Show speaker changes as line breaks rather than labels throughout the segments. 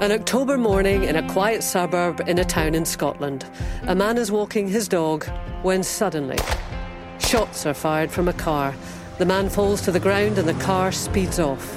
An October morning in a quiet suburb in a town in Scotland. A man is walking his dog when suddenly shots are fired from a car. The man falls to the ground and the car speeds off.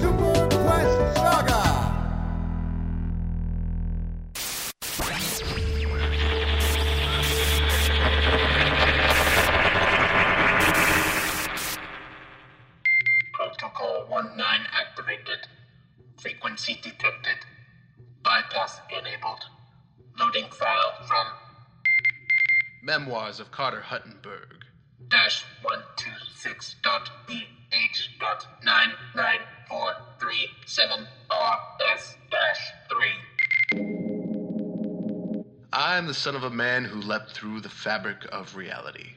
Super Quest Saga!
Protocol 19 activated. Frequency detected. Bypass enabled. Loading file from
Memoirs of Carter Huttenberg.
dash 126.BH.99437RS dash 3.
I am the son of a man who leapt through the fabric of reality.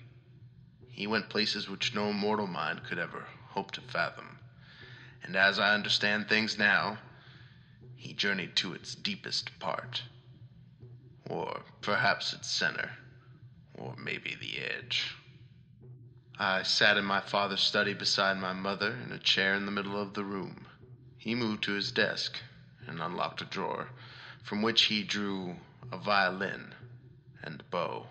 He went places which no mortal mind could ever hope to fathom. And as I understand things now, he journeyed to its deepest part. Or perhaps its center. Or maybe the edge. I sat in my father's study beside my mother in a chair in the middle of the room. He moved to his desk and unlocked a drawer from which he drew a violin and bow.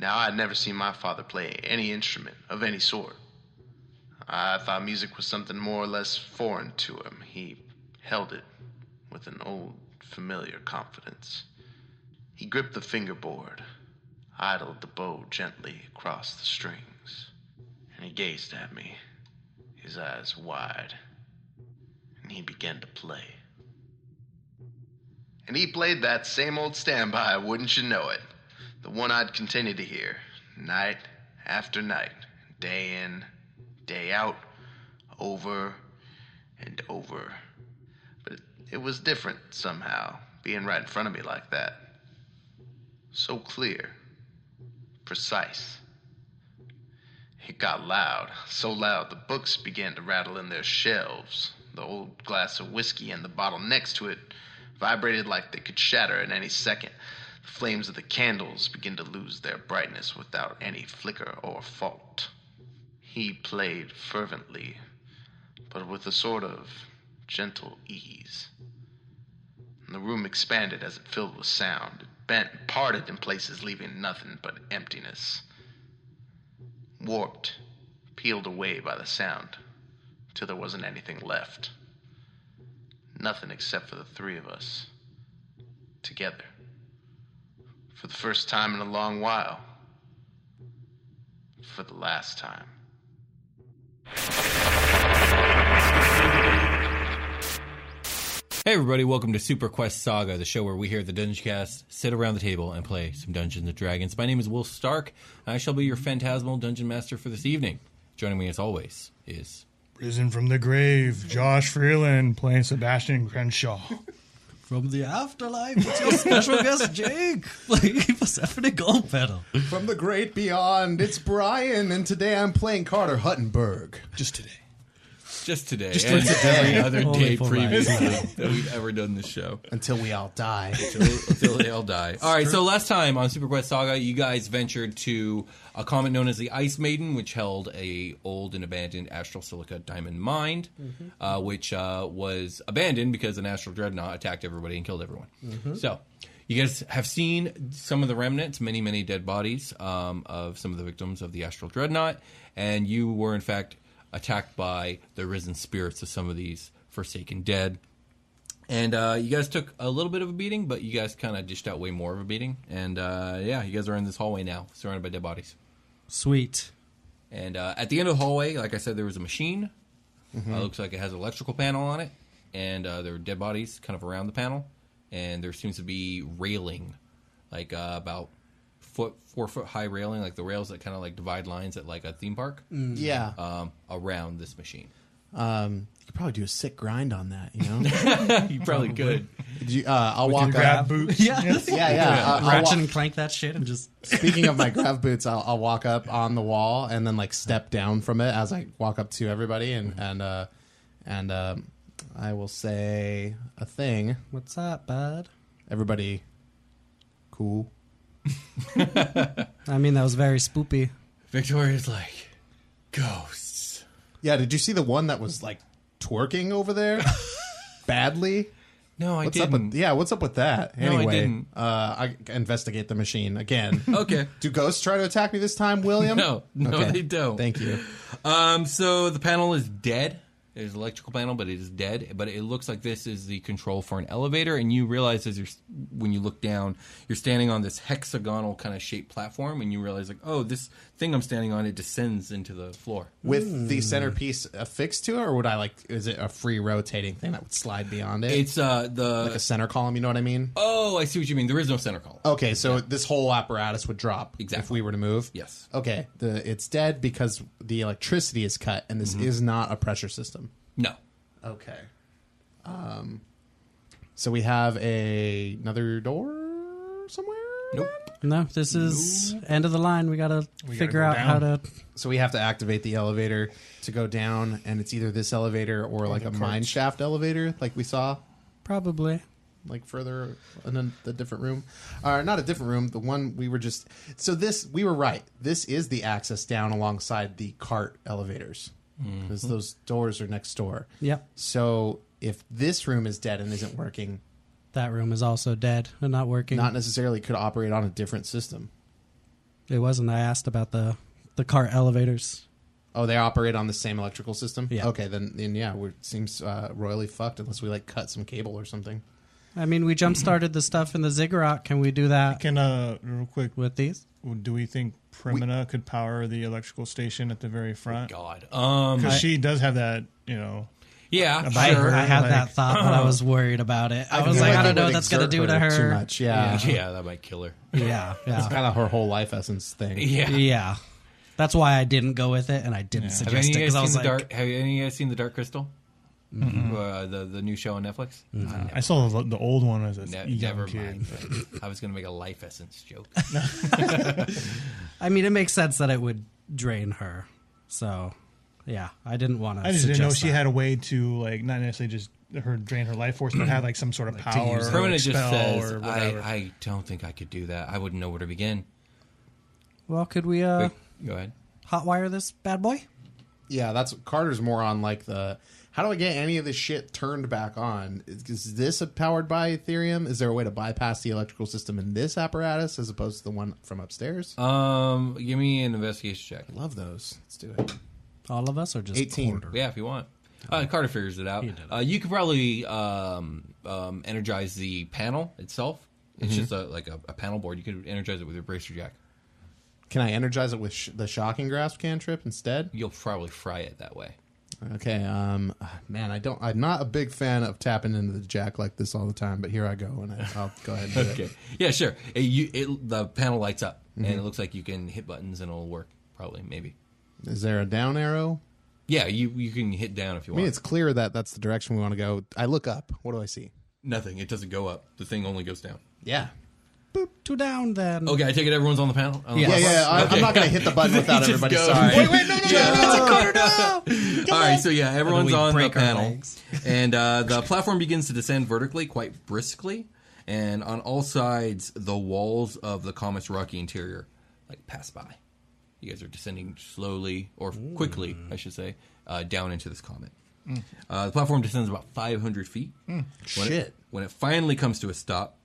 Now, I had never seen my father play any instrument of any sort. I thought music was something more or less foreign to him. He held it with an old, familiar confidence. He gripped the fingerboard, idled the bow gently across the strings, and he gazed at me, his eyes wide, and he began to play. And he played that same old standby, wouldn't you know it? The one I'd continue to hear, night after night, day in, day out, over and over. But it was different somehow, being right in front of me like that. So clear, precise. It got loud, so loud the books began to rattle in their shelves. The old glass of whiskey and the bottle next to it vibrated like they could shatter at any second. The flames of the candles began to lose their brightness without any flicker or fault. He played fervently, but with a sort of gentle ease. And the room expanded as it filled with sound. It bent and parted in places, leaving nothing but emptiness warped, peeled away by the sound, till there wasn't anything left. Nothing except for the three of us. Together. For the first time in a long while. For the last time.
Hey everybody, welcome to Super Quest Saga, the show where we here at the Dungeon Cast sit around the table and play some Dungeons and Dragons. My name is Will Stark. I shall be your phantasmal dungeon master for this evening. Joining me as always is
Risen from the grave, Josh Freeland playing Sebastian Crenshaw.
From the afterlife, it's your special guest Jake playing Persephone Gold Pedal.
From the great beyond, it's Brian, and today I'm playing Carter Huttenberg.
Just today.
just today and every other
Only
day
for
previously that we've ever done this show.
Until we all die.
until they all die. All right. So last time on Super Quest Saga, you guys ventured to a comet known as the Ice Maiden, which held a old and abandoned astral silica diamond mine, uh, which uh, was abandoned because an astral dreadnought attacked everybody and killed everyone. So. You guys have seen some of the remnants, many, many dead bodies um, of some of the victims of the Astral Dreadnought, and you were, in fact, attacked by the risen spirits of some of these Forsaken Dead. And uh, you guys took a little bit of a beating, but you guys kind of dished out way more of a beating. And uh, yeah, you guys are in this hallway now, surrounded by dead bodies.
Sweet.
And uh, at the end of the hallway, like I said, there was a machine. Uh, looks like it has an electrical panel on it, and uh, there are dead bodies kind of around the panel. And there seems to be railing, like uh, about foot four foot high railing, like the rails that kind of like divide lines at like a theme park
Yeah.
um, around this machine.
Um, you could probably do a sick grind on that, you know?
you probably could.
Do you- uh, I'll walk
Your grab
up.
boots.
Yeah.
Yeah, yeah. I'll- I'll
Ratchet
walk-
and clank that shit and just.
Speaking of my grav boots, I'll, I'll walk up on the wall and then like step down from it as I walk up to everybody and and uh, and uh, I will say a thing.
What's up, bud?
Everybody, cool.
I mean, that was very spoopy.
Victoria's like, ghosts.
Yeah, did you see the one that was like twerking over there badly?
No, I
What's up
didn't.
with yeah? What's up with that?
No, I
Anyway,
didn't.
Uh, I investigate the machine again.
okay.
Do ghosts try to attack me this time, William?
No, no,
Okay.
they don't.
Thank you.
Um, so the panel is dead. There's an electrical panel, but it is dead. But it looks like this is the control for an elevator, and you realize as you're when you look down, you're standing on this hexagonal kind of shaped platform, and you realize like, oh, this thing I'm standing on it descends into the floor.
With the centerpiece affixed to it, or would I like? Is it a free rotating thing that would slide beyond it?
It's uh the
like a Oh. center column. You know what I mean?
oh, I see what you mean. There is no center column.
Okay, so this whole apparatus would drop
Exactly.
if we were to move.
Yes.
Okay, the it's dead because the electricity is cut, and this is not a pressure system.
No,
Okay. Um. So we have a another door somewhere.
nope.
No, this is end of the line. We gotta figure
go
out how to.
down.
So we have to activate the elevator to go down, and it's either this elevator or, like a mine shaft elevator, like we saw,
Probably.
like further in a, the different room, or not a different room, the one we were just. So this we were right. This is the access down alongside the cart elevators because those doors are next door.
Yep.
So if this room is dead and isn't working,
That room is also dead and not working.
not necessarily could operate on a different system.
it wasn't. I asked about the the car elevators.
Oh, they operate on the same electrical system.
Yeah.
Okay, then then yeah, we seems uh, royally fucked unless we like cut some cable or something.
I mean, we jump started the stuff in the ziggurat. Can we do that
Can uh, real quick,
with these?
do we think Primina could power the electrical station at the very front?
God. Um.
Because she does have that, you know.
Yeah.
About
I,
Sure.
her.
I had
Like,
that thought, but I was worried about it. I,
feel
was like, I
it
don't know
would
what that's gonna do
exert
to her.
Too much, yeah.
Yeah, that might kill her.
Yeah, yeah,
kind of her whole life essence thing.
Yeah.
yeah. That's why I didn't go with it, and I didn't
Have any
suggest
of
it
you guys
because
seen
I was
the
like, Mm-hmm.
dark? Have any of you guys seen the Dark Crystal? Uh, the the new show on Netflix.
I saw the, the old one as a
Ne-
young
never
kid.
mind. I was gonna make a life essence joke.
I mean, it makes sense that it would drain her. So, yeah, I didn't want to.
I just didn't know she had a way to like not necessarily just her drain her life force, but have like some sort of power.
use it.
or
Permanent just
spell
says,
or
I,
whatever.
"I don't think I could do that. I wouldn't know where to begin."
Well, could we uh,
But- go ahead.
hotwire this bad boy?
Yeah, that's Carter's more on like the how do I get any of this shit turned back on? Is, is this powered by Ethereum? Is there a way to bypass the electrical system in this apparatus as opposed to the one from upstairs?
Um, give me an investigation check.
I love those. Let's do it.
All of us, or just
18.
Porter?
Yeah, if you want. Uh, Carter figures it out. Uh, you could probably um, um, energize the panel itself. It's just a, like a, a panel board. You could energize it with your bracer jack.
Can I energize it with sh- the shocking grasp cantrip instead?
You'll probably fry it that way.
Okay, um, man, I don't. I'm not a big fan of tapping into the jack like this all the time, but here I go, and I, I'll go ahead. And do
Okay.
it.
Yeah, sure. It, you, it, the panel lights up, and it looks like you can hit buttons and it'll work. Probably, maybe.
Is there a down arrow?
Yeah, you you can hit down if you
I mean,
want.
it's clear that that's the direction we want to go. I look up. What do I see?
Nothing. It doesn't go up. The thing only goes down.
Yeah.
Boop, two down then.
Okay, I take it everyone's on the panel. On the
Oh, Yeah,
bus?
yeah. I, I'm not gonna hit the button without
Just
everybody.
go.
Sorry.
Wait,
no, no,
All right, so yeah, everyone's
we
on the
break our
panel,
legs.
and uh, the platform begins to descend vertically, quite briskly, and on all sides, the walls of the comet's rocky interior like pass by. You guys are descending slowly or quickly,
Mm.
I should say, uh, down into this comet. Uh, the platform descends about 500 feet. When
Mm.
It,
Shit.
when it finally comes to a stop,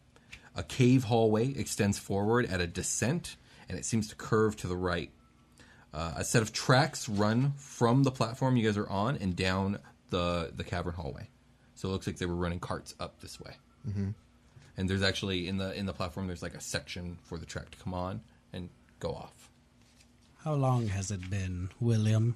a cave hallway extends forward at a descent, and it seems to curve to the right a set of tracks run from the platform you guys are on and down the the cavern hallway. So it looks like they were running carts up this way. Mm-hmm. And there's actually in the in the platform there's like a section for the track to come on and go off.
How long has it been, William,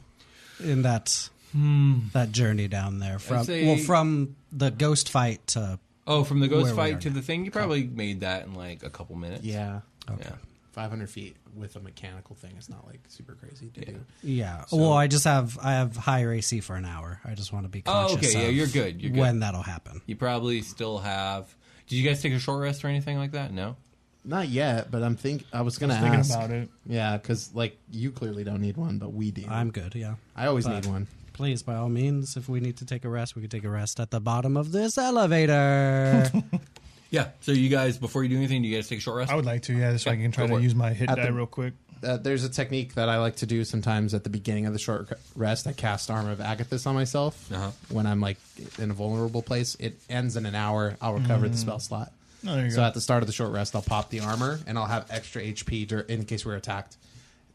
in that that journey down there from
say-
well from the ghost fight to
Oh, from the ghost
Where we
fight
are
to the thing, you probably made that in like a couple minutes.
Yeah.
Yeah.
500 feet with a mechanical thing is not like super crazy to do.
yeah. well, I just have I have higher AC for an hour. I just want to be
Oh,
conscious.
okay, yeah,
of
you're good, you're good.
When that'll happen.
You probably still have Did you guys take a short rest or anything like that? No.
Not yet, but I'm think I was gonna
I was thinking
ask
about it.
Yeah, because like you clearly don't need one, but we do.
I'm good. Yeah,
I always need
But
one.
Please, by all means, if we need to take a rest, we could take a rest at the bottom of this elevator.
Yeah. So you guys, before you do anything, do you guys take a short rest?
I would like to, yeah, so I can try
go for
to
it.
use my hit
At
die
the-
real quick.
Uh, there's a technique that I like to do sometimes at the beginning of the short rest. I cast Arm of Agathis on myself
Uh-huh.
when I'm like in a vulnerable place. It ends in an hour. I'll recover
Mm.
the spell slot.
Oh, there you
so
go.
at the start of the short rest, I'll pop the armor and I'll have extra HP dur- in case we're attacked.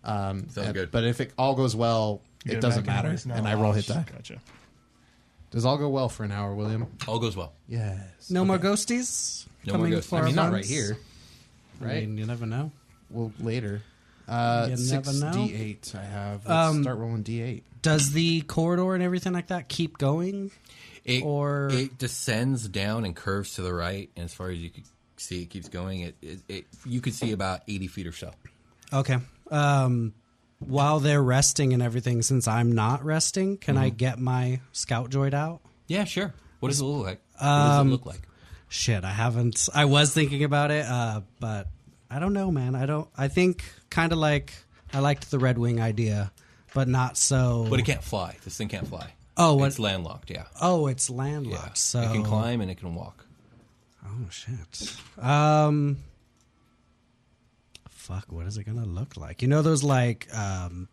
Um,
Sounds
uh,
good.
But if it all goes well,
You
it
get
doesn't
back
matter,
anyways. No,
and I roll hit die.
Gotcha.
Does all go well for an hour, William?
All goes well.
Yes.
No more ghosties.
No more
coming
ghosties.
for
I mean,
our
not right
funds?
here.
I
Right.
mean, you never know.
Well, later. Uh,
You
six
never know.
d8. I have. Let's
Um,
start rolling d8.
Does the corridor and everything like that keep going?
It,
Or-
it descends down and curves to the right, and as far as you can see, it keeps going. It, it, it you could see about eighty feet or so.
Okay. Um, while they're resting and everything, since I'm not resting, can
Mm-hmm.
I get my scout droid out?
Yeah, sure. What does it look like? what
Um,
does it look like?
Shit, I haven't. I was thinking about it, uh, but I don't know, man. I don't. I think kind of like I liked the Red Wing idea, but not so.
But it can't fly. This thing can't fly.
Oh, what-
it's landlocked. Yeah,
oh, it's landlocked.
yeah.
So
it can climb and it can walk.
Oh shit. Um. Fuck. What is it gonna look like? You know those like um.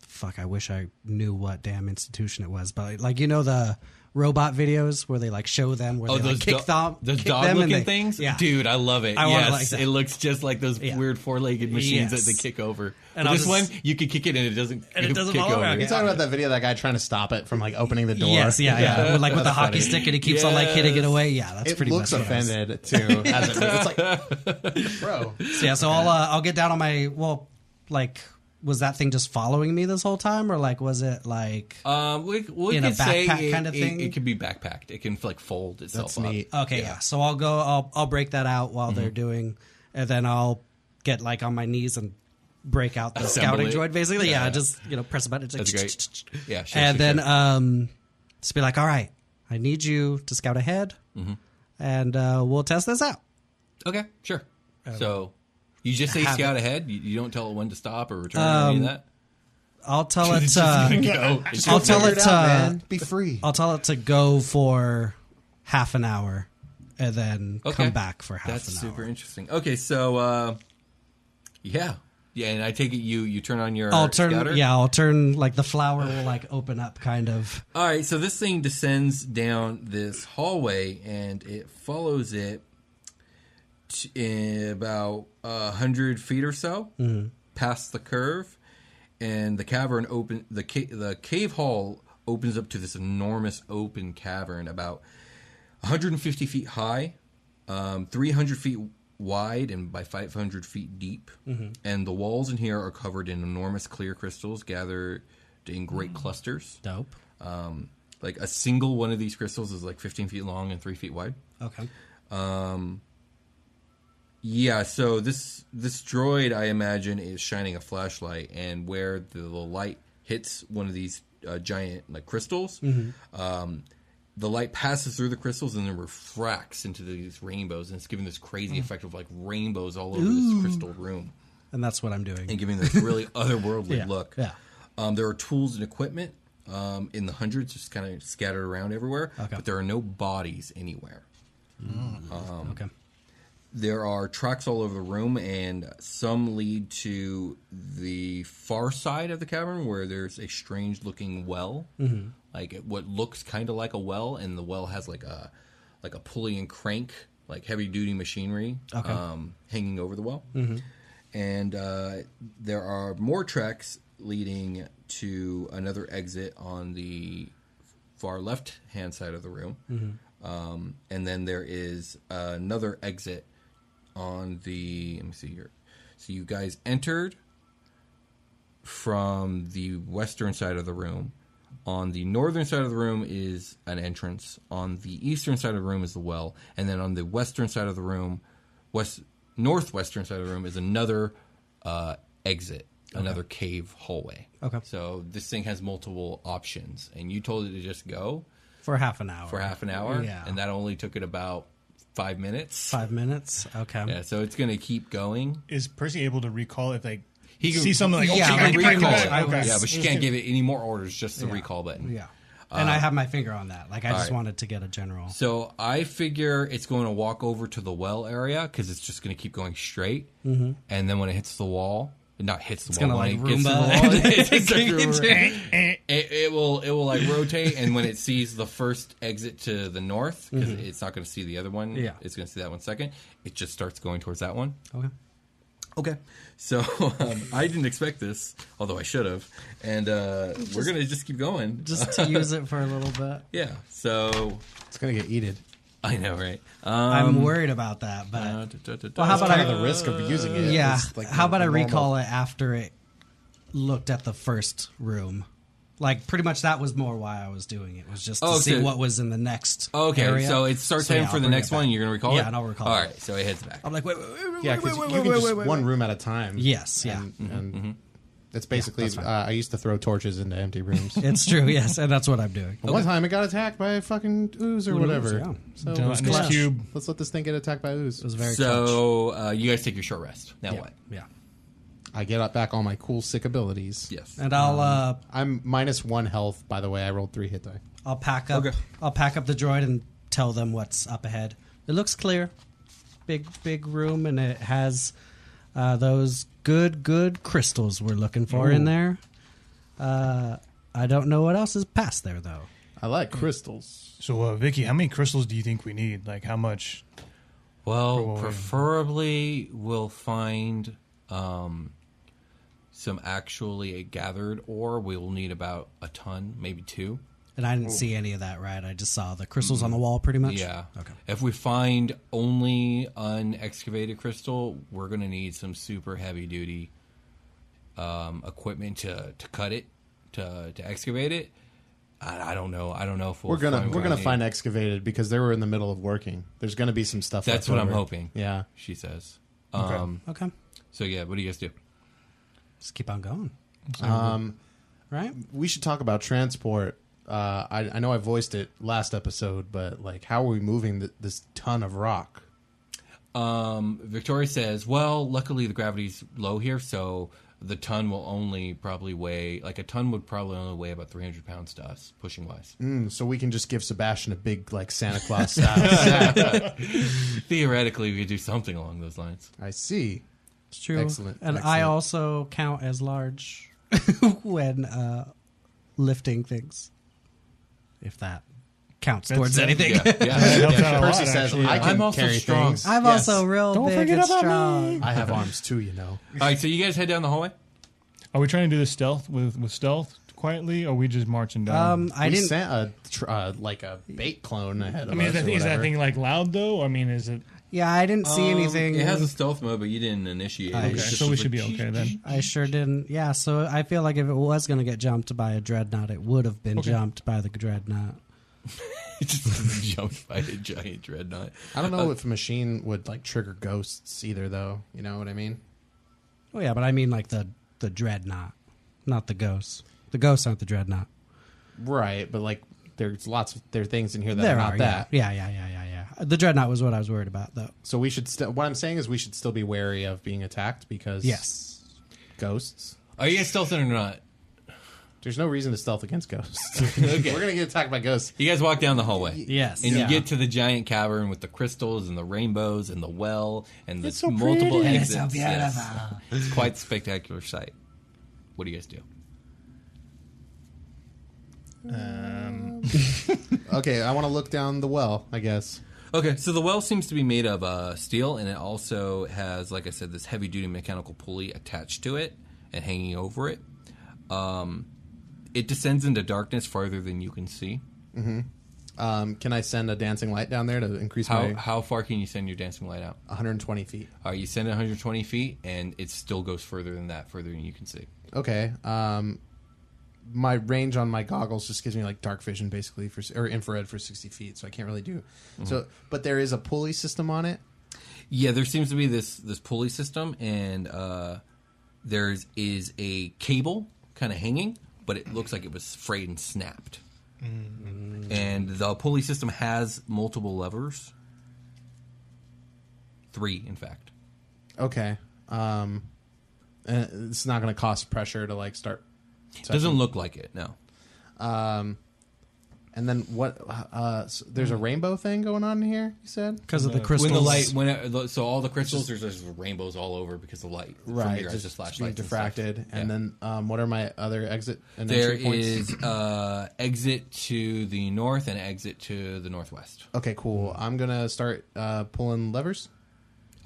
Fuck. I wish I knew what damn institution it was, but like you know the robot videos where they like show them where
Oh,
they
those
like, kick,
do-
thom-
those
kick
dog
them and
looking
they-
things.
Yeah,
dude, I love it.
I want it
yes,
like that.
it looks just like those
Yeah.
weird four legged machines
Yes.
that they kick over.
And
But
I'll
this
just-
one, you could kick it and it doesn't.
And it doesn't
kick
follow
over.
around.
You're talking about that video of that guy trying to stop it from like opening the door.
Yes. Yeah. Yeah. With, like with the hockey stick and he keeps on like hitting it
Yes.
away. Yeah. That's
it
pretty
looks
much what it is.
offended too. As it, moves. it's like, bro,
So, yeah. So I'll uh, I'll get down on my well like. Was that thing just following me this whole time, or like was it like
Um, we, we
In a
could say
backpack
it,
kind of
it-
thing?
It, can be backpacked. It can like fold itself
that's neat.
up.
Okay, yeah. So I'll go. I'll I'll break that out while they're
Mm-hmm.
doing, and then I'll get like on my knees and break out the
Assemble
scouting
it.
droid. Basically, yeah. Just you know, press a button. It's like,
That's great. Yeah, sure,
and
sure,
then
sure.
um, just be like, all right, I need you to scout ahead,
Mm-hmm.
and uh, we'll test this out.
Uh, Okay, sure. so you just say
have Um,
scout ahead. You, you don't tell it when to stop or return or any of that.
I'll tell it. Uh,
Go. It's
I'll
just-
tell
Figure
it.
it out,
Uh,
man. Be free.
I'll tell it to go for half an hour, and then
Okay.
come back for half
That's
an hour.
super interesting. Okay, so uh, yeah, yeah, and I take it you you turn on your
I'll turn,
scouter?
yeah, I'll turn like the flower will like open up, kind of.
All right, so this thing descends down this hallway and it follows it t- eh, about a hundred feet or so past the curve, and the cavern open the ca- the cave hall opens up to this enormous open cavern about 150 feet high, um, 300 feet wide, and by 500 feet deep. And the walls in here are covered in enormous clear crystals gathered in great clusters.
Dope.
Um, like a single one of these crystals is like 15 feet long and three feet wide.
Okay.
Yeah, so this this droid, I imagine, is shining a flashlight, and where the, light hits one of these uh, giant like crystals,
Mm-hmm.
um, the light passes through the crystals and then refracts into these rainbows, and it's giving this
Mm.
crazy effect of like rainbows all over this crystal room,
And that's what I'm doing.
and giving this really otherworldly
Yeah,
look.
yeah.
Um, there are tools and equipment um, in the hundreds, just kind of scattered around everywhere,
Okay.
but there are no bodies anywhere Um,
okay.
there are tracks all over the room, and some lead to the far side of the cavern where there's a strange looking well, mm-hmm. like what looks kind of like a well, and the well has like a like a pulley and crank, like heavy duty machinery, um, hanging over the well. And uh, there are more tracks leading to another exit on the far left hand side of the room. Um, and then there is another exit on the. Let me see here. So you guys entered from the western side of the room. On the northern side of the room is an entrance. On the eastern side of the room is the well, and then on the western side of the room, west northwestern side of the room is another uh, exit, another cave hallway.
Okay.
So this thing has multiple options, and you told it to just go
For half an hour.
for half an hour,
Yeah.
and that only took it about five minutes.
Five minutes. Okay.
Yeah, so it's going to keep going.
Is Percy able to recall if like
He can,
see something like?
Yeah,
oh, she
she can
got it,
recall
got
it.
it, okay.
Yeah, but she can't give it any more orders. Just the recall button.
Yeah. And I have my finger on that. Like I
Uh, all
just
right.
wanted to get a general.
So I figure it's going to walk over to the well area because it's just going to keep going straight,
Mhm.
and then when it hits the wall, it not hits the
It's
wall.
gonna,
when
like,
it
Roomba.
gets to the wall,
It's
it, it, it will it will like rotate, and when it sees the first exit to the north, because
Mhm.
it's not going to see the other one,
Yeah.
it's going to see that one second. It just starts going towards that one.
Okay.
Okay. So um, I didn't expect this, although I should have, and uh, we're
Just-
going to just keep going,
Just to use it for a little bit.
Yeah. So
it's gonna get eated.
I know, right? Um,
I'm worried about that, but
uh, da- da- da-
well, how
da- da-
about I
kind of the risk of using it.
Yeah.
It's like
how
the-
about
the
I
normal-
recall it after it looked at the first room? Like pretty much that was more why I was doing it was just to
Oh,
see
so-
what was in the next.
Okay,
area.
so it starts
So,
time
yeah,
for
I'll
the
bring
next
it back.
one. You're gonna recall it.
Yeah, and I'll recall.
All
it.
right, so it heads back.
I'm like, wait, wait, wait, wait,
Yeah,
wait,
because
wait,
you
wait,
can
wait,
just
wait, wait,
one
wait.
room at a time.
Yes, yeah.
and,
Mm-hmm.
and it's basically uh, I used to throw torches into empty rooms. And
It's true, yes, and that's what I'm doing.
One time it got attacked by a fucking ooze or
Ooze,
whatever.
yeah.
So
Don't
let's,
let
clash.
this cube-
let's let this thing get attacked by ooze.
It was very clutch.
so uh, you guys take your short rest. Now what?
yeah.
I get up back all my cool sick abilities.
Yes.
And I'll uh
I'm minus one health, by the way. I rolled three hit die.
I'll pack up.
Okay.
I'll pack up the droid and tell them what's up ahead. It looks clear, big big room, and it has uh, those good good crystals we're looking for in there. Uh, I don't know what else is past there though.
I like crystals.
So uh, Vicky, how many crystals do you think we need? Like how much?
Well,
Probably.
preferably we'll find um, some actually gathered ore. We will need about a ton, maybe two.
And I didn't see any of that, right? I just saw the crystals
Mm.
on the wall, pretty much.
Yeah.
Okay.
If we find only unexcavated crystal, we're gonna need some super heavy duty um, equipment to, to cut it, to to excavate it. I, I don't know. I don't know if we'll
We're gonna
find what
we're
I
gonna
need.
find excavated because they were in the middle of working. There's gonna be some stuff.
That's
left
what I'm
over.
hoping.
Yeah.
She says. Um,
Okay.
So yeah, what do you guys do?
Just keep on going,
Um,
right?
we should talk about transport. Uh, I, I know I voiced it last episode, but like, how are we moving th- this ton of rock?
Um, Victoria says, "Well, luckily the gravity's low here, so the ton will only probably weigh like a ton would probably only weigh about 300 pounds to us, pushing wise.
Mm, so we can just give Sebastian a big like Santa Claus style sack.
Theoretically, we could do something along those lines.
I see.
It's true.
Excellent,
And I
excellent.
also count as large when uh, lifting things, if that counts towards anything.
Yeah, yeah.
That helps out a
Percy
lot,
says
actually.
I can
I'm also
carry
strong.
things.
I'm
Yes.
also real
Don't
big
forget
and
about
strong.
I have arms too, you know.
All right, so you guys head down the hallway.
Are we trying to do this stealth with with stealth quietly, or are we just marching down?
Um, I
we
didn't.
sent a tr- uh, like a bait clone ahead of
I mean, is
us.
that,
or
is that
whatever.
thing like loud though? I mean, is it?
Yeah, I didn't see
Um,
anything.
Um, It has a stealth mode, but you didn't initiate. it.
Okay,
It's
Okay,
just
so we
like-
should be okay then.
I sure didn't. Yeah, so I feel like if it was going to get jumped by a dreadnought, it would have been
Okay.
jumped by the dreadnought.
It just jumped by a giant dreadnought. Uh,
I don't know if a machine would like trigger ghosts either, though. You know what I mean?
Oh yeah, but I mean like the the dreadnought, not the ghosts. The ghosts aren't the dreadnought.
Right, but like there's lots of there are things in here that
there
are not
are
that.
Yeah. yeah, yeah, yeah, yeah, yeah. The dreadnought was what I was worried about, though.
So we should still. What I'm saying is we should still be wary of being attacked because
Yes.
ghosts.
Are you guys stealthing or not?
There's no reason to stealth against ghosts. We're gonna get attacked by ghosts.
You guys walk down the hallway.
Yes.
And
Yeah.
you get to the giant cavern with the crystals and the rainbows and the well and the
It's so
multiple
pretty.
exits.
It's so
Yes. It's quite a spectacular sight. What do you guys do?
Okay, I want to look down the well. I guess.
Okay, so the well seems to be made of uh, steel, and it also has, like I said, this heavy-duty mechanical pulley attached to it and hanging over it. Um, it descends into darkness farther than you can see.
Um, can I send a dancing light down there to increase
How
my
how far can you send your dancing light out?
120 feet?
Uh, you send it 120 feet, and it still goes further than that, further than you can see.
Okay. Um, my range on my goggles just gives me like dark vision, basically, for or infrared for 60 feet, so I can't really do. So, but there is a pulley system on it.
Mm-hmm. Yeah, there seems to be this this pulley system, and uh, there's is a cable kind of hanging, but it looks like it was frayed and snapped. And the pulley system has multiple levers, Three, in fact.
Okay. Um, and it's not going to cost pressure to like start.
Doesn't look like it. No.
Um, and then what? Uh, so there's
Hmm.
a rainbow thing going on here. You said
When the light, when it, so all the crystals, there's just rainbows all over because of light.
right?
From your eyes,
just,
just
being
flashlights. and stuff.
diffracted. And,
Yeah.
then um, what are my other exit? And
There
entry points?
is uh, exit to the north and exit to the northwest.
okay, cool. I'm gonna start uh, pulling levers.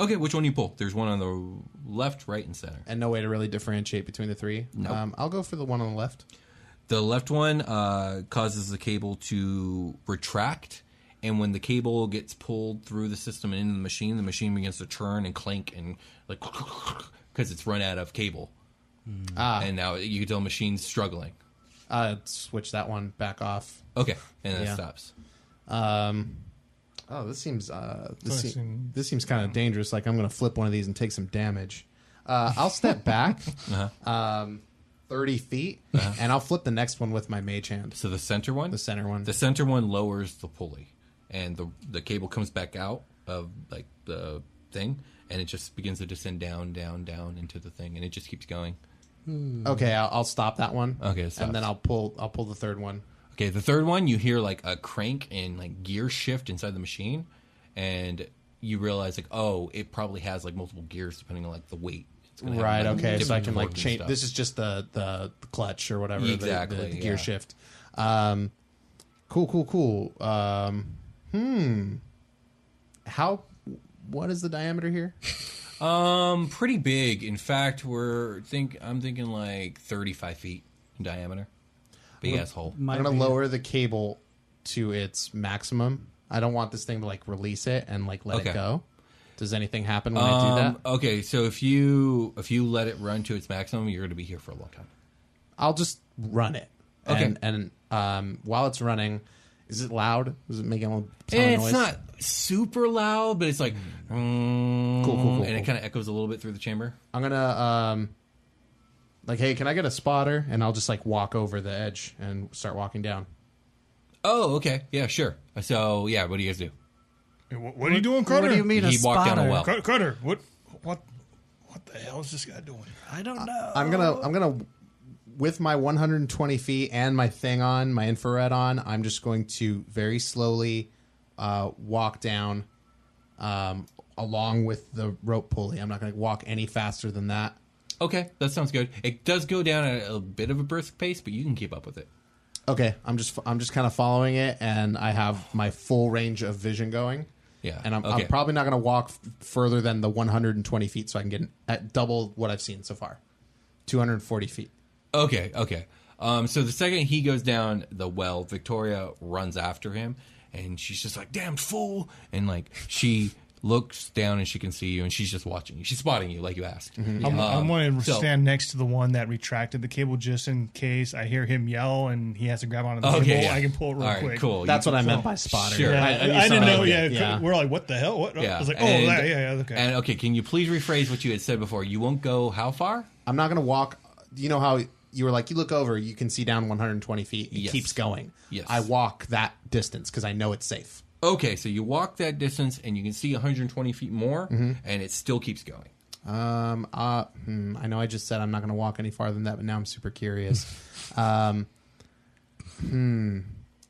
Okay, which one you pull? There's one on the left, right, and center.
And no way to really differentiate between the three.
Nope.
Um, I'll go for the one on the left.
The left one uh, causes the cable to retract, and when the cable gets pulled through the system and into the machine, the machine begins to churn and clank and like because it's run out of cable.
Ah.
And now you can tell the machine's struggling.
Uh, switch that one back off.
Okay, and then it stops.
Um, oh, this seems uh, this,
Thought I
se-
seen-
this seems kind of dangerous. Like I'm going to flip one of these and take some damage. Uh, I'll step back um, thirty feet, and I'll flip the next one with my mage hand.
So the center one,
the center one.
The center one lowers the pulley, and the the cable comes back out of like the thing, and it just begins to descend down, down, down into the thing, and it just keeps going.
Okay, I'll, I'll stop that one.
Okay, it
and
stops.
then I'll pull. I'll pull the third one.
Okay, the third one, you hear like a crank and like gear shift inside the machine, and you realize like, oh, it probably has like multiple gears depending on like the weight. It's gonna have,
Right.
like,
Okay. So I
different
can like
torque and
change.
stuff.
This is just the the clutch or whatever. the- the- The,
Exactly,
gear
yeah.
shift. Um, cool. Cool. Cool. Um, hmm. How? What is the diameter here?
um pretty big. In fact, we're think I'm thinking like 35 feet in diameter. Big asshole.
I'm gonna lower the cable to its maximum. I don't want this thing to like release it and like let it
Okay.
go. Does anything happen when I do that?
Um, Okay, so if you if you let it run to its maximum, you're going to be here for a long time.
I'll just run it.
Okay.
And, and um, while it's running, is it loud? Is it making a ton
And
of
Eh, it's
noise?
not super loud, but it's like mm,
Cool, cool, cool,
and
cool.
it kind of echoes a little bit through the chamber.
I'm gonna um, like, hey, can I get a spotter? And I'll just like walk over the edge and start walking down.
Oh, okay, yeah, sure. So yeah, what do you guys do?
What, what are you doing, Carter?
What do you mean a
He walked down a
spotter?
well.
Car- Carter, what, what, what the hell is this guy doing?
I don't know.
I'm gonna I'm gonna with my 120 feet and my thing on my infrared on. I'm just going to very slowly uh, walk down um, along with the rope pulley. I'm not going to walk any faster than that.
Okay, that sounds good. It does go down at a bit of a brisk pace, but you can keep up with it.
Okay, I'm just I'm just kind of following it, and I have my full range of vision going.
Yeah,
and I'm,
okay.
I'm probably not going to walk f- further than the 120 feet, so I can get at double what I've seen so far, 240 feet.
Okay, okay. Um, so the second he goes down the well, Victoria runs after him, and she's just like, "Damn fool!" And like she looks down and she can see you, and she's just watching you. She's spotting you, like you asked.
I'm, I
Um,
want to
so-
stand next to the one that retracted the cable just in case I hear him yell and he has to grab onto the
Okay,
cable.
yeah.
I can pull it real
All right,
quick.
cool.
That's
You-
what I meant
so-
by spotter.
Sure.
Yeah,
I- I
I,
knew
I didn't
something
know.
like
Yeah,
that, yeah.
we're like, what the hell? What? I was like, oh,
and-
that, yeah, yeah, okay.
And okay, can you please rephrase what you had said before? You won't go how far?
I'm not going to walk. You know how you were like, you look over, you can see down 120 feet. It
Yes.
keeps going.
Yes.
I walk that distance because I know it's safe.
Okay, so you walk that distance and you can see 120 feet more,
Mm-hmm.
and it still keeps going.
Um, uh, hmm, I know I just said I'm not going to walk any farther than that, but now I'm super curious. um, hmm.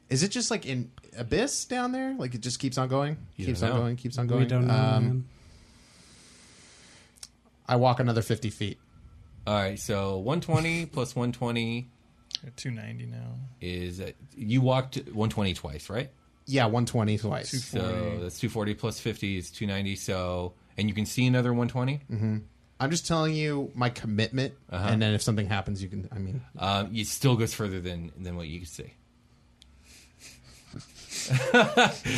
Is it just like in abyss down there? Like it just keeps on going,
You
keeps
don't
on
know.
going, keeps on going.
We don't know.
Um,
man.
I walk another 50 feet.
All right, so 120 plus 120
At 290 now.
is uh, you walked 120 twice, right?
Yeah, 120 twice.
So
Mm-hmm.
that's 240 plus 50 is 290. So, and you can see another 120.
Mm-hmm. I'm just telling you my commitment,
Uh-huh.
and then if something happens, you can. I mean,
Um, it still goes further than than what you can see.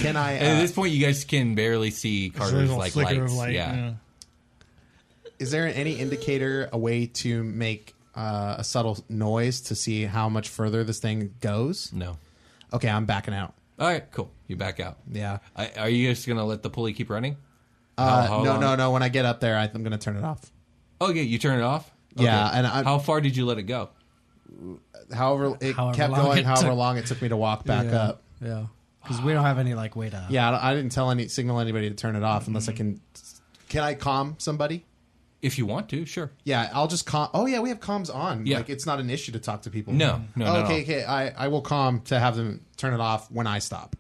can I?
And at
Uh,
this point, you guys can barely see
It's a
Carter's
little
like lights.
flicker of light.
yeah.
yeah.
is there any indicator, a way to make uh, a subtle noise to see how much further this thing goes?
No.
Okay, I'm backing out.
All right. Cool. You back out.
Yeah.
I, are you just gonna let the pulley keep running?
Uh,
How- how
no,
long-
no, no. When I get up there, I, I'm going to turn it off.
Okay. Oh, You turn it off. Okay.
Yeah, and I-
how far did you let it go?
However, it
However
kept
long
going.
it
however
took.
long it took me to walk back
yeah.
up.
Yeah. Because we don't have any like way to. Mm-hmm.
Yeah, I, I didn't tell any signal anybody to turn it off unless I can Can I calm somebody?
If you want to, sure.
Yeah, I'll just calm. Oh yeah, we have comms on.
Yeah.
like it's not an issue to talk to people.
No, no,
Oh,
not at
okay,
all.
okay. I I will calm to have them turn it off when I stop.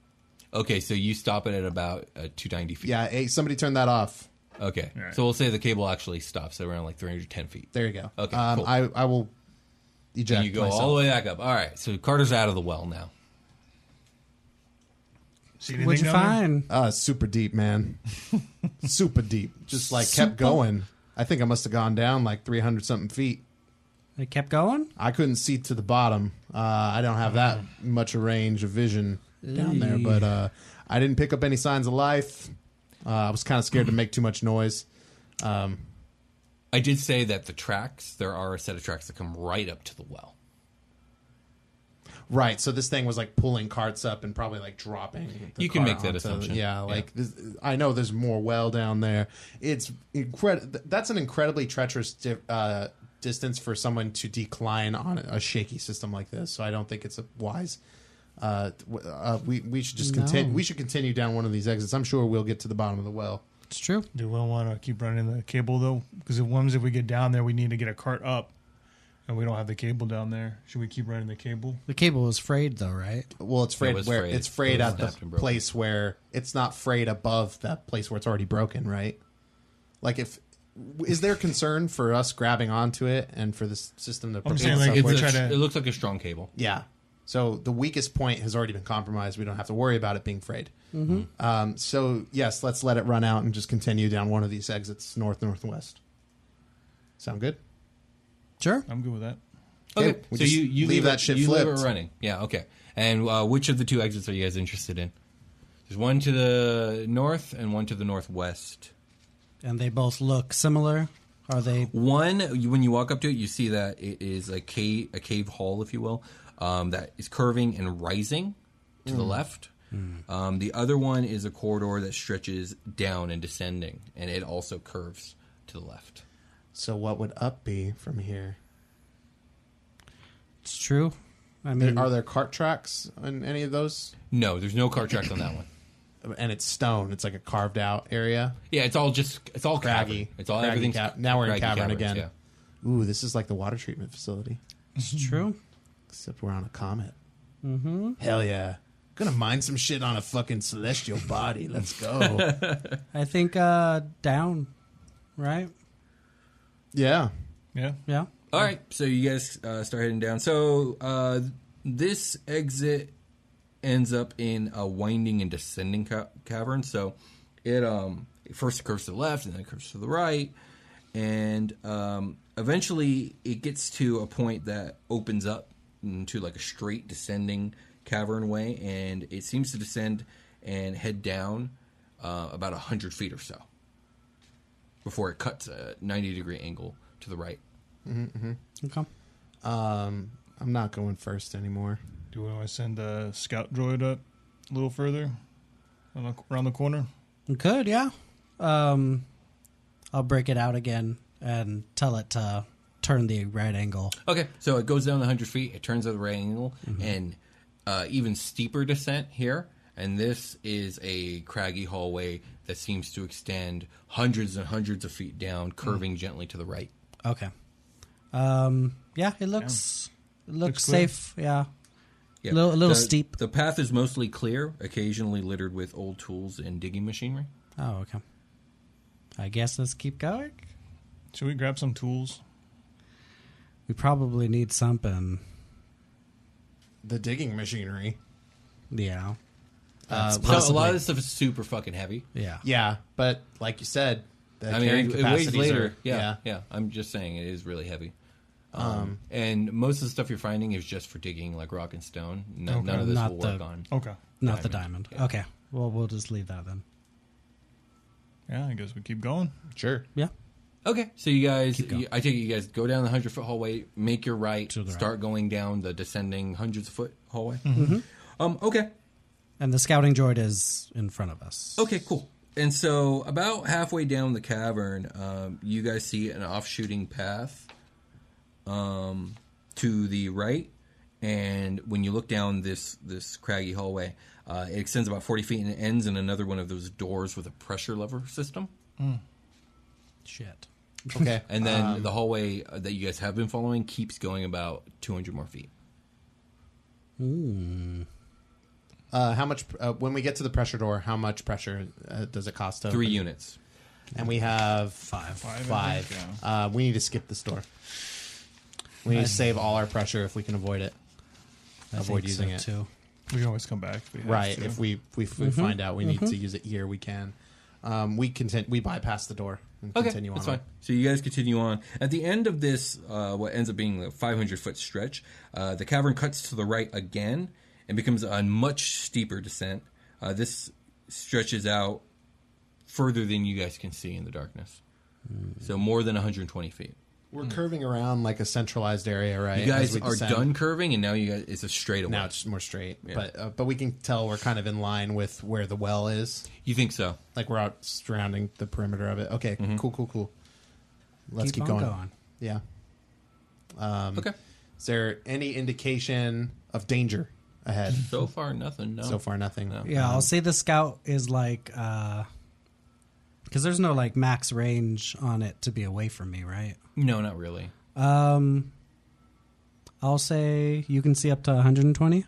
Okay, so you stop it at about uh, 290 feet.
Yeah, hey, somebody turn that off.
Okay,
All right.
so we'll say the cable actually stops around like 310 feet.
There you go.
Okay,
um,
cool.
I I will eject.
And you go
myself.
all the way back up. All right, so Carter's out of the well now.
See
What'd you find? Uh, super deep, man. super deep. Just like
Super-
kept going. I think I must have gone down like 300 something feet.
It kept going?
I couldn't see to the bottom. Uh, I don't have that much a range of vision down there,
Eee.
but uh, I didn't pick up any signs of life. Uh, I was kind of scared to make too much noise. Um,
I did say that the tracks, there are a set of tracks that come right up to the well.
Right. So this thing was like pulling carts up and probably like dropping.
You can
cart
make that assumption.
Yeah.
Yeah.
Like This, I know there's more well down there. It's incredible. That's an incredibly treacherous di- uh, distance for someone to decline on a shaky system like this. So I don't think it's a wise. Uh, w- uh, we we should just
No.
continue. We should continue down one of these exits. I'm sure we'll get to the bottom of the well.
It's true.
Do we want to keep running the cable though? Because if ones if we get down there, we need to get a cart up, and we don't have the cable down there. Should we keep running the cable?
The cable was frayed, though, right?
Well, it's frayed
was
where
frayed.
it's
It
frayed
was
at the
snapped and broken.
place where it's not frayed above that place where it's already broken, right? Like if is there concern for us grabbing onto it and for this system to propel itself
It's
forward?
a- it looks like a strong cable.
Yeah. So the weakest point has already been compromised. We don't have to worry about it being frayed.
Mhm.
Um, so yes, let's let it run out and just continue down one of these exits north northwest. Sound good?
Sure.
I'm good with that.
Okay,
Okay, we
so
just
you, you
leave that
it-
shit
you leave it
flipped.
running. Yeah, okay. And uh, which of the two exits are you guys interested in? There's one to the north and one to the northwest.
And they both look similar. Are they?
One, you- when you walk up to it, you see that it is a cave, a cave hall, if you will, um, that is curving and rising to the
Mm.
left. Um, the other one is a corridor that stretches down and descending, and it also curves to the left.
So what would up be from here?
It's true. I mean,
are there cart tracks on any of those?
No, there's no car tracks on that one.
And it's stone. It's like a carved out area.
Yeah, it's all just it's all craggy. It's all
Craggy
everything's
ca- now we're in
craggy
cavern
caverns,
again.
yeah.
Ooh, this is like the water treatment facility.
It's true.
Except we're on a comet.
Mm-hmm.
Hell yeah. Gonna mine some shit on a fucking celestial body. Let's go.
I think uh, down, right?
yeah.
Yeah.
Yeah.
All right, so you guys uh, start heading down. So uh, this exit ends up in a winding and descending ca- cavern. So it um it first curves to the left and then it curves to the right, and um, eventually it gets to a point that opens up into like a straight descending cavern way, and it seems to descend and head down uh, about hundred feet or so before it cuts a ninety degree angle to the right.
Mm-hmm.
Okay.
Um, I'm not going first anymore.
Do we want to send the scout droid up a little further around the- around the corner?
We could, yeah. Um, I'll break it out again and tell it to turn the right angle.
Okay, so it goes down the 100 feet, it turns at the right angle,
Mm-hmm.
and uh, even steeper descent here. And this is a craggy hallway that seems to extend hundreds and hundreds of feet
Mm.
down, curving gently to the right.
Okay. Um, yeah, it looks it
Looks
looks,
clear.
safe. Yeah. Little, a little
The-
steep.
The path is mostly clear, occasionally littered with old tools and digging machinery.
Oh, okay. I guess let's keep going.
Should we grab some tools?
We probably need something.
The digging machinery.
Yeah.
Uh,
so a lot of this stuff is super fucking heavy.
Yeah, but like you said, the
I mean,
carrying
it, it weighs
capacities
later.
are-
yeah, yeah, I'm just saying it is really heavy. Um,
Um,
and most of the stuff you're finding is just for digging, like rock and stone. No,
Okay.
None of this
Not
will work
the-
on.
Okay.
Not the diamond.
Yeah.
Okay. Well, we'll just leave that then.
Yeah, I guess we keep going.
Sure.
Yeah.
Okay, so you guys, you- I take it you guys go down the hundred foot hallway, make your right,
the
start going down the descending hundreds of foot hallway.
Mhm.
Um, okay,
And the scouting droid is in front of us.
Okay, cool. And so, about halfway down the cavern, um, you guys see an offshooting path um, to the right. And when you look down this this craggy hallway, uh, it extends about forty feet and it ends in another one of those doors with a pressure lever system.
Shit.
Okay.
And then
Um,
the hallway uh, that you guys have been following keeps going about 200 more feet.
Uh, how much uh, when we get to the pressure door? How much pressure uh, does it cost? To
Three
open?
units.
and we have five.
Five, I
Five.
think,
Uh, we need to skip this door. We need to save all our pressure if we can avoid it.
I
avoid
think
using
so,
it.
too.
We can always come back. If we have
Right.
to.
If we if we find out we need to use it here, we can. Um, we content we bypass the door and
Okay,
continue on.
that's fine. So you guys continue on. At the end of this, uh, what ends up being a 500 foot stretch, uh, the cavern cuts to the right again and becomes a much steeper descent. Uh, this stretches out further than you guys can see in the darkness.
Hmm.
So more than 120 feet.
We're
Hmm.
curving around like a centralized area, right?
You
as
guys
we
are
descend.
done curving, and now you guys it's a straightaway.
Now it's more straight, but uh, but we can tell we're kind of in line with where the well is.
you think so?
Like we're out surrounding the perimeter of it. Okay, cool, cool, cool. Let's keep,
Keep on
going.
going.
Yeah.
Um, okay.
Is there any indication of danger ahead?
So far, nothing. No.
So far, nothing.
Uh-huh.
Yeah, I'll say the scout is like uh because there's no like max range on it to be away from me, right?
No, not really.
Um I'll say you can see up to 120.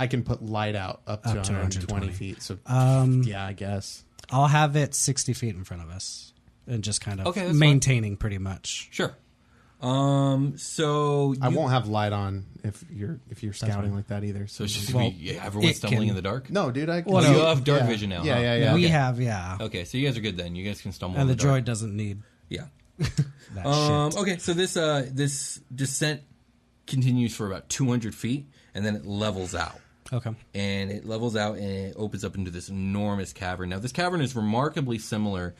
I can put light out up to,
Up to
120,
120.
feet. So
Um,
yeah, I guess.
I'll have it 60 feet in front of us and just kind of
Okay, that's fine.
maintaining pretty much.
Sure. Um. So
I
you-
won't have light on if you're if you're scouting like that either. So
So it's just gonna be yeah, everyone's
it
stumbling in
can-
the dark.
no, dude, I
Oh,
Well,
you
no.
have dark
yeah.
vision now.
Yeah,
huh?
yeah, yeah.
we
Okay.
have, yeah.
Okay, so you guys are good then. You guys can stumble.
And the
in dark.
droid doesn't need
Yeah.
that
Um,
shit.
okay, so this uh, this descent continues for about 200 feet, and then it levels out.
Okay.
And it levels out and it opens up into this enormous cavern. Now, this cavern is remarkably similar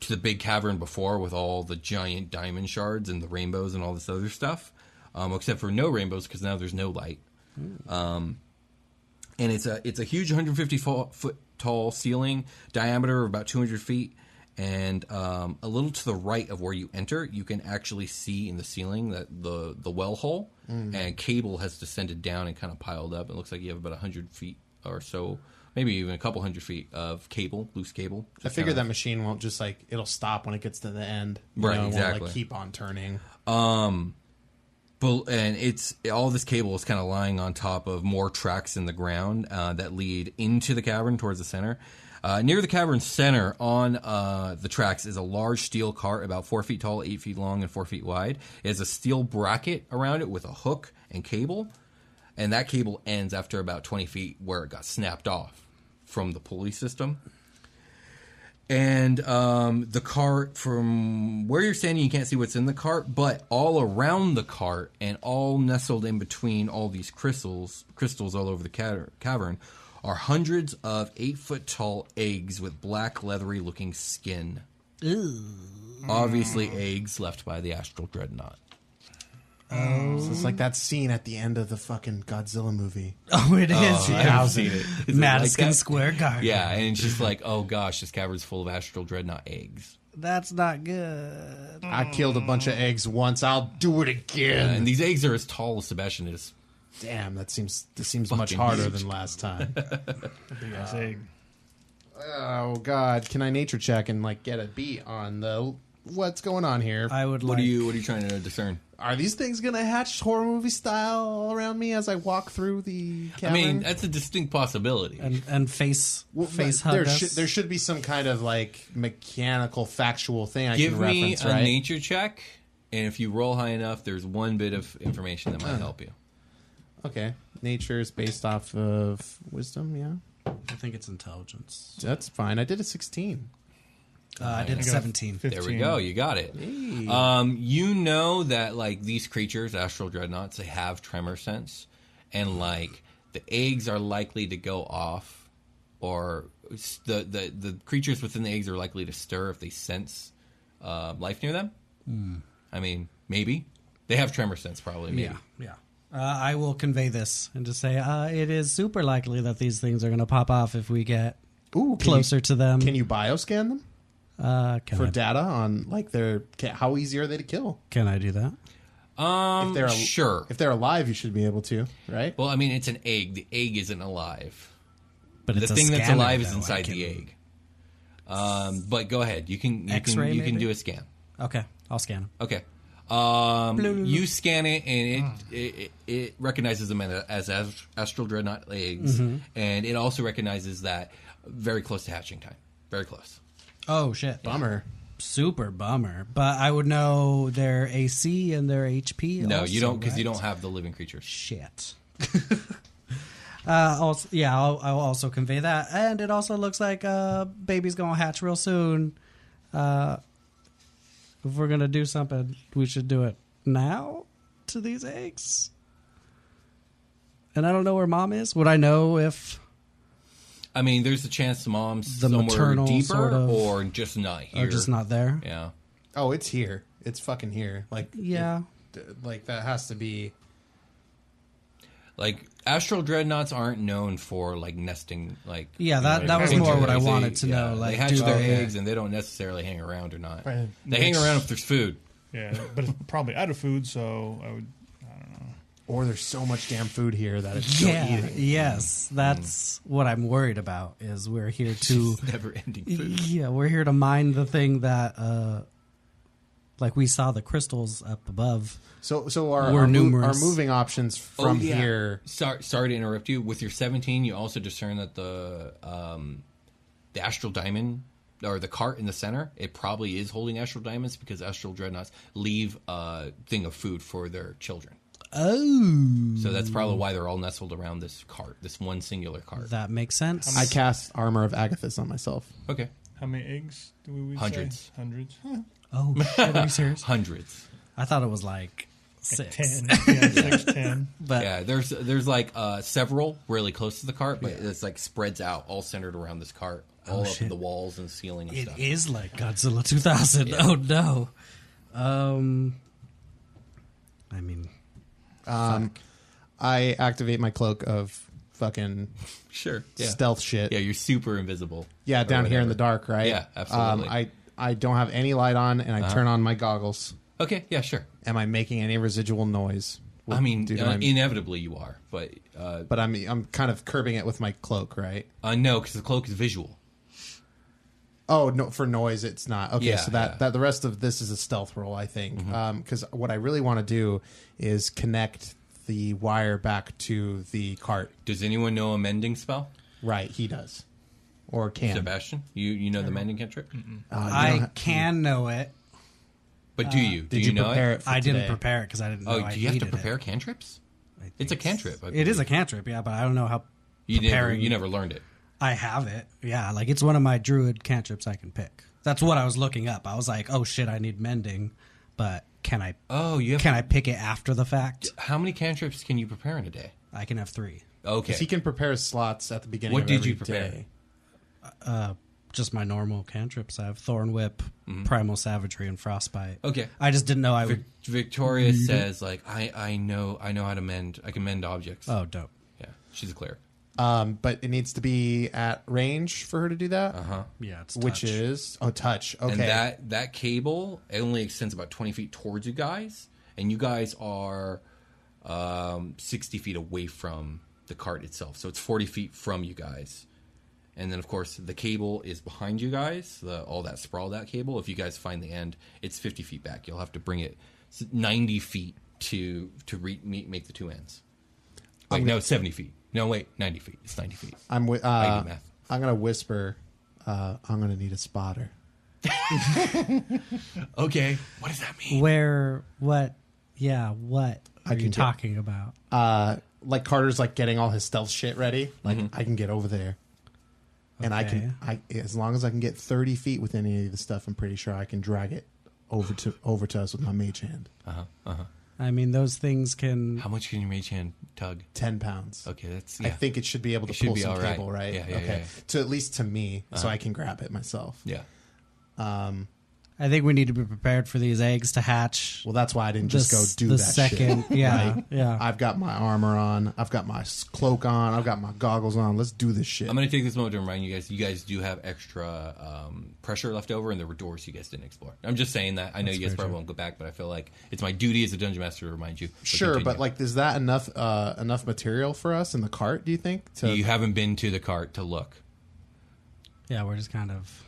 to the big cavern before with all the giant diamond shards and the rainbows and all this other stuff, um, except for no rainbows because now there's no light. and it's a it's a huge 150 fo- foot tall ceiling, diameter of about 200 feet, and um, a little to the right of where you enter, you can actually see in the ceiling that the the well hole and cable has descended down and kind of piled up. It looks like you have about 100 feet or so, maybe even a couple hundred feet of cable, loose cable.
I
Just
figure
kinda-
that machine won't just like it'll stop when it gets to the end. You
Right,
know, it won't,
exactly.
like keep on turning.
Bel- and it's all this cable is kind of lying on top of more tracks in the ground uh, that lead into the cavern towards the center. Uh, near the cavern's center, on uh, the tracks, is a large steel cart about four feet tall, eight feet long, and four feet wide. It has a steel bracket around it with a hook and cable, and that cable ends after about twenty feet where it got snapped off from the pulley system. And um, the cart, from where you're standing, you can't see what's in the cart, but all around the cart and all nestled in between all these crystals, crystals all over the ca- cavern, are hundreds of eight foot tall eggs with black, leathery looking skin. Obviously, eggs left by the astral dreadnought.
So it's like that scene at the end of the fucking Godzilla movie.
Oh, it is. yeah.
Is it
Madison
like that?
Square Garden.
Yeah, and it's just like, oh gosh, this cavern's full of astral dreadnought eggs.
That's not good.
I killed a bunch of eggs once. I'll do it again.
And these eggs are as tall as Sebastian is.
Damn, that seems this seems much
Fucking
harder
huge.
than last time.
Big ass egg.
oh God, can I nature check and like get a beat on the what's going on here?
I would
What
like
are you? What are you trying to discern?
Are these things gonna hatch horror movie style all around me as I walk through the
I
cavern?
mean, that's a distinct possibility.
and, and face
Well,
face
but
hug
there
us.
should there should be some kind of like mechanical factual thing I
Give
can
me
reference,
a
right?
nature check, and if you roll high enough, there's one bit of information that might
Ah,
help you.
okay, nature is based off of wisdom. Yeah,
I think it's intelligence.
that's fine. I did a sixteen.
Uh, I did seventeen.
There we go. You got it. Um, you know that like these creatures, astral dreadnoughts, they have tremor sense, and like the eggs are likely to go off, or s- the the, the creatures within the eggs are likely to stir if they sense uh, life near them. I mean, maybe they have tremor sense, probably. Maybe.
Hmm. Yeah, yeah. Uh, I will convey this and just say uh, it is super likely that these things are going to pop off if we get
Ooh, can
closer
you,
to them.
Can you bioscan them
uh, can,
for
I,
data on like their ca- how easy are they to kill?
can I do that?
Um,
If they're al-
sure.
If they're alive, you should be able to, right?
Well, I mean, it's an egg. The egg isn't alive.
But
The
it's a
thing that's
scanner,
alive is
though. I
inside
can-
the egg. Um, but go ahead. You can you
X-ray,
can you can
maybe?
do a scan.
Okay, I'll scan him.
Okay. Um,
Blue. Hmm.
you scan it, and it it, it, it recognizes them as, as astral dreadnought eggs,
Mhm.
and it also recognizes that very close to hatching time. Very close.
Oh shit!
Bummer.
Super bummer. But I would know their AC and their HP.
no, you
also,
don't because you
right?
don't have the living creatures.
Shit. Uh, also, yeah, I'll, I'll also convey that. And it also looks like uh, baby's gonna hatch real soon. Uh, if we're gonna do something, we should do it now to these eggs. And I don't know where mom is. Would I know if?
I mean, there's a chance the mom's
The
somewhere
maternal
deeper
sort of-
or just not
or
here.
just not there?
Yeah.
Oh, it's here. It's fucking here. Like
Yeah.
it- like that has to be.
Like astral dreadnoughts aren't known for like nesting like
Yeah,
you
that-
know,
that was more what I
they-
wanted to know, like,
they hatch
do
their
they-
eggs and they don't necessarily hang around or not.
Right.
They hang
Makes-
around if there's food.
Yeah, but it's probably out of food, so I would. I don't know.
Or there's so much damn food here that it's still
Yeah.
eating.
Yes, that's what I'm worried about. Is we're here to
never ending food.
yeah, we're here to mine the thing that uh, like we saw the crystals up above.
So so our
We're
our, mo-
numerous.
our moving options from
Oh, yeah.
here.
Sorry, sorry to interrupt you. With your 17, you also discern that the um, the astral diamond or the cart in the center it probably is holding astral diamonds because astral dreadnoughts leave a thing of food for their children.
Oh,
So that's probably why they're all nestled around this cart, this one singular cart.
that makes sense.
I cast armor of Agathis on myself.
Okay,
How many eggs do we? say?
Hundreds.
Hundreds.
oh shit, are you serious?
hundreds.
I thought it was like six.
Ten. Yeah, six, ten.
But
yeah, there's there's like uh, several really close to the cart, but it's like spreads out, all centered around this cart, all up in
Oh, shit.
the walls and ceiling and
it
stuff.
is like Godzilla 2000. Oh no. Um, I mean,
Um, I activate my cloak of fucking
Sure, yeah,
stealth shit.
yeah, you're super invisible.
Yeah,
or
down here in the
whatever.
dark, right?
Yeah, absolutely.
Um, I I don't have any light on, and I turn on my goggles.
Okay, yeah, sure.
Am I making any residual noise?
I mean,
Due to
uh,
my-
inevitably you are, but uh,
but I'm I'm kind of curbing it with my cloak, right?
uh, no, because the cloak is visual.
Oh no, for noise it's not. Okay,
Yeah,
so that,
yeah. Mm-hmm.
that the rest of this is a stealth roll, I think. Because what I really want to do is connect the wire back to the cart.
Does anyone know a mending spell,
Right, he does, or can.
Sebastian? You you know the mending cantrip,
Uh,
I can know it.
but do you? Do
Did
you,
you,
know
prepare it?
it?
for
I didn't
today?
prepare it because I didn't know.
Oh,
I
do you have to
needed it.
prepare cantrips?
I
It's a
think
cantrip. I
It is a
believe.
cantrip, yeah, but I don't know how.
You never
preparing-
you never learned it.
I have it. Yeah, like it's one of my druid cantrips I can pick. That's what I was looking up. I was like, oh shit, I need mending, but can I?
Oh, you have.
Can I pick it after the fact?
how many cantrips can you prepare in a day?
I can have three.
Okay.
'Cause He can prepare slots at the beginning.
What
of
did
every
you prepare?
day.
Just my normal cantrips. I have Thorn Whip,
Mm-hmm.
Primal Savagery, and Frostbite.
Okay.
I just didn't know Mm-hmm. I would.
Vic- Victoria says, "Like I, I know, I know how to mend. I can mend objects.
Oh, dope.
Yeah, she's a cleric.
Um, but it needs to be at range for her to do
Uh.
that,
Yeah, it's
Uh-huh. which
touch.
is oh touch. Okay,
And that that cable it only extends about twenty feet towards you guys, and you guys are um, sixty feet away from the cart itself, so it's forty feet from you guys. And then, of course, the cable is behind you guys. The, all that sprawl that cable. If you guys find the end, it's fifty feet back. You'll have to bring it s- ninety feet to to re- meet, make the two ends. Wait, no, seventy feet. No, wait, ninety feet. It's ninety feet.
I'm wi-
I
uh,
do math.
I'm gonna whisper. Uh, I'm gonna need a spotter.
Okay, what does that mean?
Where? What? Yeah, what
I
are
can
you
get-
talking about?
Uh, like Carter's like getting all his stealth shit ready. Like
Mm-hmm.
I can get over there, and I can. I as long as I can get thirty feet with any of the stuff, I'm pretty sure I can drag it over to over to us with my mage hand.
I mean, those things can.
How much can your mage hand tug?
Ten pounds.
Okay, that's.
I
Yeah.
think it should be able
It
to
should
pull
be
some
all right.
cable, right?
Yeah, yeah,
okay.
yeah, yeah.
To at least to me, so I can grab it myself.
Yeah.
I think we need to be prepared for these eggs to hatch.
Well, that's why I didn't
The
just go
s-
do
the
that
second-
shit,
yeah,
right?
yeah.
I've got my armor on. I've got my s- cloak on. I've got my goggles on. Let's do this shit.
I'm going to take this moment to remind you guys you guys do have extra um, pressure left over, and there were doors you guys didn't explore. I'm just saying that. I know you guys probably won't go back, but I feel like it's my duty as a dungeon master to remind you.
sure, but
continue.
like, is that enough uh, enough material for us in the cart? Do you think? To
You haven't been to the cart to look.
Yeah, we're just kind of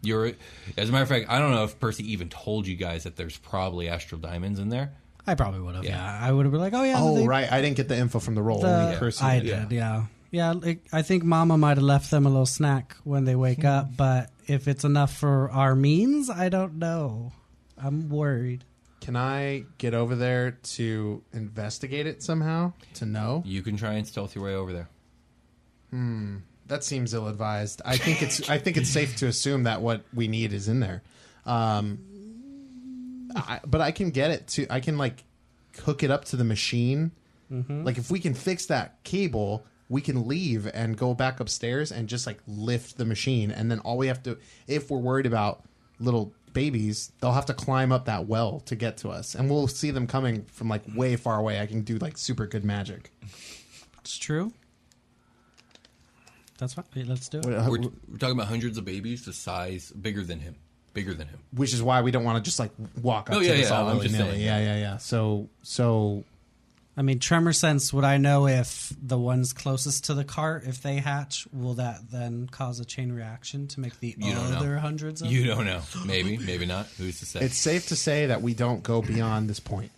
You're, as a matter of fact, I don't know if Percy even told you guys that there's probably astral diamonds in there.
I probably would have. Yeah. I would have been like, oh yeah.
Oh
they-
right, I didn't get the info from the roll.
the-
Only Percy
I
did.
did. Yeah. Yeah. like, I think Mama might have left them a little snack when they
Hmm.
wake up, but if it's enough for our means, I don't know. I'm worried.
Can I get over there to investigate it somehow to know?
You can try and stealth your way over there.
Hmm, that seems ill-advised. I think it's I think it's safe to assume that what we need is in there. Um, I, but I can get it to I can like hook it up to the machine.
Mhm.
Like if we can fix that cable, we can leave and go back upstairs and just like lift the machine, and then all we have to if we're worried about little babies they'll have to climb up that well to get to us and we'll see them coming from like way far away i can do like super good magic
it's true that's fine let's do it
Uh,
We're, we're talking about hundreds of babies, the size bigger than him, bigger than him.
which is why we don't want to just like walk up
No,
to
yeah,
this
yeah,
all
I'm
willy
just
nilly.
saying.
Yeah, yeah, yeah. So, so
I mean, tremor sense. Would I know if the ones closest to the cart, if they hatch, will that then cause a chain reaction to make the
You don't know.
other hundreds? Of
You
them?
don't know. Maybe, maybe not. Who's to say?
it's safe to say that we don't go beyond this point,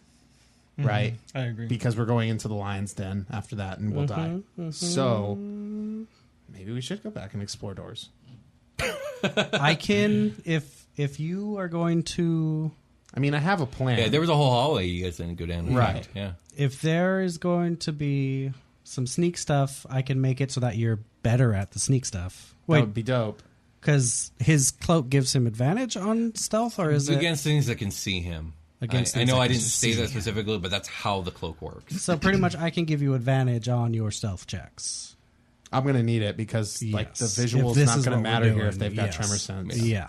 Mm-hmm.
Mhm.
right?
I agree.
Because we're going into the lion's den after that, and we'll
Mm-hmm,
Mhm,
die.
mhm.
So, maybe we should go back and explore doors.
I can if if you are going to.
I mean, I have a plan.
yeah, there was a whole hallway you guys didn't go down. in
Right.
fact. Yeah.
If there is going to be some sneak stuff, I can make it so that you're better at the sneak stuff.
That would be dope.
Because his cloak gives him advantage on stealth, or is it
against things that can see him.
Against
I, I
things
know
that
I
can
didn't say
see
that
him.
specifically, but that's how the cloak works.
So pretty much, I can give you advantage on your stealth checks.
I'm gonna need it because like the
Yes.
visual is
If this
not
is
gonna
what we're
matter here if
doing,
they've got
yes.
tremor sense.
Yeah.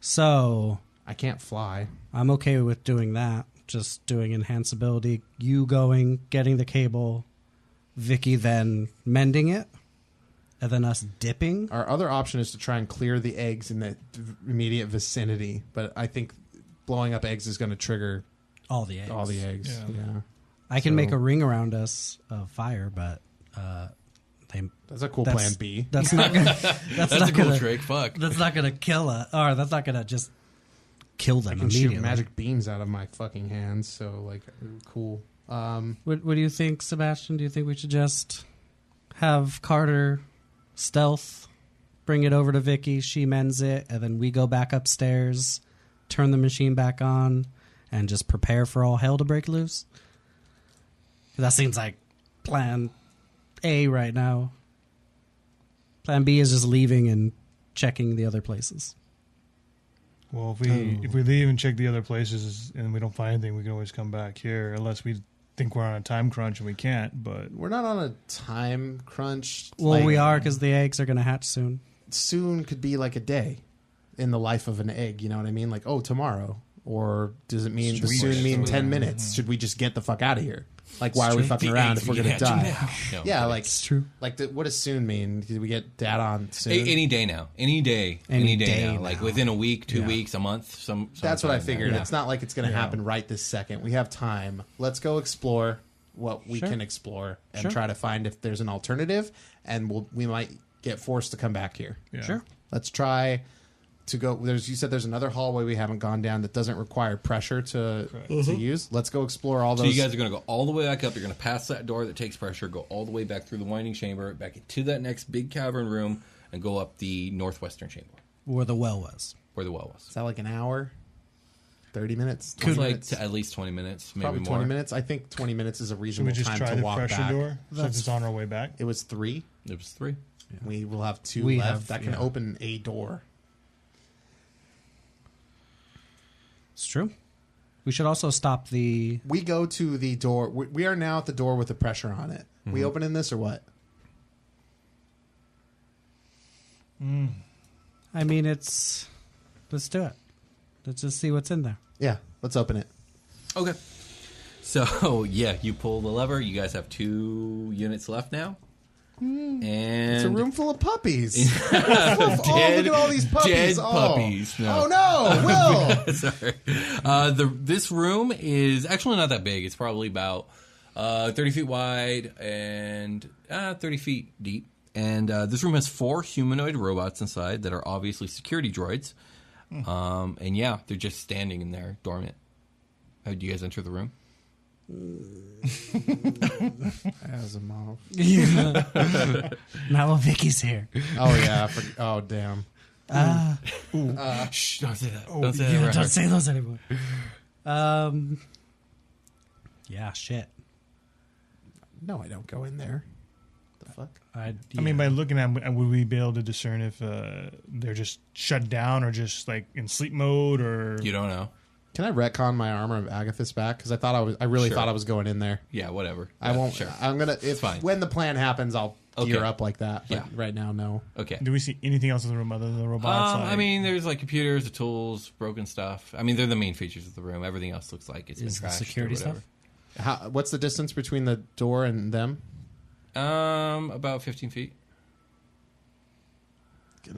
So
I can't fly.
I'm okay with doing that. Just doing enhance ability. You going, getting the cable, Vicky then mending it, and then us dipping.
Our other option is to try and clear the eggs in the immediate vicinity, but I think blowing up eggs is going to trigger
All the eggs.
All the eggs. Yeah.
I can
So-
make a ring around us of fire, but uh, they,
That's a cool plan B.
That's not gonna. That's,
That's
not
a cool
gonna,
trick, fuck.
That's not gonna kill us, or that's not gonna just kill
I
them
can shoot
immediately.
magic beams out of my fucking hands, so like cool. Um,
What, what do you think, Sebastian? Do you think we should just have Carter stealth, bring it over to Vicky, she mends it, and then we go back upstairs, turn the machine back on, and just prepare for all hell to break loose? 'Cause That seems like plan A right now. Plan B is just leaving and checking the other places.
Well, if we
Oh.
if we leave and check the other places and we don't find anything, we can always come back here, unless we think we're on a time crunch and we can't. But
we're not on a time crunch.
Well,
like,
we are because the eggs are going to hatch soon.
Soon could be like a day in the life of an egg. You know what I mean? Like oh, tomorrow, or does it mean does
Sweet.
soon mean
Sweet.
ten minutes? Should we just get the fuck out of here? Like why are we
Straight
fucking
the
around
eggs
if we're
we
gonna
hatch
die?
now. No,
yeah,
but
like
it's
true.
Like the, what does soon mean? Did we get data on soon?
A- any day now. Any day.
Any
Any, day,
day
now. Like within a week, two
Yeah.
weeks, a month. Some.
That's what I
sometime now.
figured. It's not like it's going to
Yeah.
happen right this second. We have time. Let's go explore what we
Sure.
can explore and
Sure.
try to find if there's an alternative, and we'll, we might get forced to come back here.
Yeah. Sure.
Let's try to go. There's you said there's another hallway we haven't gone down that doesn't require pressure to to
Mhm.
use. Let's go explore all
So
those.
you guys are going to go all the way back up. You're going to pass that door that takes pressure, go all the way back through the winding chamber, back into that next big cavern room, and go up the northwestern chamber
Where the well was.
where the well was.
Is that like an hour? Thirty minutes?
Could
20
like
minutes?
to at least twenty minutes, maybe
Probably
more.
twenty minutes. I think twenty minutes is a
should we
reasonable
just
time
try
to
the
walk
pressure
back.
door since
That's-
it's on our way back?
It was three.
It was three.
We will have two
We
left
have-
that can
yeah.
open a door.
It's true. We should also stop the
We go to the door. We, we are now at the door with the pressure on it. We
Mhm.
open in this or what?
Mm. I mean, it's. Let's do it. Let's just see what's in there.
Yeah, let's open it.
Okay. So yeah, you pull the lever. You guys have two units left now, and
it's a room full of puppies. Fluff- oh, look
Dead-
at all these puppies.
dead
oh.
puppies, no.
oh no, Will.
Sorry. Uh, the this room is actually not that big. It's probably about uh, thirty feet wide and uh, thirty feet deep. And uh, this room has four humanoid robots inside that are obviously security droids.
Hmm.
Um, and yeah, they're just standing in there dormant. Uh, do you guys enter the room?
As a mom.
Yeah. Not while Vicky's here.
Oh yeah. I forg- oh damn.
Ah.
Ooh.
Shh, don't say that.
Oh,
Don't say that
yeah,
around her.
Don't say those anymore. Um. Yeah, shit.
No, I don't go in there. The fuck?
I,
I mean, by looking at them, would we be able to discern if uh, they're just shut down or just like in sleep mode or.
You don't know.
Can I retcon my armor of Agathis back? Because I thought I was. I really
Sure.
thought I was going in there.
Yeah, whatever.
I
Yeah,
won't.
Sure.
I'm gonna. If
fine.
when the plan happens, I'll gear
Okay.
up like that. But
Yeah.
Right now, no.
Okay.
Do we see anything else in the room other than the robots?
Um, I
like-
mean, there's like computers, the tools, broken stuff. I mean, they're the main features of the room. Everything else looks like it's
Is the
been trashed
security
or whatever.
stuff?
How, what's the distance between the door and them?
Um, about 15 feet.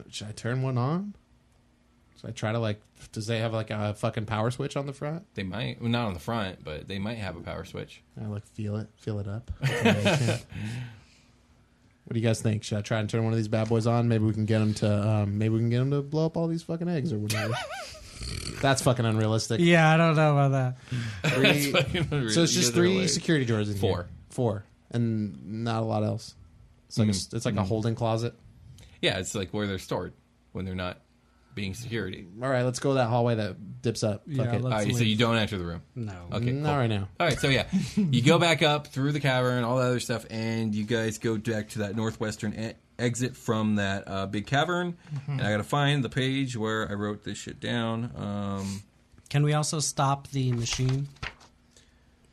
Should I turn one on? Should I try to like? Does they have like a fucking power switch on the front?
They might, well, not on the front, but they might have a power switch.
I like feel it, feel it up. what do you guys think? Should I try and turn one of these bad boys on? Maybe we can get them to. Um, maybe we can get them to blow up all these fucking eggs or whatever. That's fucking unrealistic.
Yeah, I don't know about that.
Three,
fucking unreal.
so it's
You guys
just
are
three
hilarious.
security doors in
Four.
here. Four, and not a lot else. It's like a s it's like a holding closet.
Mm-hmm. Yeah, it's like where they're stored when they're not being security.
All right, let's go that hallway that dips up. Fuck
Yeah,
it.
All
let's
right, so
leave.
you don't enter the room.
No.
Okay. Cool.
Not right now.
All right, so yeah, you go back up through the cavern, all that other stuff, and you guys go back to that northwestern e- exit from that uh, big cavern. And I gotta find the page where I wrote this shit down. Um,
Can we also stop the machine?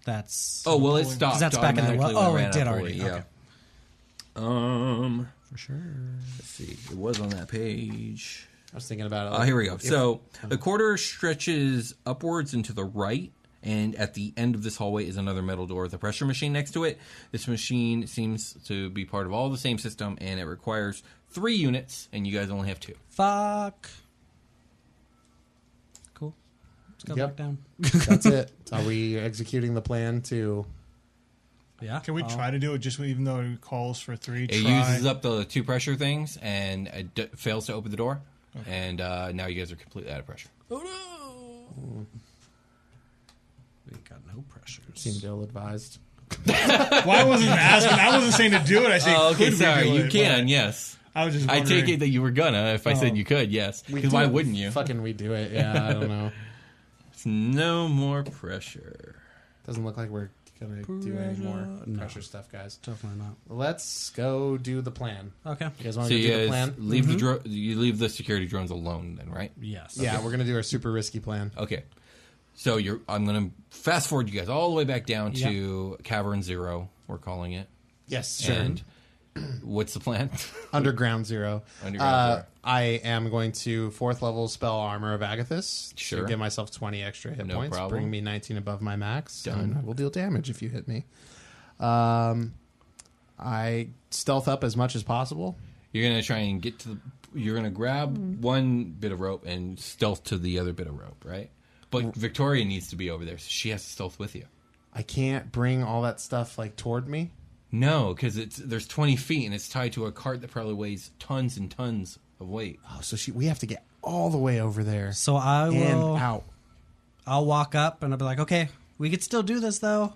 That's
oh well, it stopped.
'Cause that's back in the
automatically
well.
when I
Oh,
ran
it
out
did
of
already.
bullet,
Okay.
Yeah. Um,
For sure.
let's see, it was on that page.
I was thinking about it.
Uh, here we go. So the corridor stretches upwards and to the right, and at the end of this hallway is another metal door with a pressure machine next to it. This machine seems to be part of all the same system, and it requires three units, and you guys only have two.
Fuck. Cool. Let's go
Yep.
back down.
That's it. Are we executing the plan to?
Yeah.
Can we
I'll-
try to do it just even though it calls for three?
It
try.
uses up the two pressure things, and it d- fails to open the door, and uh, now you guys are completely out of pressure.
We ain't got no pressures.
Seemed ill-advised.
Why wasn't I asking? I wasn't saying to do it. I said,
Oh, okay,
could
sorry.
we do
You
it?
can, yes.
I was just.
I take
wondering. Oh.
it that you were gonna. If I said you could, yes. Because why
do-
wouldn't you?
Fucking we do it. Yeah, I don't know.
It's no more pressure.
Doesn't look like we're gonna do any more
No.
pressure stuff, guys.
Definitely not.
Let's go do the plan.
Okay.
Oh, You guys want
So
to
you
do the
guys
plan? Mm-hmm.
leave the dro- you leave the security drones alone then, right?
Yes.
Yeah, we're gonna do our super risky plan.
Okay. So you're I'm going to fast forward you guys all the way back down to Cavern 0, we're calling it.
Yes, sure.
And what's the plan?
Underground Zero.
Underground
uh,
Zero.
I am going to fourth level spell armor of Agathis. to
Sure.
Give myself twenty extra hit
No
points.
problem.
Bring me nineteen above my max.
Done.
And I will deal damage if you hit me. Um, I stealth up as much as possible.
you're going to try and get to the you're going to
Mm-hmm.
grab one bit of rope and stealth to the other bit of rope, right? But Victoria needs to be over there, so she has to stealth with you.
I can't bring all that stuff like toward me.
No, because it's there's 20 feet and it's tied to a cart that probably weighs tons and tons of weight.
Oh, so she we have to get all the way over there
So I
and
will.
out.
I'll walk up and I'll be like, okay, we could still do this though.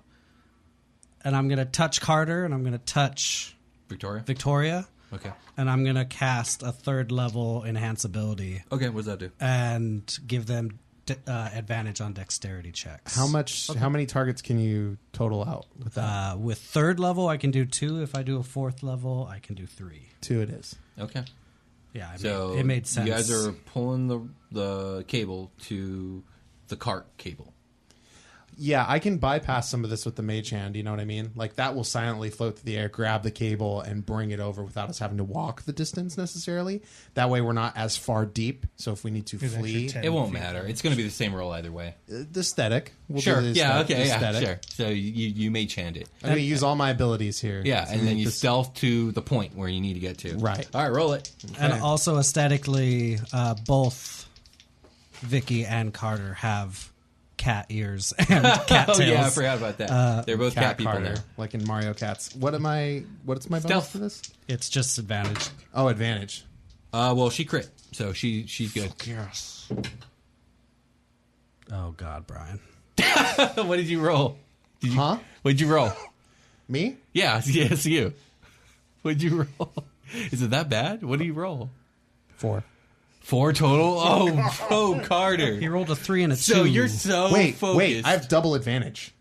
And I'm gonna touch Carter and I'm gonna touch
Victoria.
Victoria
okay.
and I'm gonna cast a third level enhance ability
Okay, what does that do?
and give them d- uh, advantage on dexterity checks.
How much? How many targets can you total out with that?
Uh, with third level, I can do two. If I do a fourth level, I can do three.
Two, it is.
Okay.
Yeah, I
So
made, it made sense.
You guys are pulling the the cable to the cart cable.
Yeah, I can bypass some of this with the mage hand. You know what I mean? Like that will silently float through the air, grab the cable, and bring it over without us having to walk the distance necessarily. That way, we're not as far deep. So if we need to
Here's an extra
flee,
10.
It won't matter. It's going to be the same roll either way.
Uh, the aesthetic. We'll Do
sure.
uh, the
yeah.
aesthet-
Okay. Yeah.
aesthetic.
Sure. So you you may chant it.
I'm going to use all my abilities here.
Yeah,
to
and then
make
you
this-
stealth to the point where you need to get to.
Right.
All right. Roll it.
and also aesthetically, uh, both Vicky and Carter have cat ears and cat
Oh
tails.
yeah, I forgot about that. They're both cat,
Uh, Cat
people
Carter,
there.
like in Mario Cats. What am I? What's my bonus
Stealth.
for this?
It's just advantage.
Oh, advantage.
Uh, well, she crit, so she she's good.
Yes. Oh God, Brian.
what did you roll? Did you, huh? What'd you roll?
Me?
Yeah, yes, you. What'd you roll? Is it that bad? What do you roll?
Four.
Four total. Oh, oh, Carter.
He rolled a three and a
So
two.
you're so
wait,
focused.
wait. I have double advantage.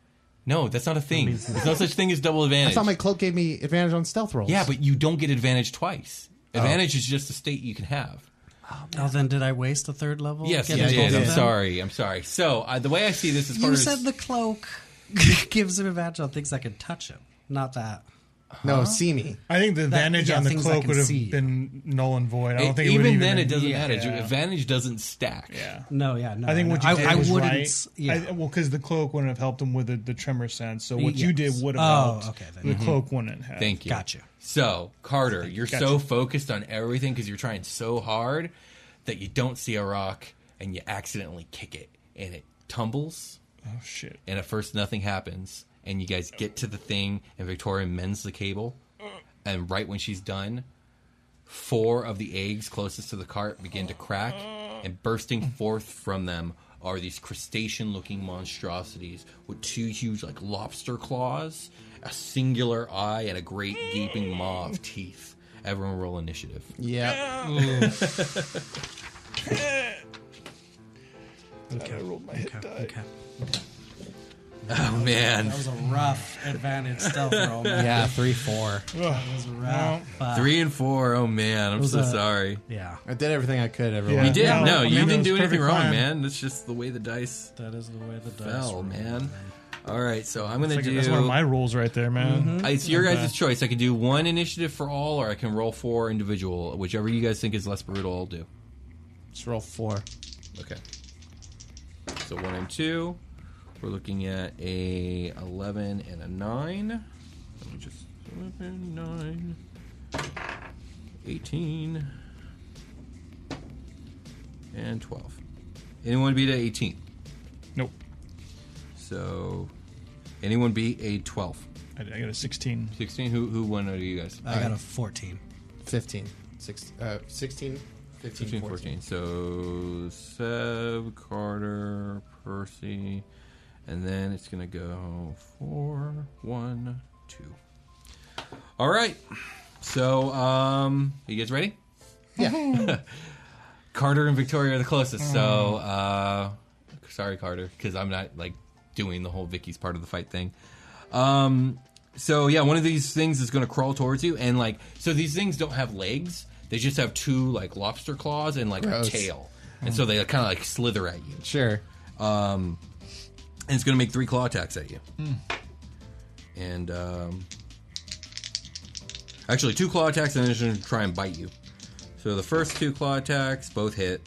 no, that's not a thing. There's no such thing as double
I
advantage.
thought my cloak gave me advantage on stealth rolls.
yeah, but you don't get advantage twice. Advantage is just a state you can have.
Oh, then did I waste a third level?
Yes,
Get
you
both
did.
of
I'm
them?
sorry. I'm sorry. So uh, the way I see this is
You said the cloak gives him advantage on things that can touch him, not that.
no, see me.
I think the
That-
advantage
yeah,
on the
things I
cloak
can
would have
see.
been null and void. Uh, I don't think it
even
would
then
even
it doesn't
yeah.
matter. Your advantage doesn't stack.
Yeah.
No, yeah, no.
I think what
no.
you did
I,
was
wouldn't.
right.
Yeah.
I, well, because the cloak wouldn't have helped him with the, the tremor sense. So what you
Yes.
did would have
Oh,
helped.
okay, then.
The cloak wouldn't have.
Thank you.
Gotcha.
So, Carter, you're
Gotcha.
so focused on everything because you're trying so hard that you don't see a rock and you accidentally kick it and it tumbles
Oh shit.
and at first nothing happens and you guys get to the thing and Victoria mends the cable and right when she's done four of the eggs closest to the cart begin to crack and bursting forth from them are these crustacean looking monstrosities with two huge like lobster claws a singular eye and a great gaping maw of teeth everyone roll initiative
Yeah.
I rolled my hit die.
okay.
oh man
That was a rough advantage stealth roll. man.
Yeah, three, four.
That was rough. but-
three and four oh man i'm
was
so
a-
sorry
Yeah,
I did everything I could, everyone.
Yeah.
You did.
No,
No,
I
you
mean, it
didn't
was
do anything
perfect
wrong,
plan.
man. That's just the way the dice
that is the way the dice
fell,
roll.
man. All right, so I'm
That's,
gonna
like,
do.
that's one of my rules right there, man.
Uh, it's your guys' choice. I can do one initiative for all, or I can roll four individual. Whichever you guys think is less brutal, I'll do.
Let's roll four.
Okay. So one and two. We're looking at a eleven and a nine. Let me just eleven nine. 18 and 12. Anyone beat a 18?
Nope.
So, anyone beat a 12?
I, I got a 16.
16? Who who won out of you guys?
I got a fourteen.
15. Six, uh, 16, 15,
15,
14.
14. So, Seb, Carter, Percy, and then it's going to go four, one, two. All right. So, um, you guys ready?
Yeah.
Carter and Victoria are the closest. So, uh, sorry, Carter, because I'm not like doing the whole Vicky's part of the fight thing. Um, so yeah, one of these things is going to crawl towards you, and like, so these things don't have legs; they just have two like lobster claws and like
Gross.
a tail, and so they kind of like slither at you. Um,
Sure.
And it's going to make three claw attacks at you.
Hmm.
And um, actually, two claw attacks, and then it's going to try and bite you. So the first two claw attacks both hit.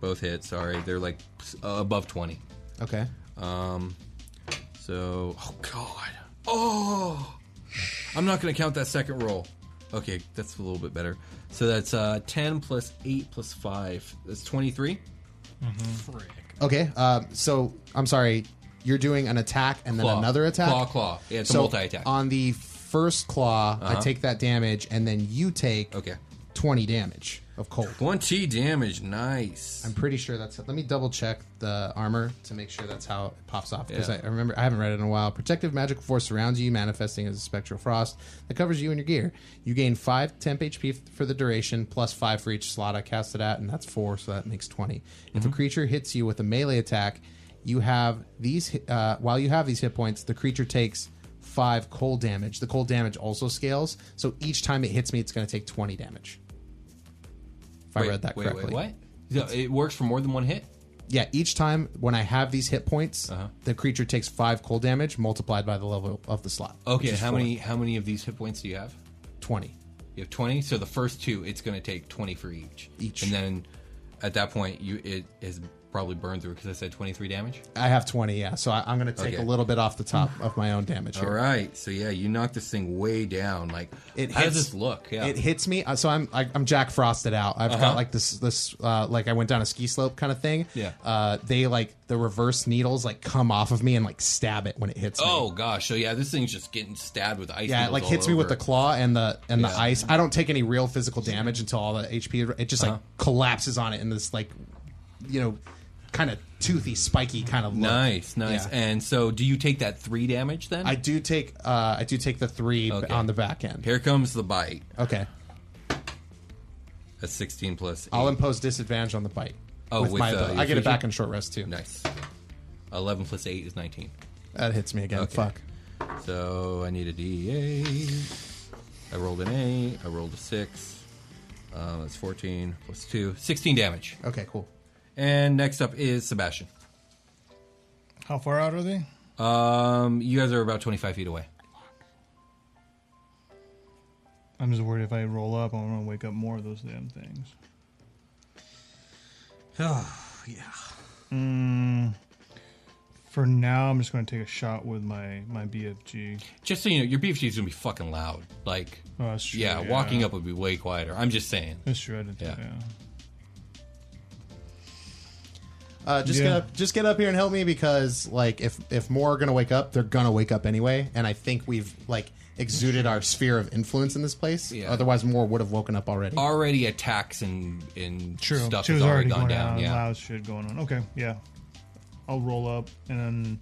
Both hit. Sorry, they're like s- uh, above twenty.
Okay.
So oh god, oh, I'm not going to count that second roll. Okay, that's a little bit better. So that's uh, ten plus eight plus five. That's twenty-three.
Okay. Uh, so, I'm sorry. You're doing an attack and then
Claw.
another attack?
Claw, claw. Yeah, it's a
so
multi-attack.
On the first claw, I take that damage, and then you take
Okay.
20 damage of cold.
Twenty damage. Nice.
I'm pretty sure that's. Let me double check the armor to make sure that's how it pops off. Because
Yeah.
I remember I haven't read it in a while. Protective magical force surrounds you, manifesting as a spectral frost that covers you and your gear. You gain five temp HP f- for the duration, plus five for each slot I cast it at, and that's four, so that makes 20 If a creature hits you with a melee attack, you have these. hi- Uh, while you have these hit points, the creature takes five cold damage. The cold damage also scales, so each time it hits me, it's going to take twenty damage. If I
Wait,
read that
wait,
correctly.
Wait, what? Yeah, it works for more than one hit.
Yeah, each time when I have these hit points, the creature takes five cold damage multiplied by the level of the slot.
Okay,
which is
how
four.
many how many of these hit points do you have?
Twenty.
You have twenty. So the first two, it's going to take twenty for each.
Each.
and then at that point, you it has probably burn through because I said 23 damage.
I have 20, yeah. So I, I'm going to take
Okay.
a little bit off the top of my own damage here.
All right. So yeah, you knock this thing way down. Like,
It
how
hits,
does this look? Yeah.
It hits me. uh, So I'm I, I'm Jack Frosted out. I've
Uh-huh.
got like this this uh, like I went down a ski slope kind of thing.
Yeah.
Uh, they like the reverse needles like come off of me and like stab it when it hits me.
oh gosh. So yeah, this thing's just getting stabbed with ice.
Yeah, it
needles
like
all
hits me with
over.
the claw and the and the
Yeah.
ice. I don't take any real physical damage until all the HP. It just like collapses on it in this like, you know, kind of toothy, spiky kind of look.
Nice, nice.
Yeah.
And so, do you take that three damage then?
I do take uh I do take the three uh, b-
Okay.
on the back end.
Here comes the bite.
Okay,
A 16 plus.
I'll
eight.
impose disadvantage on the bite.
Oh, with,
my
uh,
ability.
your
I get it back
feature?
in short rest too.
Nice. 11 plus 8 is 19.
That hits me again.
Okay.
Fuck.
So I need a D8. I rolled an 8. I rolled a 6. Um, that's 14 plus 2. 16 damage.
Okay, cool.
And next up is Sebastian.
How far out are they?
Um, you guys are about 25 feet away.
I'm just worried if I roll up, I'm gonna wake up more of those damn things. yeah. Mm, for now, I'm just gonna take a shot with my my BFG.
Just so you know, your BFG is going to be fucking loud. Like,
Oh, that's true,
yeah,
yeah.
walking up would be way quieter. I'm just saying.
That's true. I did that,
Yeah.
yeah.
Uh, just get
Yeah.
up, just get up here and help me because like if if more are gonna wake up, they're gonna wake up anyway, and I think we've like exuded our sphere of influence in this place.
Yeah.
Otherwise, more would have woken up already.
Already attacks and, and
True.
stuff
she
has
was already,
already gone
going
down.
down.
Yeah.
Loud shit going on. Okay. Yeah. I'll roll up and then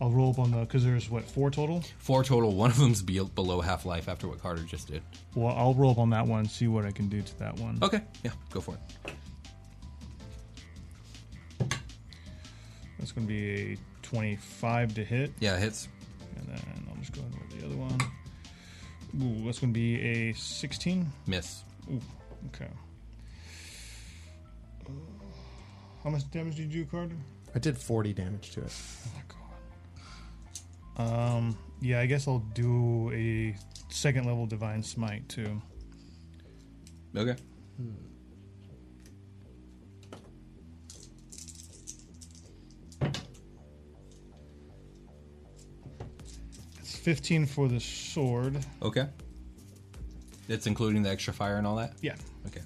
I'll roll up on the because there's what four total.
Four total. One of them's be- below half life after what Carter just did.
Well, I'll roll up on that one. See what I can do to that one.
Okay. Yeah. Go for it.
That's gonna be a twenty-five to hit.
Yeah, it hits.
And then I'll just go ahead and roll the other one. Ooh, that's going to be a 16.
Miss.
Ooh, okay. Uh, How much damage did you do, Carter?
I did forty damage to it.
Oh my god. Um, yeah, I guess I'll do a second level divine smite too.
Okay.
It's 15 for the sword.
Okay. That's including the extra fire and all that?
Yeah.
Okay.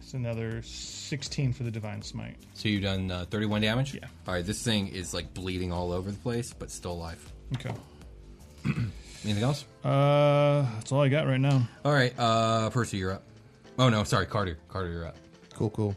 It's another 16 for the divine smite.
So you've done uh, 31 damage?
Yeah.
All right, this thing is like bleeding all over the place, but still alive.
Okay.
Anything else?
Uh, that's all I got right now.
All right, uh, Percy, you're up. Oh, no, sorry, Carter. Carter, you're up.
Cool, cool.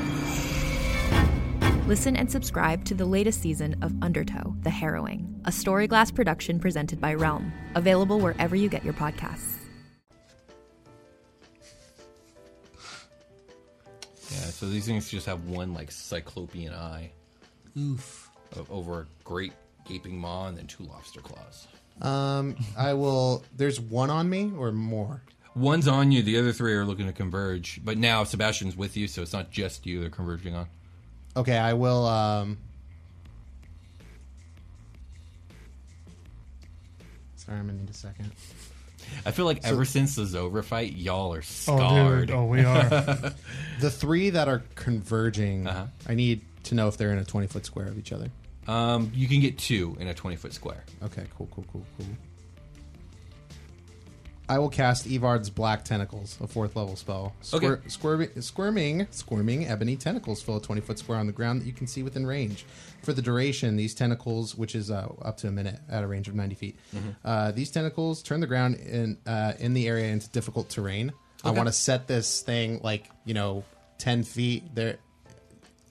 Listen and subscribe to the latest season of Undertow, The Harrowing, a Storyglass production presented by Realm, available wherever you get your podcasts.
Yeah, so these things just have one, like, cyclopean eye
Oof.
o- over a great gaping maw and then two lobster claws.
Um, I will. There's one on me or more.
One's on you, the other three are looking to converge, but now Sebastian's with you, so it's not just you they're converging on.
Okay, I will. Um, sorry, I'm gonna need a second.
I feel like ever since the Zovra fight, y'all are
Oh,
scarred.
dude. Oh, we are.
The three that are converging, I need to know if they're in a 20 foot square of each other.
Um, you can get two in a 20 foot square.
Okay, cool, cool, cool, cool. I will cast Evard's Black Tentacles, a fourth level spell. Squir-
Okay.
squirmi- squirming, squirming ebony tentacles fill a 20 foot square on the ground that you can see within range. For the duration, these tentacles, which is uh, up to a minute at a range of 90 feet, uh, these tentacles turn the ground in, uh, in the area into difficult terrain. I
Okay.
want to set this thing like, you know, 10 feet there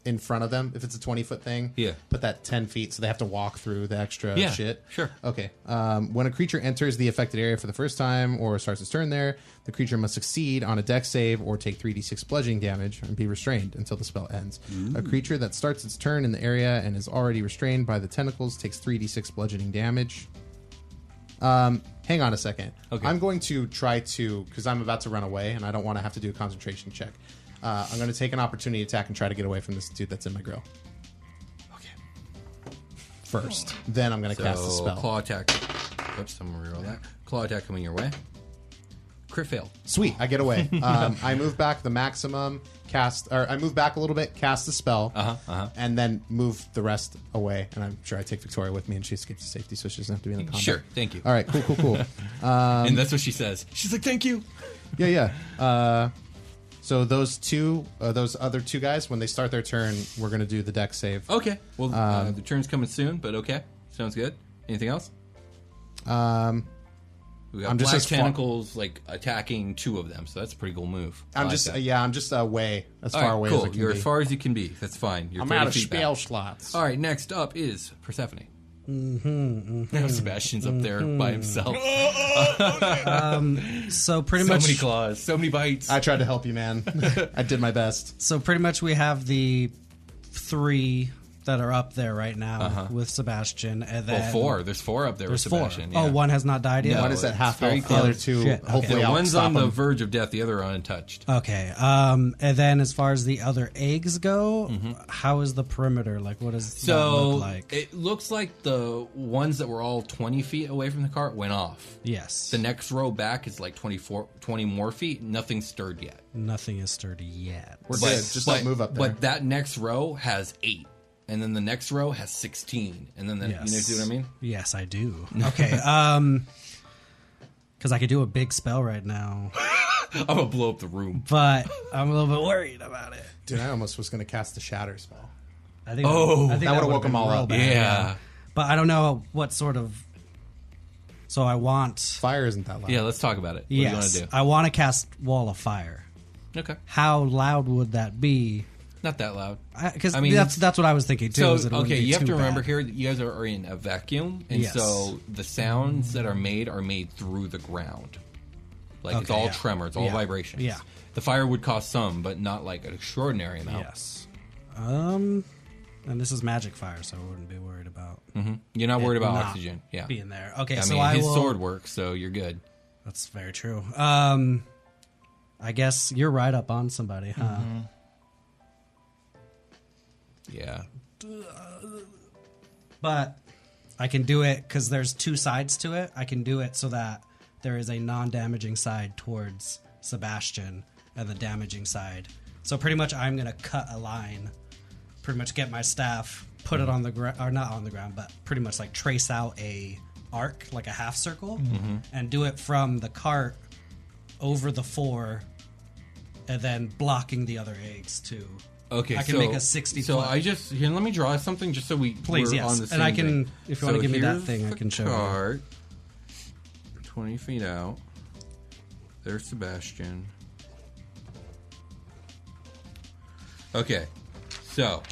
in front of them if it's a 20 foot thing
Yeah.
put that 10 feet so they have to walk through the extra
Yeah,
shit
sure.
okay um, when a creature enters the affected area for the first time or starts its turn there the creature must succeed on a deck save or take 3d6 bludgeoning damage and be restrained until the spell ends a
Ooh.
creature that starts its turn in the area and is already restrained by the tentacles takes 3d6 bludgeoning damage um, hang on a second. Okay. I'm going to try to because I'm about to run away and I don't want to have to do a concentration check. Uh, I'm going to take an opportunity attack and try to get away from this dude that's in my grill. Okay. First, then I'm going to cast the
So,
spell.
Claw attack. Oops, I'm gonna reroll that. Claw attack coming your way. Crit fail.
Sweet, I get away. um, I move back the maximum cast, or I move back a little bit, cast the spell,
Uh-huh, uh-huh.
and then move the rest away. And I'm sure I take Victoria with me, and she escapes to safety, so she doesn't have to be in the combat.
Sure, thank you.
All right, cool, cool, cool. Um,
and that's what she says. She's like, "Thank you."
Yeah, yeah. Uh, so those two, uh, those other two guys, when they start their turn, we're gonna do the deck save.
Okay. Well, uh,
Um,
the turn's coming soon, but okay. Sounds good. Anything else?
Um,
We got
I'm just
black
as far-
tentacles like attacking two of them, so that's a pretty cool move. I
I'm
like
just uh,
that.
yeah, I'm just away as
All
far
right,
away
cool.
as I can
You're
be.
as far as you can be. That's fine. You're
I'm
30
out of
feet back.
spell slots.
All right, next up is Persephone.
Mm-hmm,
Now Sebastian's up there by himself.
Um, so pretty
So
much
many claws, so many bites.
I tried to help you, man. I did my best.
So pretty much we have the three that are up there right now
Uh-huh.
with Sebastian, and
Well,
then
four. There's four up there
There's
with
four.
Sebastian.
Oh,
yeah.
one has not died yet? One is at
it's
half
very
health, the other
close.
two, Shit, okay. hopefully
Yeah,
I'll
one's
stop
on the
him.
verge of death, the other are untouched.
Okay. Um, and then as far as the other eggs go, how is the perimeter? Like, what does that
Mm-hmm. So
look like?
it looks like the ones that were all 20 feet away from the cart went off.
Yes.
The next row back is like 24, 20 more feet. Nothing stirred yet.
Nothing is sturdy yet.
But- but- But that next row has eight. And then the next row has 16. And then the, you know see what I mean?
Yes, I do. Okay. um, because I could do a big spell right now,
I'm going to blow up the room.
but I'm a little bit worried about it.
Dude, I almost was gonna cast the shatter spell.
I think.
Oh.
I think
That would've
would've
woke 'em
been
all
real
up.
bad,
Yeah.
But I don't know what sort of. So I want
fire isn't that loud.
Yeah, let's talk about it. What do you
yes,
wanna do?
I want to cast wall of fire.
Okay.
How loud would that be?
Not that loud.
Because that's that's what I was thinking too.
So,
is it wouldn't
okay,
be
you have
too
to
bad.
remember here that you guys are, are in a vacuum, and
Yes.
so the sounds that are made are made through the ground. Like it's
Okay,
all
yeah.
tremor, it's all
Yeah.
vibrations.
Yeah.
the fire would cause some, but not like an extraordinary amount.
Yes. Um, and this is magic fire, so I wouldn't be worried about.
hmm You're not worried
it
about
not
oxygen. Yeah,
being there. Okay,
I
so
mean,
I
his
will-
sword works, so you're good.
That's very true. Um, I guess you're right up on somebody, huh?
Mhm. Yeah.
But I can do it because there's two sides to it. I can do it so that there is a non-damaging side towards Sebastian and the damaging side. So pretty much, I'm gonna cut a line. Pretty much, get my staff, put it on the ground, or not on the ground, but pretty much like trace out a arc, like a half circle,
Mhm.
and do it from the cart over the four, and then blocking the other eggs too.
Okay,
I can
so,
make a sixty.
So
foot-
I just here. Let me draw something just so we
Please,
we're
yes.
on the
And
same
I can-
thing.
if you wanna
So
give me that
here's
thing, I
the
can show you.
card, Twenty feet out. There's Sebastian. Okay, so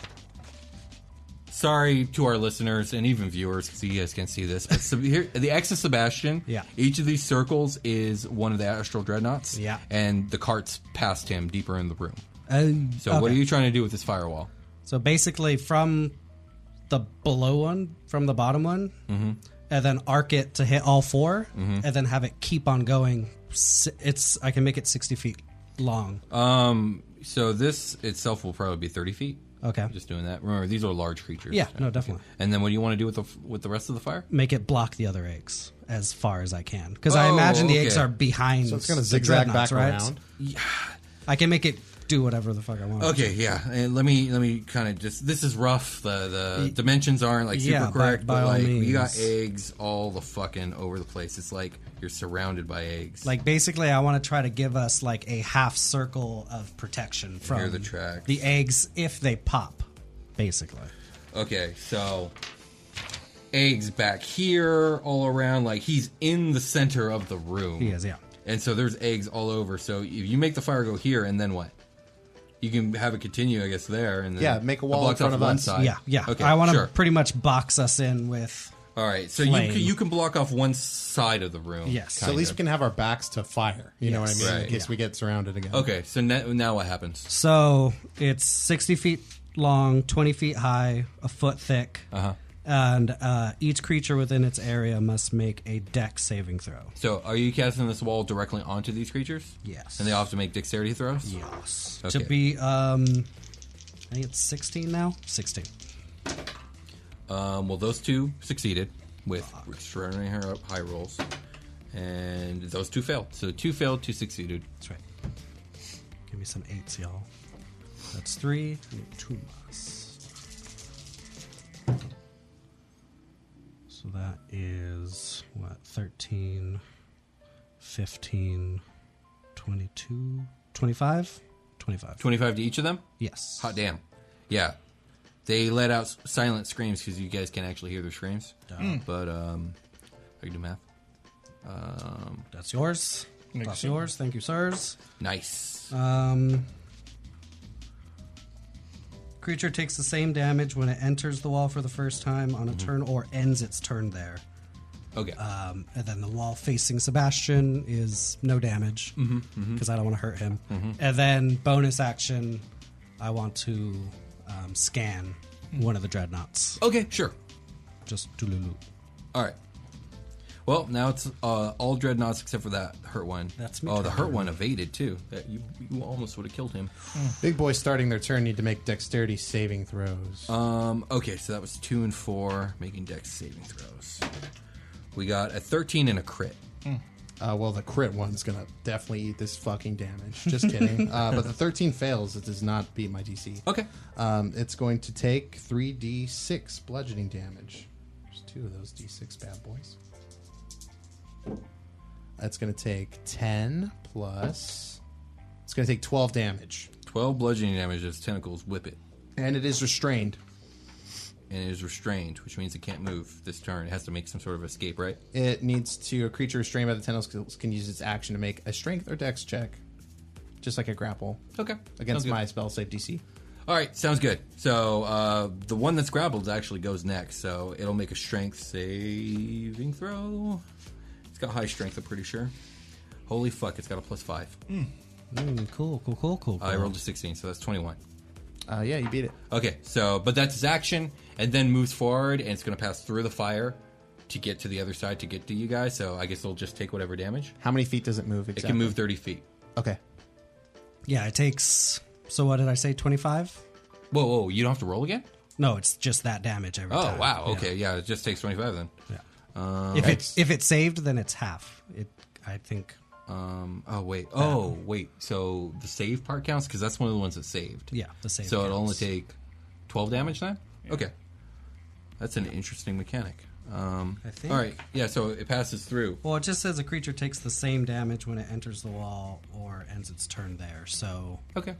sorry to our listeners and even viewers because you guys can't see this. But so here, the X of Sebastian.
Yeah.
Each of these circles is one of the astral dreadnoughts.
Yeah.
And the cart's past him, deeper in the room.
Oh,
so what
okay.
are you trying to do with this firewall?
So basically, from the below one, from the bottom one,
Mhm.
and then arc it to hit all 4
Mhm.
and then have it keep on going. S- It's I can make it sixty feet long.
Um. So this itself will probably be thirty feet.
Okay.
Just doing that. Remember, these are large creatures.
Yeah, no, definitely.
And then, what do you want to do with the f- with the rest of the fire?
Make it block the other eggs as far as I can, because I
Oh,
imagine the
okay.
eggs are behind.
So it's gonna
the
zigzag
dreadnoughts,
back
right?
around?
I can make it do whatever the fuck I want.
Okay, yeah. And let me let me kind of just. This is rough. The the
Y-
dimensions aren't like super
Yeah, by-
correct,
by
but
all
like you got
means.
eggs all the fucking over the place. It's like you're surrounded by eggs.
Like basically, I want to try to give us like a half circle of protection from
Hear the tracks.
the eggs if they pop, basically.
Okay, so eggs back here, all around. Like he's in the center of the room.
He is, yeah.
And so there's eggs all over. So if you make the fire go here, and then what? You can have it continue, I guess, there and then
Yeah, make a wall
It blocks
in front
off
of
one
us.
side.
Yeah, yeah.
Okay,
I want to
sure.
pretty much box us in with.
All right, so you
flame.
can, you can block off one side of the room.
So at least we can have our backs to fire. You know what I
Yes.
mean? In
Right.
case we get surrounded again.
Okay, so now, now what happens?
So it's 60 feet long, 20 feet high, a foot thick.
Uh-huh.
And uh, each creature within its area must make a deck saving throw.
So, are you casting this wall directly onto these creatures?
Yes.
And they all have to make dexterity throws.
Yes.
Okay.
To be, um, I think it's 16 now? 16.
um, well, those two succeeded with extraordinary high- high rolls, and those two failed. So two failed, two succeeded.
That's right. Give me some eights, y'all. That's three. I need two mas. So that is what 13, 15, 22, 25? 25.
25 to each of them?
Yes.
Hot damn. Yeah. They let out s- silent screams because you guys can actually hear their screams.
Mm.
But um, I can do math. Um,
That's yours.
Makes
That's
sense.
yours. Thank you, sirs.
Nice.
Um, creature takes the same damage when it enters the wall for the first time on a turn or ends its turn there.
Okay.
Um, and then the wall facing Sebastian is no damage because
Mhm, mhm.
I don't want to hurt him.
Mhm.
And then bonus action, I want to um, scan
Mm.
one of the dreadnoughts.
Okay, sure.
Just Tululu.
All right. Well, now it's uh, all dreadnoughts except for that hurt one.
That's me
oh, the
trying
hurt
to-
one evaded too. That you you almost would have killed him.
Big boys starting their turn need to make dexterity saving throws.
Um. Okay, so that was two and four making dex saving throws. We got a thirteen and a crit.
Uh, well, the crit one's gonna definitely eat this fucking damage. Just kidding. uh, but the 13 fails. It does not beat my DC.
Okay.
Um, it's going to take 3d6 bludgeoning damage. There's two of those d6 bad boys. That's gonna take 10 plus. It's gonna take 12 damage,
Twelve bludgeoning damage as tentacles whip it,
and it is restrained.
and it is restrained, which means it can't move this turn. It has to make some sort of escape, right?
It needs to a creature restrained by the tentacles can use its action to make a strength or dex check, just like a grapple.
Okay. Sounds
Against
good.
my spell save DC.
All right, sounds good. So uh, the one that's grappled actually goes next, so it'll make a strength saving throw. It's got high strength, I'm pretty sure. Holy fuck, it's got a plus five.
Mm, cool, cool, cool, cool.
I
cool.
Uh, rolled a 16, so that's 21.
Uh, yeah, you beat it.
Okay, so but that's its action, and then moves forward, and it's going to pass through the fire to get to the other side to get to you guys. So I guess it'll just take whatever damage.
How many feet does it move
It can move 30 feet.
Okay.
Yeah, it takes. So what did I say? Twenty five?
Whoa, whoa! You don't have to roll again.
No, it's just that damage every
oh
time.
wow,
Yeah.
okay, yeah. it just takes 25 then.
Yeah.
Um,
if it's if it's saved, then it's half. It, I think.
Um. Oh wait. Oh wait. So the save part counts because that's one of the ones that saved.
Yeah, the save
So it'll only take twelve damage then. Okay. That's an interesting mechanic. Um,
I think.
All right. Yeah. So it passes through.
Well, it just says a creature takes the same damage when it enters the wall or ends its turn there. So
okay,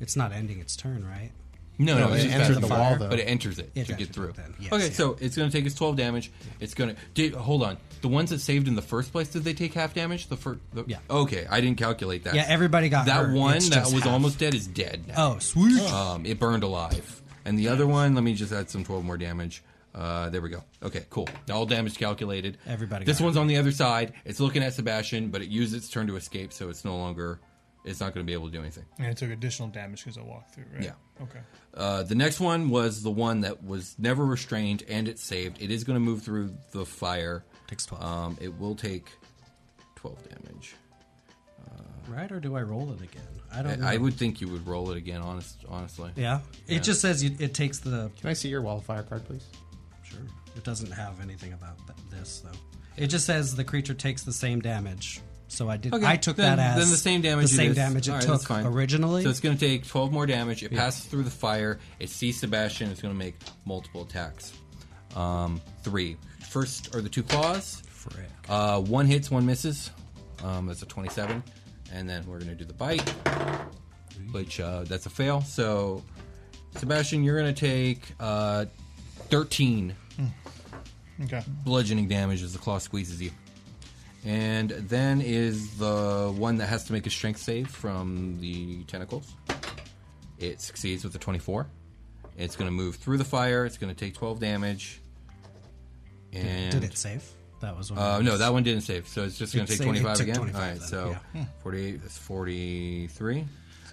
it's not ending its turn, right?
No, no, it's just
enters
passes
the
through,
wall, though.
but it enters it,
It
to
enters
get
it
through.
then, yes,
okay,
yeah.
so it's going to take its twelve damage. It's going to did hold on. The ones that saved in the first place did they take half damage? The first. The, yeah. Okay, I didn't calculate that.
Yeah, everybody got
that
hurt.
one
It's
that
just
was
half.
almost dead is dead. now.
Oh, sweet.
Um, it burned alive, and the other one. Let me just add some twelve more damage. Uh, there we go. Okay, cool. All damage calculated.
Everybody
This
got
one's on the other side. It's looking at Sebastian, but it used its turn to escape, so it's no longer. It's not going to be able to do anything.
And it took additional damage because I walked through, right?
Yeah.
Okay.
Uh, the next one was the one that was never restrained and it saved. It is going to move through the fire.
Takes 12.
Um, it will take 12 damage.
Right, or do I roll it again? I don't. know.
I, I would think you would roll it again, honest, honestly.
Oh, Yeah. It just says you, it takes the.
Can I see your wildfire card, please?
Sure. It doesn't have anything about th- this though. It just says the creature takes the same damage. So I did.
Okay,
I took
then-
that as
then the same damage. it
The same
is.
damage it
All right, that's
took
fine.
originally.
So it's going to take 12 more damage. It
Yeah.
passes through the fire. It sees Sebastian. It's going to make multiple attacks. Um, three. First are the two claws.
Frick.
Uh, one hits, one misses. Um, that's a 27. And then we're going to do the bite, which uh, that's a fail. So, Sebastian, you're going to take uh, 13
Okay.
bludgeoning damage as the claw squeezes you. And then is the one that has to make a strength save from the tentacles. It succeeds with a 24. It's going to move through the fire. It's going to take 12 damage. And
Did it save? That was one of
Uh,
those.
no, that one didn't save. So it's just going
It
to take
saved- it
25
took
again.
25
All right,
then,
so
yeah.
Hmm.
48 that's 43.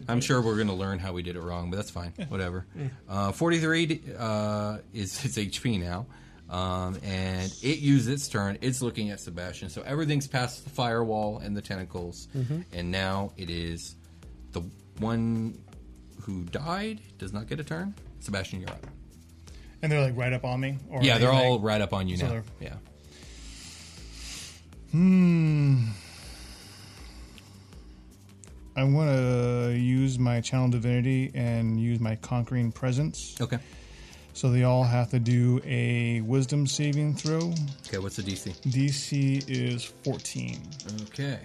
I'm sure we're going to learn how we did it wrong, but that's fine.
Yeah.
Whatever.
Yeah.
Uh, 43 d- uh, is its HP now. Um, and it used its turn. It's looking at Sebastian. So everything's past the firewall and the tentacles.
Mm-hmm.
Mhm.
And now it is the one who died does not get a turn. Sebastian, you're up.
And they're like right up on me. Or
yeah,
are
they're
they,
all
like-
right up on you
so
now.
they're-
Yeah.
Hmm. I want to use my channel divinity and use my conquering presence.
Okay.
So they all have to do a wisdom saving throw.
Okay, what's the DC?
DC is 14.
Okay.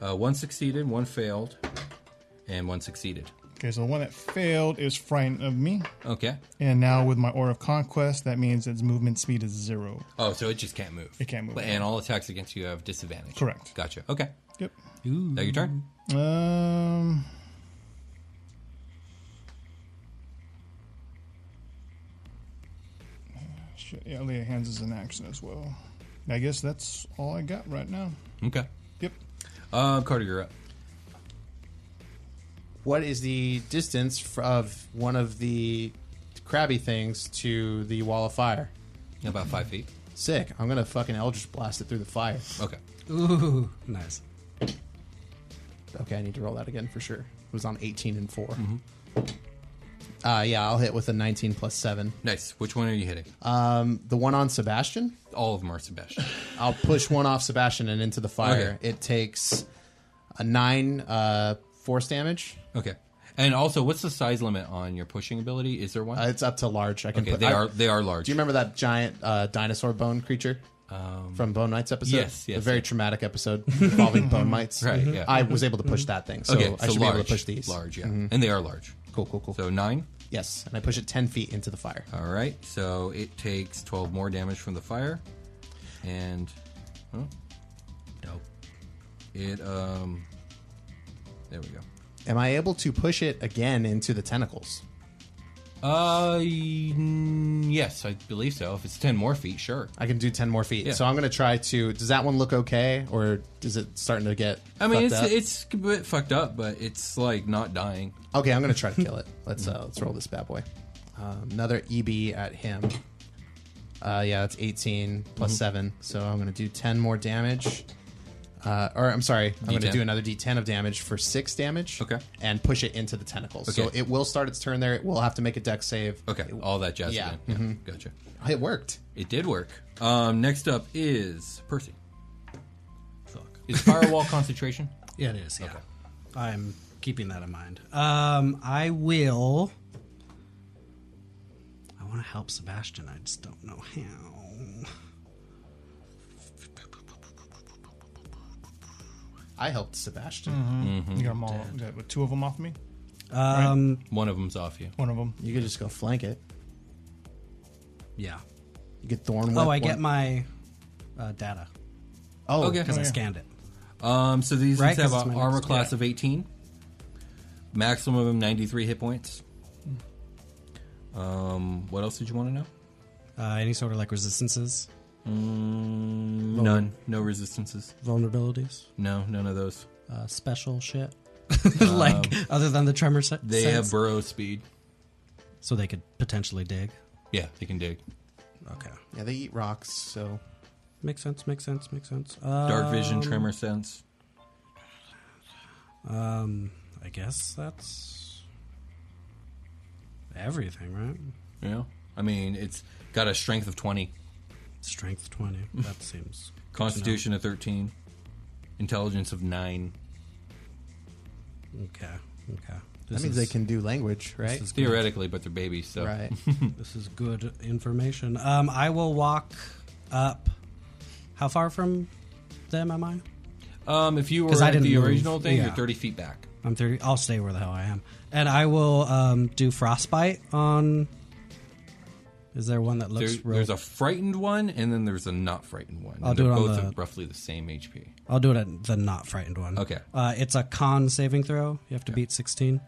Uh, one succeeded, one failed, and one succeeded.
Okay, so the one that failed is frightened of me.
Okay.
And now with my aura of conquest, that means its movement speed is zero.
Oh, so it just can't move.
It can't move.
But- And all attacks against you have disadvantage.
Correct.
Gotcha. Okay.
Yep.
Now your turn.
Um. Shit, yeah, lay of hands is an action as well. I guess that's all I got right now.
Okay.
Yep.
Uh, Carter, you're up.
What is the distance f- of one of the crabby things to the wall of fire?
About five feet.
Sick. I'm gonna fucking eldritch blast it through the fire.
Okay.
Ooh, nice.
Okay, I need to roll that again for sure. It was on 18 and 4. Uh, yeah, I'll hit with a 19 plus 7.
Nice. Which one are you hitting?
Um, the one on Sebastian?
All of them are Sebastian.
I'll push one off Sebastian and into the fire. It takes a 9 uh, force damage.
Okay. And also, what's the size limit on your pushing ability? Is there one?
Uh, it's up to large. I can
Okay,
put-
they
I-
are- they are large.
Do you remember that giant uh, dinosaur bone creature? From Bone Mites episode,
yes, yes,
a very traumatic episode involving bone mites.
Right, yeah.
I was able to push that thing, so
Okay,
I
so
should be able
large,
to push these
large, yeah.
Mhm.
And they are large.
Cool, cool, cool.
So nine?
Yes, and I push it 10 feet into the fire.
All right. So it takes 12 more damage from the fire. And. Oh. Nope. It, um. There we go.
Am I able to push it again into the tentacles?
Uh. mm, Yes, I believe so. If it's 10 more feet, sure.
I can do 10 more feet.
Yeah.
So I'm going to try to. Does that one look okay, or is it starting to get.
I mean,
fucked
it's,
up?
it's a bit fucked up, but it's like not dying.
Okay, I'm going to try to kill it. Let's, uh, let's roll this bad boy. Um, another EB at him. Uh, yeah, that's 18 plus 7.
Mhm.
So I'm going to do 10 more damage. Uh, or I'm sorry, I'm going to
D10.
do another D10 of damage for 6 damage. Okay. And push it into the tentacles. So
Okay.
it will start its turn there. It will have to make a deck save.
Okay, all that jazz
Yeah.
again. Yeah,
mhm.
Gotcha.
It worked.
It did work. Um, next up is Percy. Is firewall concentration?
Yeah, it is. Yeah, I'm keeping that in mind. Um, I will. I want to help Sebastian. I just don't know how.
I helped Sebastian.
Mhm. You got them all. you got, what, two of them off me.
Um,
One of them's off you.
One of them.
You could just go flank it.
Yeah.
You get thorn.
oh,
whip
I
one-
get my uh, data.
Oh,
okay. Because
Oh,
I
yeah.
scanned it.
Um, so these
Right,
ones have
'cause it's
an
my
armor
next-
class of 18, maximum of 93 hit points. Um, what else did you want to know?
Uh, any sort of like resistances?
Mm, none. No resistances.
Vulnerabilities?
No, none of those.
Uh, special shit? like,
Um,
other than the tremor set?
They have
sense?
burrow speed.
so they could potentially dig.
Yeah, they can dig.
Okay.
Yeah, they eat rocks, so.
Makes sense, makes sense, makes sense.
Dark vision,
Um,
tremor sense.
Um, I guess that's everything, right?
Yeah. I mean, it's got a strength of 20,
Strength twenty. That seems good to know.
constitution of 13, intelligence of 9.
Okay. Okay.
That means they can do language, right?
This is good.
Theoretically, but they're babies, so.
this is good information. Um, I will walk up. How far from them am I?
Um, if you were
'Cause I
at
didn't
the
move.
original thing,
Yeah.
you're 30 feet back.
I'm thirty. I'll stay where the hell I am, and I will um, do frostbite on. Is there one that looks?
There-
real...
There's a frightened one, and then there's a not frightened one.
I'll
and
do
they're
it on
both
the-
at roughly the same HP.
I'll do it at the not frightened one.
Okay.
Uh, it's a con saving throw. You have to beat 16.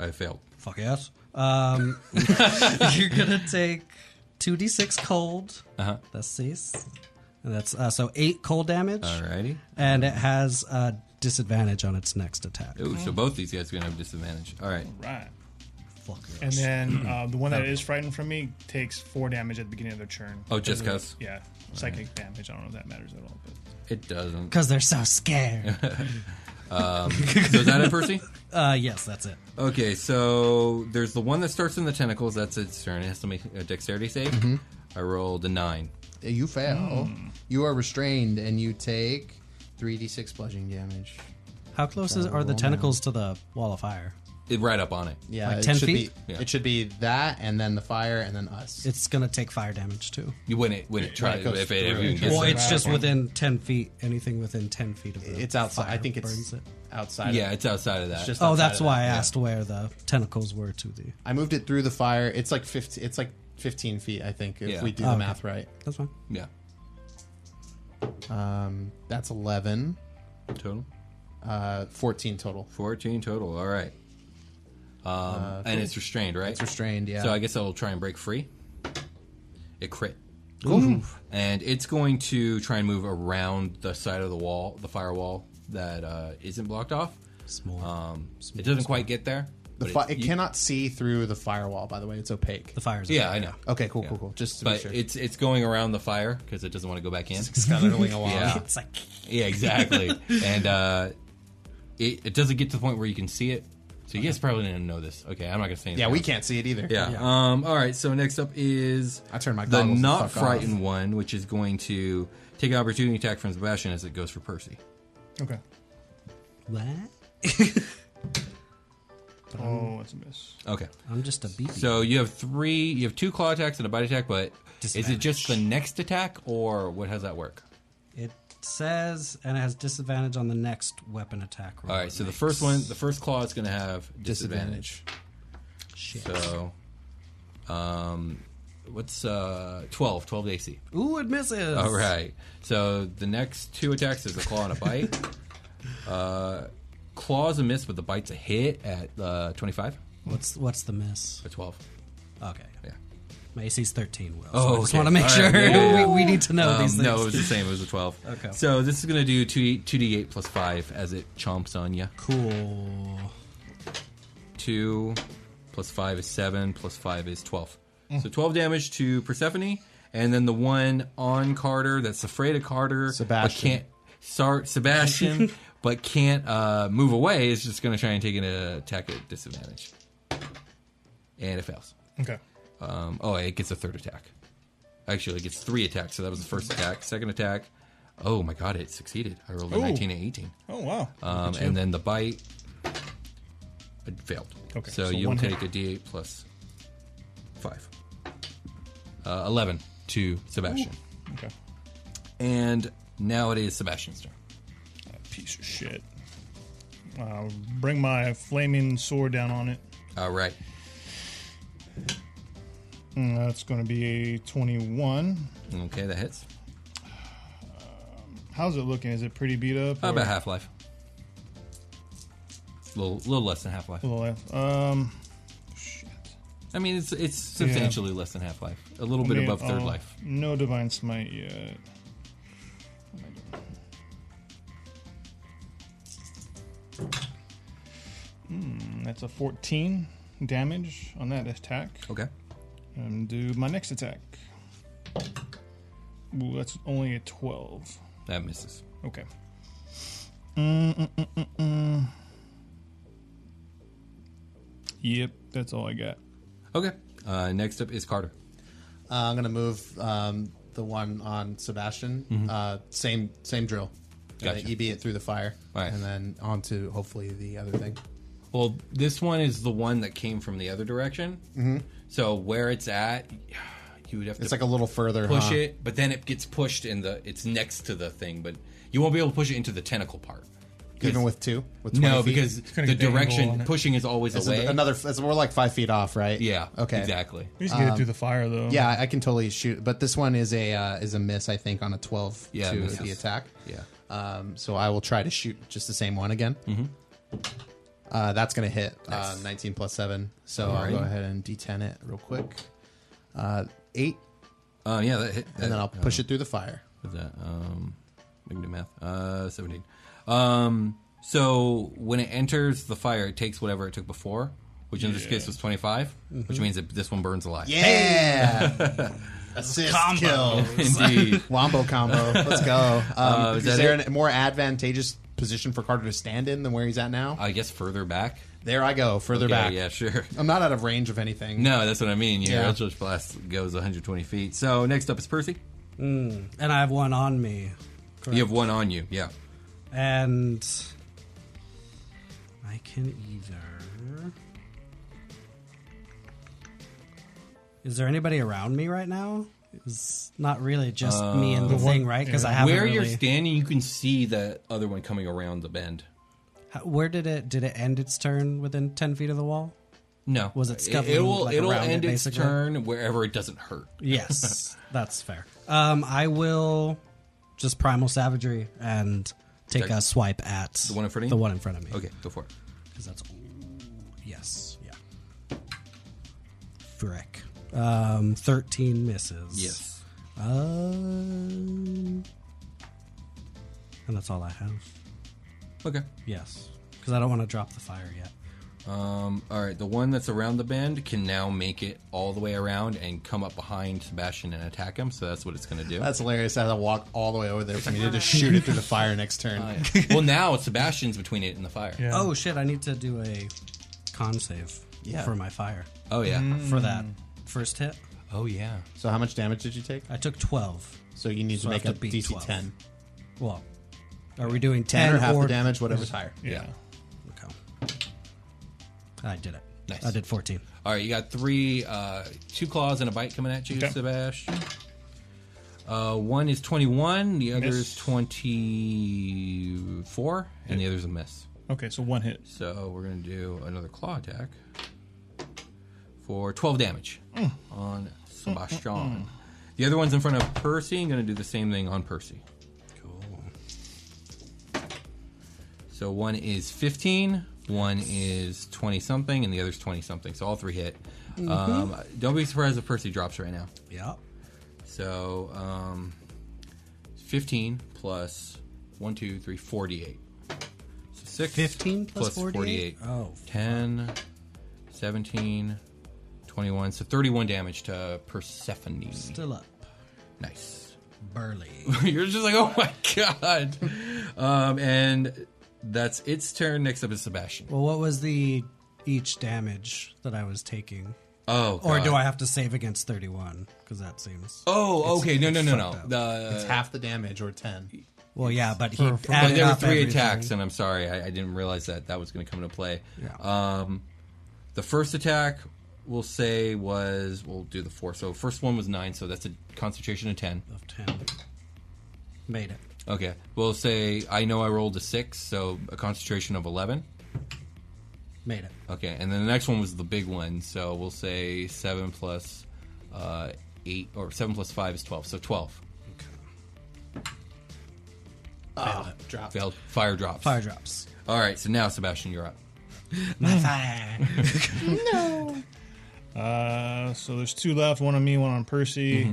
I failed.
Fuck yes. Um, you're gonna take two d six cold.
Uh-huh.
That's cease. And that's uh, so eight cold damage.
Alrighty.
And it has a disadvantage on its next attack.
Ooh, so both these guys are gonna have disadvantage. All right.
Right.
Fuck
And then uh, the one that is frightened from me takes four damage at the beginning of their turn.
Oh, just 'cause?
Yeah, psychic damage. I don't know if that matters at all. But
It doesn't.
'Cause they're so scared.
um, so is that it, Percy?
Uh, yes, that's it.
Okay, so there's the one that starts in the tentacles. That's its turn. It has to make a dexterity save.
Mhm.
I rolled a nine.
You fail.
Hmm.
You are restrained and you take 3d6 bludgeoning damage.
How close is,
So
are the
roll
tentacles to the wall of fire?
It, right up on it.
Yeah,
Like
it
10
should
feet?
Be,
Yeah.
It should be that, and then the fire, and then us.
It's gonna take fire damage too.
You when it when it tries
goes
if it, if
through.
it gets
Well,
it.
it's just within ten feet. Anything within ten feet of the
It's outside. I
fire
think
burns
it's
it.
outside.
Yeah, it's outside of that.
just
oh,
outside
that's
of
why
that,
I
yeah.
asked where the tentacles were to the.
I moved it through the fire. It's like 15, It's like 15 feet, I think, if
Yeah.
we do
Oh,
the
okay.
math right.
That's fine.
Yeah.
Um, that's 11
total.
Uh, 14 total. Uh,
14 total. All right. Um, and it's restrained, right? It's
restrained, yeah.
So I guess it'll try and break free. It crit.
Cool. Ooh.
And it's going to try and move around the side of the wall, the firewall that uh, isn't blocked off.
Small.
Um, it doesn't quite get there.
The
but
fi-
it-
it
you-
cannot see through the firewall. By the way, it's opaque.
The fire's
Yeah, I know.
Okay, cool,
Yeah.
cool, cool. Just to
but
be sure.
it's it's going around the fire because it doesn't want to go back in.
It's scuttling along.
Yeah,
It's like-
yeah, exactly. and uh, it it doesn't get to the point where you can see it. So you guys probably didn't know this. Okay, I'm not gonna say anything.
Yeah, we
else.
can't see it either.
Yeah.
Yeah.
Um. All right. So next up is I
turned my
the
goggles the
not
fuck off.
frightened one, which is going to take an opportunity attack from Sebastian as it goes for Percy.
okay.
What?
Oh, that's a miss.
Okay.
I'm just a BB.
So you have three. You have two claw attacks and a bite attack, but is it just the next attack or what? How's that work?
It says, and it has disadvantage on the next weapon attack roll.
All right, so the first one, the first claw is going to have disadvantage.
Disadvantage.
So, um, what's uh 12, 12 AC.
Ooh, it misses.
All right. So the next two attacks is a claw and a bite. uh, claw's a miss, but the bite's a hit at uh, twenty five.
What's what's the miss?
A twelve.
Okay.
Yeah.
My AC's thirteen. Will.
Oh,
so I just
okay.
want to make
All
sure
right, yeah, yeah, yeah.
we, we need to know
Um,
these things.
No, it was the same. It was a twelve.
Okay.
So this is going to do two two d eight plus five as it chomps on you.
Cool.
Two plus five is seven. Plus five is twelve. So twelve damage to Persephone, and then the one on Carter that's afraid of Carter,
Sebastian.
but can't. Sar- Sebastian, but can't uh, move away. Is just going to try and take an uh, attack at disadvantage, and it fails.
Okay.
Um, oh, it gets a third attack. Actually, it gets three attacks. So that was the first attack. Second attack. Oh my god, it succeeded. I rolled a
Ooh.
19 and 18.
Oh, wow.
Um,
Look at you.
and then the bite it failed.
Okay,
So,
so
you'll
one
take
hit.
a d8 plus 5. Uh, 11 to Sebastian.
Ooh, okay.
And now it is Sebastian's turn.
Piece of shit. Uh, bring my flaming sword down on it.
All right.
Mm, That's going to be a 21.
Okay, that hits.
How's it looking? Is it pretty beat up?
About
or-
half life. A little, little less than half life.
A little left. Um,
I mean, it's it's substantially
Yeah.
less than half life. A little bit
I mean,
above third
uh,
life.
No divine smite yet. Hmm, that's a 14 damage on that attack.
Okay.
And do my next attack. Ooh, that's only a 12.
That misses.
Okay. Mm, mm, mm, mm, mm. Yep, that's all I got.
Okay. Uh, next up is Carter.
Uh, I'm gonna move um, the one on Sebastian.
Mhm.
Uh, same same drill.
Gotcha.
Uh, EB it through the fire,
Alright.
and then on to hopefully the other thing.
uh, Well, this one is the one that came from the other direction.
Mhm.
So where it's at, you would have to.
It's like a little further,
Push
huh?
it, but then it gets pushed in the. Uh, It's next to the thing, but you won't be able to push it into the tentacle part. 'Cause-
Even with two, with 20
no,
feet?
because
It's gonna
the
get the angle on
direction
it.
pushing is always
That's
away.
another. That's, we're like five feet off, right?
Yeah,
Okay.
exactly.
We just get it
Um,
through the fire though.
Yeah, I can totally shoot, but this one is a uh, is a miss, I think, on a twelve
Yeah, it
to
misses.
the attack.
Yeah.
Um, so I will try to shoot just the same one again.
Mhm.
Uh, that's going to hit uh,
Nice.
19 plus 7. So I'll
Alrighty.
go ahead and D10 it real quick. Uh, 8.
Uh, yeah, that hit.
and then I'll push it through the fire.
With that, um, we can do math. Uh, seventeen. Um, so when it enters the fire, it takes whatever it took before, which in this
Yeah.
case was twenty-five, which
Mhm.
means that this one burns alive.
Yeah. Assist
Combo.
kills.
Indeed.
Wombo combo. Let's go. Um,
Uh, is
is,
that
there
it?
a more advantageous position for Carter to stand in than where he's at now?
I guess further back.
There I go. Further
Okay,
back.
Yeah, sure.
I'm not out of range of anything.
No, that's what I mean. Your
Yeah.
Eldritch Blast goes 120 feet. So next up is Percy.
Mm. And I have one on me. correct?
You have one on you. Yeah.
And I can either. Is there anybody around me right now? It's not really just me and the,
Uh,
thing, right? Because I haven't.
Where you're
really-
standing, you can see that other one coming around the bend.
How- Where did it did it end its turn within ten feet of the wall?
No,
was it scuffling?
will
like,
it'll
around
end
it,
its
basically?
turn wherever it doesn't hurt.
Yes, that's fair. Um, I will just primal savagery and take
Okay.
a swipe at
the one in front of you.
The one in front of me.
Okay, go for it.
Because that's yes, yeah. Frick. Um, thirteen misses.
Yes.
Um, and that's all I have.
Okay.
Yes, because I don't want to drop the fire yet.
Um, all right, the one that's around the bend can now make it all the way around and come up behind Sebastian and attack him. So that's what it's going to do.
That's hilarious. I had to walk all the way over there for me to just shoot it through the fire next turn.
Uh, yeah. well, now Sebastian's between it and the fire.
Oh shit! I need to do a con save
Yeah.
for my fire.
Oh, yeah. Mm.
for that first hit.
Oh yeah.
So how much damage did you take?
I took twelve.
So you need
So
to
I
make a
have to beat
DC
12.
10.
Well, are we doing
10
ten
or half the damage, whatever's higher.
Yeah.
Okay. I did it.
Nice.
I did fourteen.
All right, you got three, uh, two claws and a bite coming at you,
Okay.
Sebastian. Uh, one is 21, the other
Miss.
is 24, and the other's a miss.
Okay, so one hit.
So we're going to do another claw attack for 12 damage
Mm.
on Sebastian. The other one's in front of Percy. I'm going to do the same thing on Percy. Cool. So one is 15, one is 20 something, and the other's 20 something. So all three hit.
Mhm.
Um, don't be surprised if Percy drops right now.
Yeah.
So um, 15 plus 1, 2, 3, 48. So 6.
15 plus 48? Oh,
10, 17, 21. So 31 damage to Persephone.
Still up.
Nice.
Burly.
You're just like, oh my god. um, and that's its turn. Next up is Sebastian.
Well, what was the each damage that I was taking?
Oh,
or
God.
do I have to save against thirty-one? Because that seems.
Oh,
it's-
okay. No, no,
it's
no,
fucked
no. The-
up.
It's half the damage or 10.
Well, yeah, but he
For- for-
added
But there were
up
three
everything.
attacks, and I'm sorry, I, I didn't realize that that was going to come into play.
Yeah.
Um, the first attack, we'll say, was we'll do the four. So first one was nine, so that's a concentration of ten.
Of ten. Made it.
Okay, we'll say I know I rolled a six, so a concentration of eleven.
Made it.
Okay, and then the next one was the big one, so we'll say seven plus uh, eight or seven plus five is twelve, so twelve.
Ah, dropped.
Failed. Fire drops.
Fire drops.
All right, so now Sebastian, you're up.
My fire.
no. Uh, so there's two left. One on me, one on Percy.
Mm-hmm.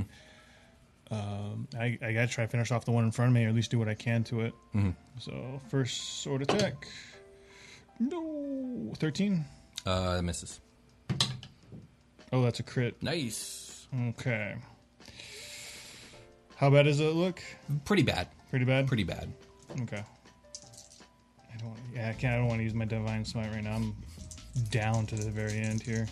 Um, I, I gotta try to finish off the one in front of me, or at least do what I can to it.
Mhm.
So first sword attack. No, thirteen.
Uh, that misses.
Oh, that's a crit.
Nice.
Okay. How bad does it look?
Pretty bad.
Pretty bad.
Pretty bad.
Okay. I don't. Yeah, I can't. I don't want to use my divine smite right now. I'm down to the very end here.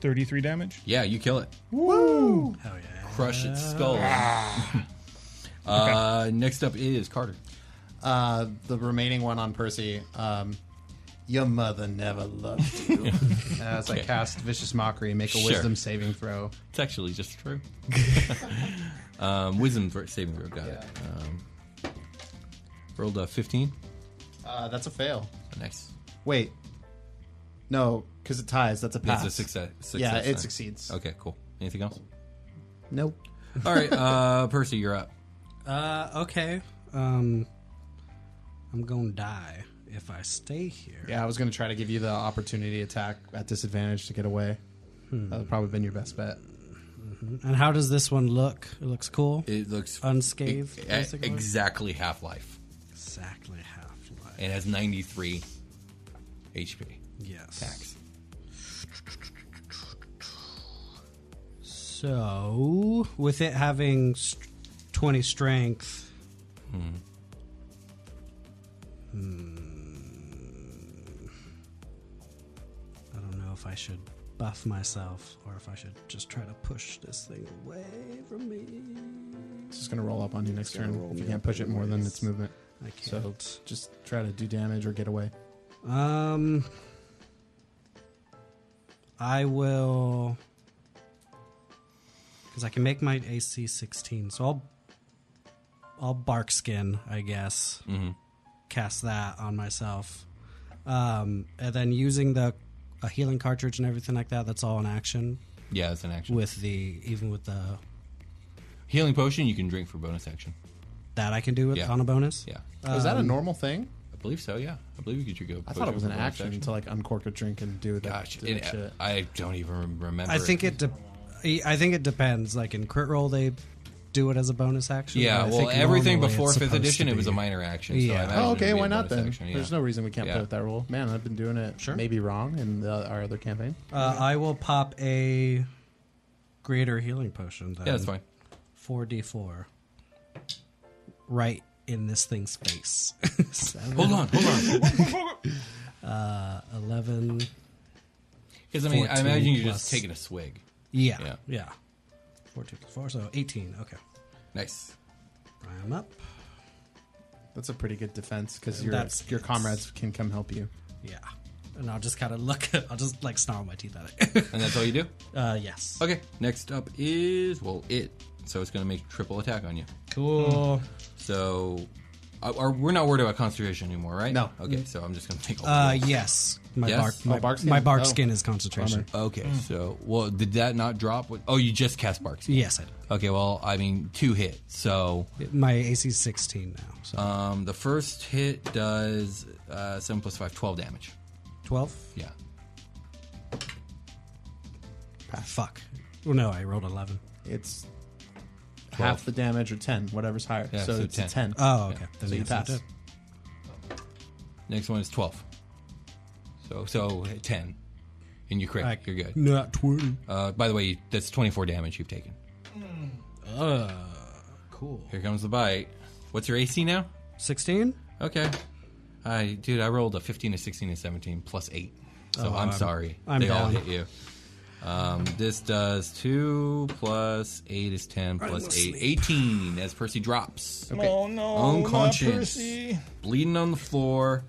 Thirty-three damage.
Yeah, you kill it.
Woo!
Hell yeah!
Crush its skull. uh, next up is Carter.
Uh, the remaining one on Percy. Um, your mother never loved you. As I
Okay.
cast Vicious Mockery, make a
Sure.
wisdom saving throw.
It's actually just true. um, wisdom thro- saving throw. Got it. Um, rolled a fifteen.
Uh, that's a fail.
Nice.
Wait. No, because it ties. That's a pass.
That's a success. success
yeah,
then.
it succeeds.
Okay, cool. Anything else?
Nope.
All right, uh, Percy, you're up.
Uh, okay. Um, I'm gonna die if I stay here.
Yeah, I was going to try to give you the opportunity attack at disadvantage to get away.
Hmm. Mm-hmm.
That would probably been your best bet.
And how does this one look? It looks cool.
It looks
unscathed.
e- e-
basically?
exactly half life.
Exactly half life.
and has 93 HP.
Yes.
Tax.
So with it having s- 20 strength,
Hmm.
I don't know if I should buff myself or if I should just try to push this thing away from me.
It's just going to roll up on you next
gonna
turn.
roll
If you
me
can't
up
push it more than
anyways.
its movement.
I
So just try to do damage or get away.
Um, I will, because I can make my AC sixteen. So I'll, I'll bark skin, I guess.
Mhm.
Cast that on myself, um, and then using the a healing cartridge and everything like that. That's all in action.
Yeah, that's an action.
With the even with the
Healing potion you can drink for bonus action.
that I can do it
Yeah.
on a bonus.
Yeah.
Is that a
Um,
normal thing?
I believe so, yeah. I believe you could drink a
Uh, I
potion
thought it was an
for bonus
action, to like uncork a drink and do that. Gosh,
It- I don't even remember.
I think it. De- I think it depends. Like in crit roll, they do it as a bonus action.
Yeah,
but I
well,
think
everything
normally
before
it's
fifth
supposed
edition,
to
it was
be-
a minor action, so I
Yeah.
imagine
Oh,
it would be
okay.
a
Why not
bonus
then?
action, yeah.
There's no reason we can't
Yeah.
play with that rule. Man, I've been doing it maybe wrong in the, our other campaign.
Uh, I will pop a greater healing potion. Then.
Yeah, that's fine.
Four d four. Right in this thing's face. Seven.
Hold on, hold
on. uh, Eleven.
Because, I mean, I
14
imagine you're
plus-
just taking a swig.
Yeah,
Yeah.
yeah. Fourteen plus four, so eighteen. Okay.
Nice.
I'm up.
That's a pretty good defense because
And
your
that's-
your comrades can come help you.
Yeah. And I'll just kind of look. I'll just like snarl my teeth at it.
And that's all you do?
Uh, yes.
Okay, next up is, well, it. So it's going to make triple attack on you.
Cool.
So are- are, we're not worried about concentration anymore, right? No. Okay, so I'm just going to take all the
Uh,
rolls.
yes. My
Yes?
bark. My, Oh, bark. Skin? My bark skin is concentration.
Okay, so well, did that not drop? With, oh, you just cast bark skin.
Yes, I did.
Okay, well, I mean, two hit. So
My AC is sixteen now. So
um, the first hit does uh, seven plus five, 12 damage.
twelve.
Yeah.
Fuck. Well, no, I rolled eleven.
It's
Twelve.
half the damage or ten, whatever's higher.
Yeah,
so,
so
it's
10.
a ten.
Oh, okay.
So
Then
you
yes, I
pass.
did.
Next one is twelve. So so ten, and you crit.
Like,
You're good.
not 20.
Uh, by the way, that's twenty four damage you've taken.
Uh, cool.
Here comes the bite. What's your AC now?
Sixteen.
Okay. I dude, I rolled a fifteen, a sixteen, a seventeen plus eight. So
Oh,
I'm,
I'm-
sorry.
I'm
they all
down.
hit you. Um, this does two plus eight is ten
I'm
plus eight.
asleep.
Eighteen as Percy drops.
Okay. Oh, no, not Percy.
Bleeding on the floor.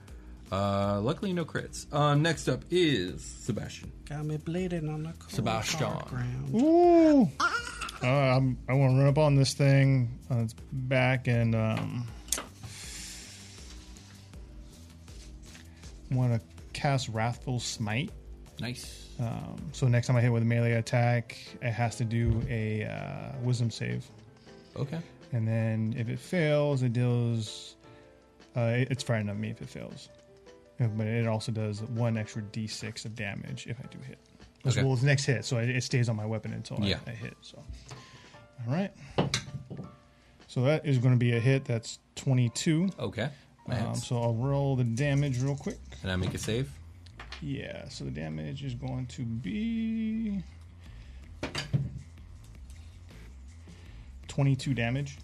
Uh, luckily no crits. Uh, next up is Sebastian.
Got me bleeding on the cold
Sebastian.
hard ground.
Ooh. Uh, I'm, I want to run up on this thing on its back and um, want to cast Wrathful Smite.
Nice.
Um, so next time I hit with a melee attack, it has to do a uh, Wisdom save.
Okay.
And then if it fails, it deals. Uh, it- it's frightened of me if it fails, Uh, but it also does one extra d6 of damage if I do hit. Which-
Okay.
Well, it's next hit, so it, it stays on my weapon until
Yeah.
I, I hit. So, all right. So that is going to be a hit. That's 22.
Okay.
Um,
Nice.
so I'll roll the damage real quick.
And I make a save.
Yeah. So the damage is going to be 22 damage.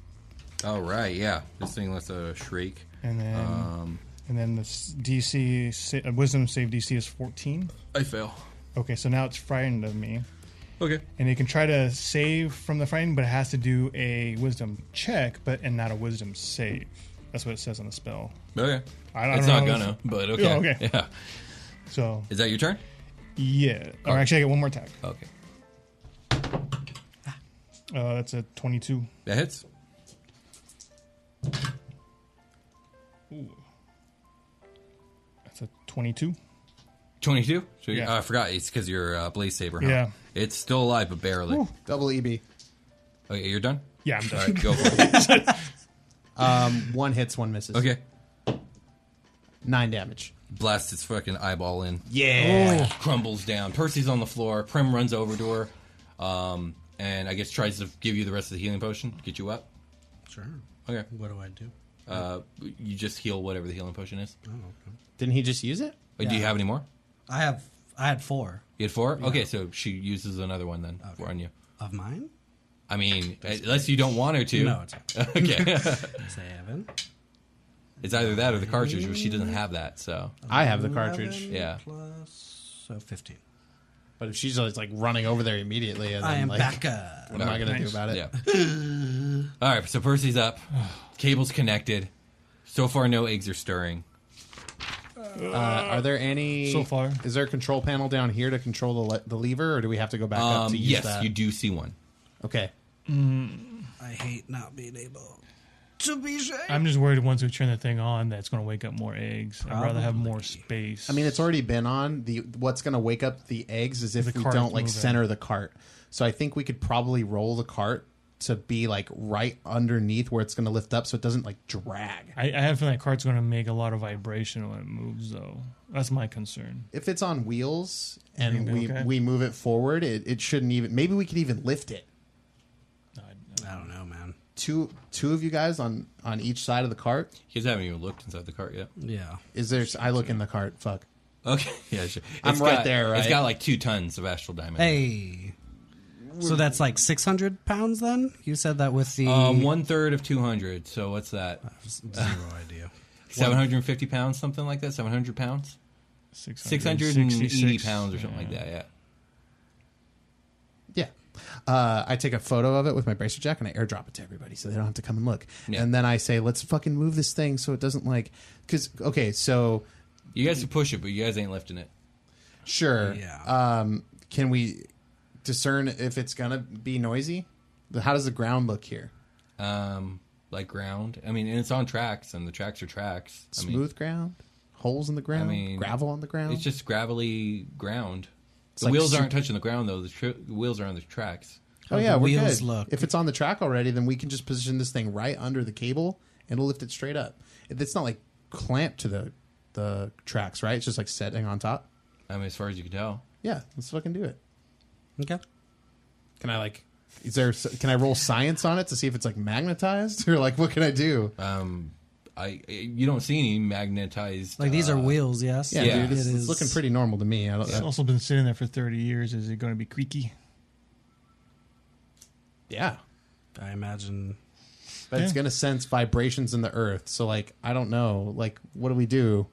All right, yeah. This thing lets a shriek.
And then,
um,
and then the s- DC sa- uh, Wisdom save DC is fourteen.
I fail.
Okay, so now it's frightened of me.
Okay.
And it can try to save from the frightened, but it has to do a Wisdom check, but and not a Wisdom save. That's what it says on the spell.
Okay.
I- I don't
Oh, it's not
know.
gonna, but okay.
Yeah, okay.
Yeah.
So
Is that your turn?
yeah,
Oh.
or actually, I get one more attack.
Okay.
Uh, that's a twenty-two.
That hits.
Ooh. That's a 22.
22? So you-
Yeah.
oh, I forgot. It's because you're uh, Blaze Saber, huh?
Yeah.
It's still alive, but barely.
Whew.
Double E EB.
Okay, you're done?
Yeah, I'm done.
All right, go for it.
Um, one hits, one misses.
Okay.
Nine damage.
Blast its fucking eyeball in.
Yeah.
Crumbles down. Percy's on the floor. Prim runs over to her. Um, and I guess tries to give you the rest of the healing potion, get you up.
Sure.
Okay.
What do I do?
Uh, you just heal whatever the healing potion is.
Oh, okay.
Didn't he just use it?
Uh, Do you
Yeah.
have any more?
I have I had four
You had four?
Yeah.
Okay, so she uses another one then on you.
of mine.
I mean, unless you don't want her to.
No, it's okay.
okay.
Seven.
it's either that or the cartridge, but she doesn't have that, so.
I have the cartridge.
Eleven
Yeah.
Plus so fifteen.
But if she's always like running over there immediately, and
I
then,
am
like,
back up.
What am I gonna do about it?
Yeah. All right, so Percy's up. Cable's connected. So far, no eggs are stirring.
Uh, are there any?
So far.
is there a control panel down here to control the, le- the lever, or do we have to go back up
Um,
to use
yes,
that?
you do see one.
Okay.
I hate not being able to be safe.
I'm just worried once we turn the thing on, that's going to wake up more eggs. I'd rather have more space.
I mean, it's already been on. The what's going to wake up the eggs is if
The
we
cart
don't like
moving.
center the cart. So I think we could probably roll the cart to be like right underneath where it's going to lift up, so it doesn't like drag.
I, I have a feeling that cart's going to make a lot of vibration when it moves, though. That's my concern.
If it's on wheels and
Everything
we
okay?
we move it forward, it, it shouldn't even. Maybe we could even lift it.
I don't know, man.
Two two of you guys on on each side of the cart.
You guys haven't even looked inside the cart yet.
Yeah.
Is there? I look in the cart. Fuck.
Okay. Yeah, sure.
I'm
It's
right
got-
there,
It's
right?
got like two tons of astral diamond.
Hey. So that's like six hundred pounds then? You said that with the
Um, one third of 200. So what's that?
zero idea.
750 pounds, something like that? 700 pounds? 680 pounds or something like that, yeah.
Yeah. Uh, I take a photo of it with my bracer jack and I airdrop it to everybody so they don't have to come and look.
Yeah.
And then I say, let's fucking move this thing so it doesn't like. Because, okay, so
You guys can push it, but you guys ain't lifting it.
sure.
Yeah.
Um, can we discern if it's going to be noisy? The- How does the ground look here?
Um, like ground. I mean, and it's on tracks, and the tracks are tracks. I mean-
Smooth ground? Holes in the ground?
I mean,
gravel on the ground?
It's just gravelly ground.
It's
the
like
wheels
su-
aren't touching the ground though. The, tr- the wheels are on the tracks.
oh, yeah, we're good. If it's on the track already, then we can just position this thing right under the cable and it'll lift it straight up. It's not like clamped to the, the tracks, right? It's just like setting on top.
I mean, as far as you can tell.
Yeah, let's fucking do it.
Okay.
Can I like? Is there? Can I roll science on it to see if it's like magnetized or like what can I do?
Um, I you don't see any magnetized.
Like these are
uh,
wheels, yes.
Yeah, dude, this is,
It is-
looking pretty normal to me. I don't.
It's also been sitting there for 30 years. Is it going to be creaky?
yeah,
I imagine
but it's
Yeah.
gonna sense vibrations in the earth. So like, I don't know. Like, what do we do?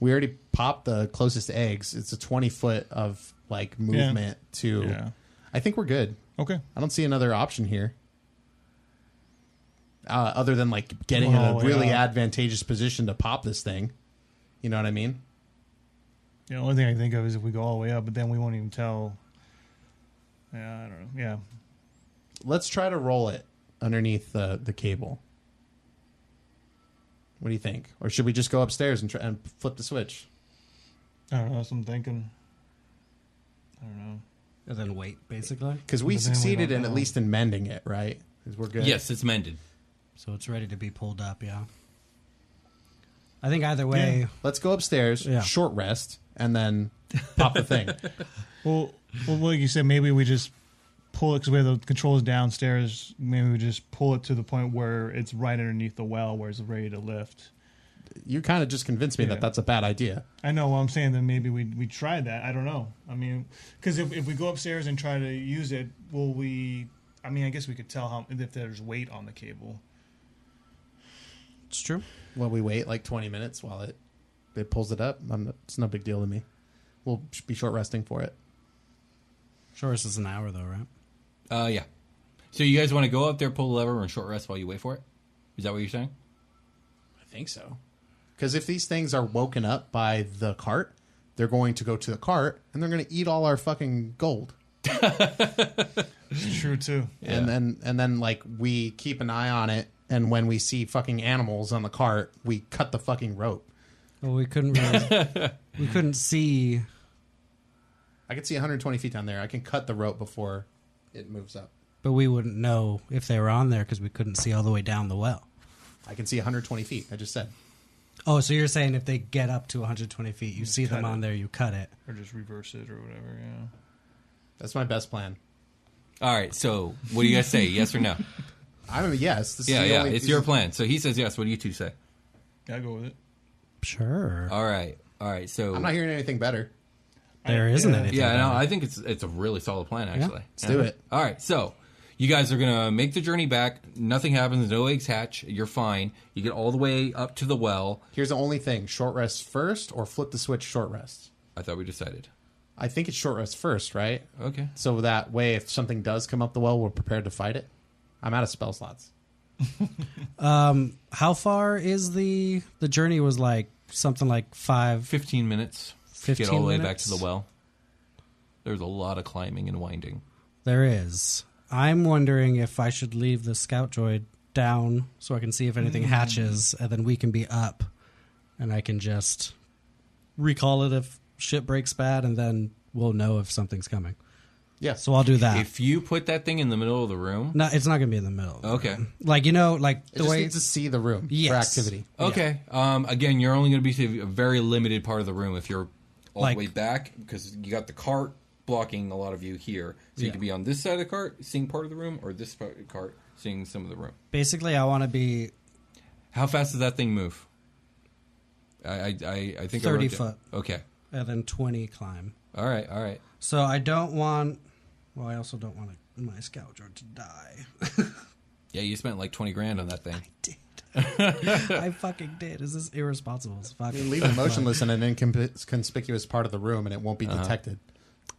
We already popped the closest eggs. It's a twenty foot of like movement to.
Yeah.
I think we're good.
Okay.
I don't see another option here. Uh, other than like getting
Oh,
in a really
yeah.
advantageous position to pop this thing, you know what I mean?
The only thing I can think of is if we go all the way up, but then we won't even tell. Yeah, I don't know. Yeah.
Let's try to roll it underneath the, the cable. What do you think? Or should we just go upstairs and try and flip the switch?
I don't know. That's what I'm thinking. I don't know.
and then wait, basically.
Because we
But then
succeeded
don't
in at
know.
least in mending it, right? 'Cause we're good.
Yes, it's mended.
So it's ready to be pulled up, yeah. I think either way
Let's go upstairs,
Yeah.
short rest, and then pop the thing.
Well, well, like you said, maybe we just pull it because we have the controls downstairs. Maybe we just pull it to the point where it's right underneath the well, where it's ready to lift.
You kind of just convinced me
Yeah.
that that's a bad idea.
I know. Well, I'm saying that maybe we we try that. I don't know. I mean, because if, if we go upstairs and try to use it, will we? I mean, I guess we could tell how if there's weight on the cable.
it's true.
Well, we wait like 20 minutes while it it pulls it up. I'm not, it's no big deal to me. We'll sh- be short resting for it.
Sure, this is an hour though, right?
Uh, yeah. So you guys want to go up there, pull the lever, and short rest while you wait for it? Is that what you're saying?
I think so. Because if these things are woken up by the cart, they're going to go to the cart and they're going to eat all our fucking gold.
It's true too.
And then and then like we keep an eye on it and when we see fucking animals on the cart, we cut the fucking rope.
Well, we couldn't really We couldn't see.
I can see 120 feet down there. I can cut the rope before it moves up.
But we wouldn't know if they were on there because we couldn't see all the way down the well.
I can see 120 feet. I just said.
Oh, so you're saying if they get up to 120 feet, you see them
cut
on
it.
there, you cut it.
Or just reverse it or whatever, yeah.
That's my best plan.
All right. So, what do you guys say? Yes or no?
I'm a yes. This is
yeah,
the
yeah.
Only,
It's your plan. So he says yes. What do you two say?
Yeah, go with it.
Sure.
All right. All right. So
I'm not hearing anything better.
There
I-
isn't
yeah.
anything
Yeah, no,
better.
I think it's it's a really solid plan actually.
let's do it.
All right, so you guys are gonna make the journey back. Nothing happens. No eggs hatch. You're fine. You get all the way up to the well.
Here's the only thing: short rest first, or flip the switch. Short rest.
I thought we decided.
I think it's short rest first, right?
Okay.
So that way, if something does come up the well, we're prepared to fight it. I'm out of spell slots.
Um, how far is the the journey? Was like something like five,
15 minutes.
Fifteen
get all the way back
minutes?
to the well. There's a lot of climbing and winding.
There is. I'm wondering if I should leave the scout droid down so I can see if anything
Mm.
hatches, and then we can be up, and I can just recall it if shit breaks bad, and then we'll know if something's coming.
Yeah.
So I'll do that.
If you put that thing in the middle of the room,
no, it's not gonna be in the middle.
okay.
Like you know, like
It
the
just
way
needs to see the room
Yes.
for activity.
Okay. Um, again, you're only going to be to a very limited part of the room if you're all
Like-
the way back because you got the cart blocking a lot of you here. So you
Yeah.
could be on this side of the cart seeing part of the room or this part of the cart seeing some of the room.
basically, I want to be
How fast does that thing move? I I, I, I think I wrote
thirty
down-
foot.
Okay.
And then twenty climb.
All right. All right.
So I don't want. Well, I also don't want my scout droid to die.
Yeah, you spent like twenty grand on that thing.
I fucking did. This is irresponsible as fuck.
I mean, leave it motionless in an inconspicuous part of the room, and it won't be
Uh-huh.
detected.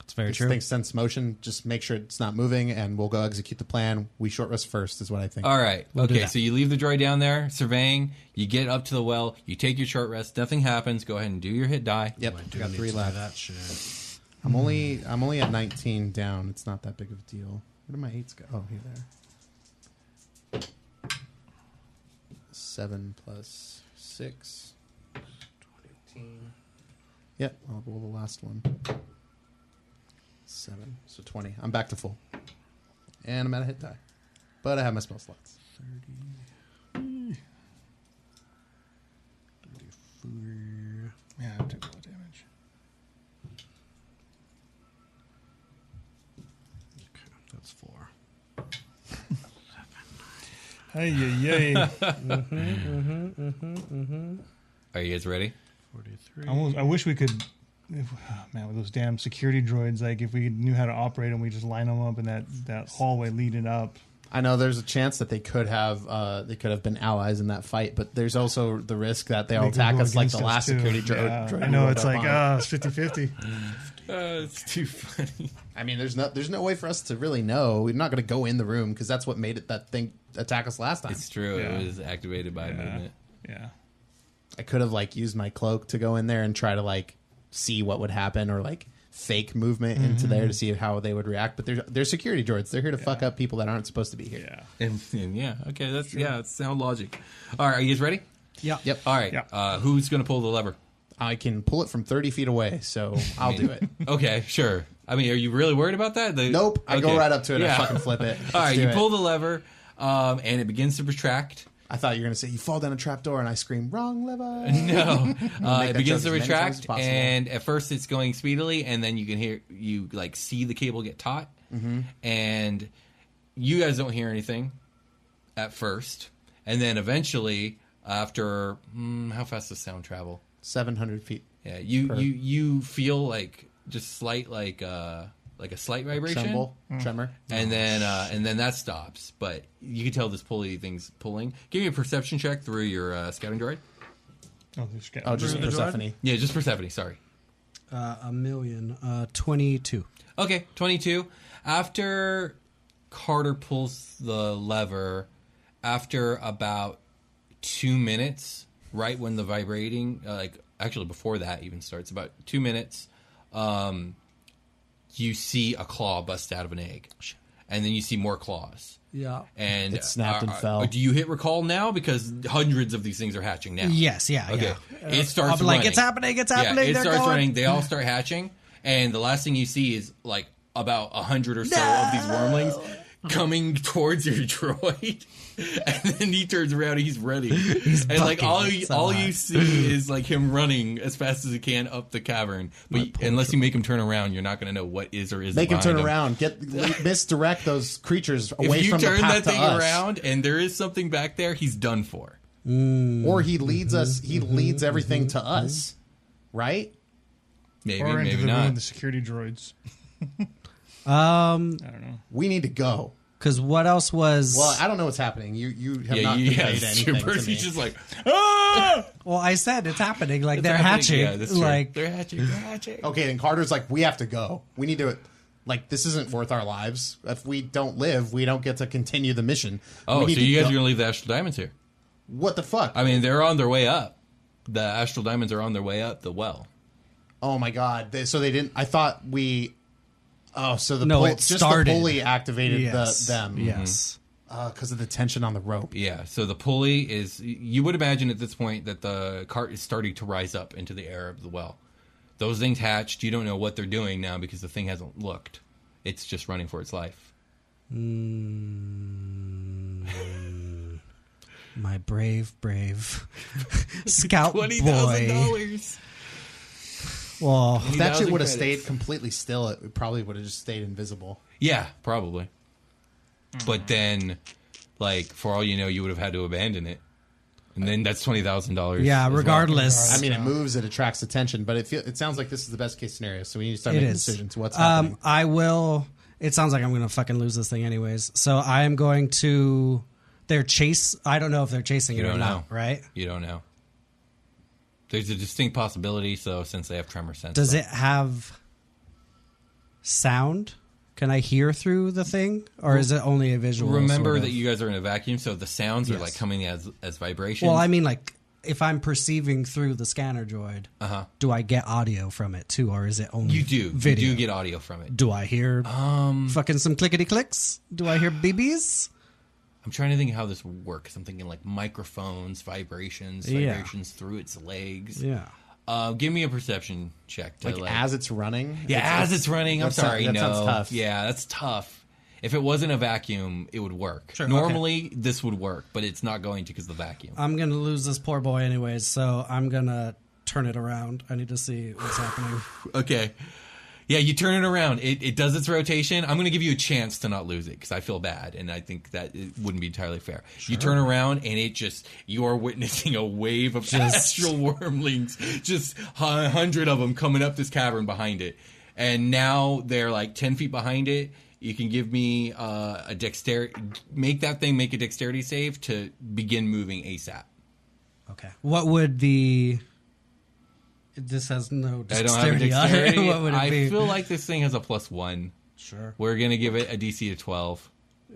It's very
This
true.
Thing sense motion. Just make sure it's not moving, and we'll go execute the plan. We short rest first, is what I think.
All right.
We'll do
okay.
that.
So you leave the droid down there surveying. You get up to the well. You take your short rest. Nothing happens. Go ahead and do your hit die.
Yep. I got three left. That
shit.
I'm only I'm only at 19 down. It's not that big of a deal. Where do my eights go? Oh, here they are. Seven plus six. Yep, I'll roll the last one. Seven, so 20. I'm back to full. And I'm at a hit die. But I have my spell slots.
30. Yeah, I took a lot of damage.
That's four.
Hey, yeah,
Are you guys ready?
I, almost, I wish we could. If, ah, man, with those damn security droids, like if we knew how to operate them, we just line them up in that, that hallway leading up.
I know there's a chance that they could have uh, they could have been allies in that fight, but there's also the risk that they'll
They could
attack
go
us like
against
the
us,
last
too.
security dro-
Yeah.
droid
I know,
we
it's
rolled
like,
up on.
ah, it's 50 50.
Uh, it's too funny.
I mean, there's no there's no way for us to really know. We're not going to go in the room because that's what made it that thing attack us last time.
It's true.
Yeah.
It was activated by movement.
Yeah.
I could have like used my cloak to go in there and try to like see what would happen or like fake movement into
Mhm.
there to see how they would react. But they're they're security droids. They're here to fuck up people that aren't supposed to be here.
Yeah.
And, and yeah, okay, that's yeah, that's sound logic. All right, are you guys ready?
Yeah.
Yep.
All right. Uh, who's gonna pull the lever?
I can pull it from thirty feet away, so
Uh,
I'll do it.
Okay, sure. I mean, are you really worried about that? The-
Nope, I go
okay.
right up to it and I fucking flip it.
All
Let's
right,
do
you
it.
pull the lever, um, and it begins to retract.
I thought you were going to say you fall down a trap door and I scream wrong lever.
No,
I'm gonna
uh,
make
it
that
begins
joke as many times
to
as
retract,
possible.
and at first it's going speedily, and then you can hear you like see the cable get taut,
Mhm.
and you guys don't hear anything at first, and then eventually after mm, how fast does sound travel?
seven hundred feet.
Yeah, you
Per-
you you feel like just slight like uh like a slight vibration,
Tremble, Mm. tremor.
and then uh and then that stops. But you can tell this pulley thing's pulling. Give me a perception check through your uh, scouting droid.
Oh, there's
Oh, just Through the droid? Persephone.
Yeah, just Persephone. Sorry.
Uh, a million. Uh, 22.
Okay, 22. After Carter pulls the lever, after about two minutes, right when the vibrating, uh, like actually before that even starts, about two minutes, um, you see a claw bust out of an egg. and then you see more claws.
Oh, Yeah.
and
It snapped and
uh,
fell.
Do you hit recall now because hundreds of these things are hatching now?
Yes, yeah,
Okay,
yeah.
it starts
I'm like,
running.
"It's happening, it's happening,
Yeah, it
they're
starts
going."
running. They all start hatching, and the last thing you see is like about a hundred or so of these wormlings. Coming towards your droid, and then he turns around. He's ready, and like
bucking
all you,
so
all
hard.
you see is like him running as fast as he can up the cavern. But unless you make him turn around, you're not going to know what is or isn't.
Make him
behind
turn around. Get misdirect those creatures away
If you
from
turn
the path
that
to
thing
us.
around and there is something back there, he's done for.
or
Mm-hmm.
he leads us. He leads everything to us, right?
Maybe,
or into
maybe
the room
not.
with the security droids.
Um,
I don't know.
We need to go.
Because what else was?
Well, I don't know what's happening. You you have
Yeah,
not
you-
conveyed
yeah, it's
anything
your
to
person.
me.
He's just like,
well, I said it's happening. Like
It's
they're
happening,
hatching.
yeah, that's true.
like
they're hatching. They're hatching.
Okay, and Carter's like, we have to go. We need to. Like, this isn't worth our lives. If we don't live, we don't get to continue the mission.
Oh,
we
so
need to
you guys
go-
are going to leave the Astral Diamonds here?
What the fuck?
I mean, they're on their way up. The Astral Diamonds are on their way up the well.
Oh my god! They, so they didn't. I thought we. Oh, so the
No,
pull-
it
just the
started.
pulley activated
Yes.
the, them.
Yes.
because of the tension on the rope.
Yeah, so the pulley is. You would imagine at this point that the cart is starting to rise up into the air of the well. Those things hatched. You don't know what they're doing now because the thing hasn't looked. It's just running for its life.
Mm-hmm.
my brave, brave scout boy.
$20,000.
Well,
If that shit would have stayed completely still, it probably would have just stayed invisible.
Yeah, probably.
Mm-hmm.
But then, like, for all you know, you would have had to abandon it. And then that's $20,000. as well.
I mean, it moves, it attracts attention, but it feel, it sounds like this is the best case scenario. So we need to start
It
making
is.
decisions. What's happening?
Um, I will. It sounds like I'm going to fucking lose this thing, anyways. So I am going to. Their chase. I don't know if they're chasing
You
it or
don't know.
not. Right?
You don't know. There's a distinct possibility, so since they have tremor sense.
Does it have sound? Can I hear through the thing, or is it only a visual?
Remember
sort of?
that you guys are in a vacuum, so the sounds are
Yes.
like coming as as vibrations.
Well, I mean, like if I'm perceiving through the scanner droid,
Uh-huh.
do I get audio from it too, or is it only
you do.
video?
You do get audio from it.
Do I hear
Um,
fucking some clickety clicks? Do I hear BBs?
I'm trying to think how this works. I'm thinking like microphones, vibrations,
Yeah.
vibrations through its legs.
Yeah.
Uh, give me a perception check. To,
Like, as it's running?
Yeah,
It's-
as it's running. I'm
that sound-
sorry.
that
no.
sounds tough.
Yeah, that's tough. If it wasn't a vacuum, it would work.
Sure, okay.
Normally, this would work, but it's not going to because of the vacuum.
I'm gonna lose this poor boy anyways, so I'm gonna turn it around. I need to see what's happening.
Okay. Yeah, you turn it around. It, it does its rotation. I'm going to give you a chance to not lose it because I feel bad, and I think that it wouldn't be entirely fair. You
Sure.
turn around, and it just you are witnessing a wave of
Just-
astral wormlings, just a hundred of them coming up this cavern behind it, and now they're like ten feet behind it. You can give me uh, a dexterity, make that thing make a dexterity save to begin moving ASAP.
Okay. What would the this has no
I don't have a
dexterity. on it.
dexterity.
what would it
I
be?
feel like this thing has a plus one.
Sure.
We're gonna give it a DC of twelve.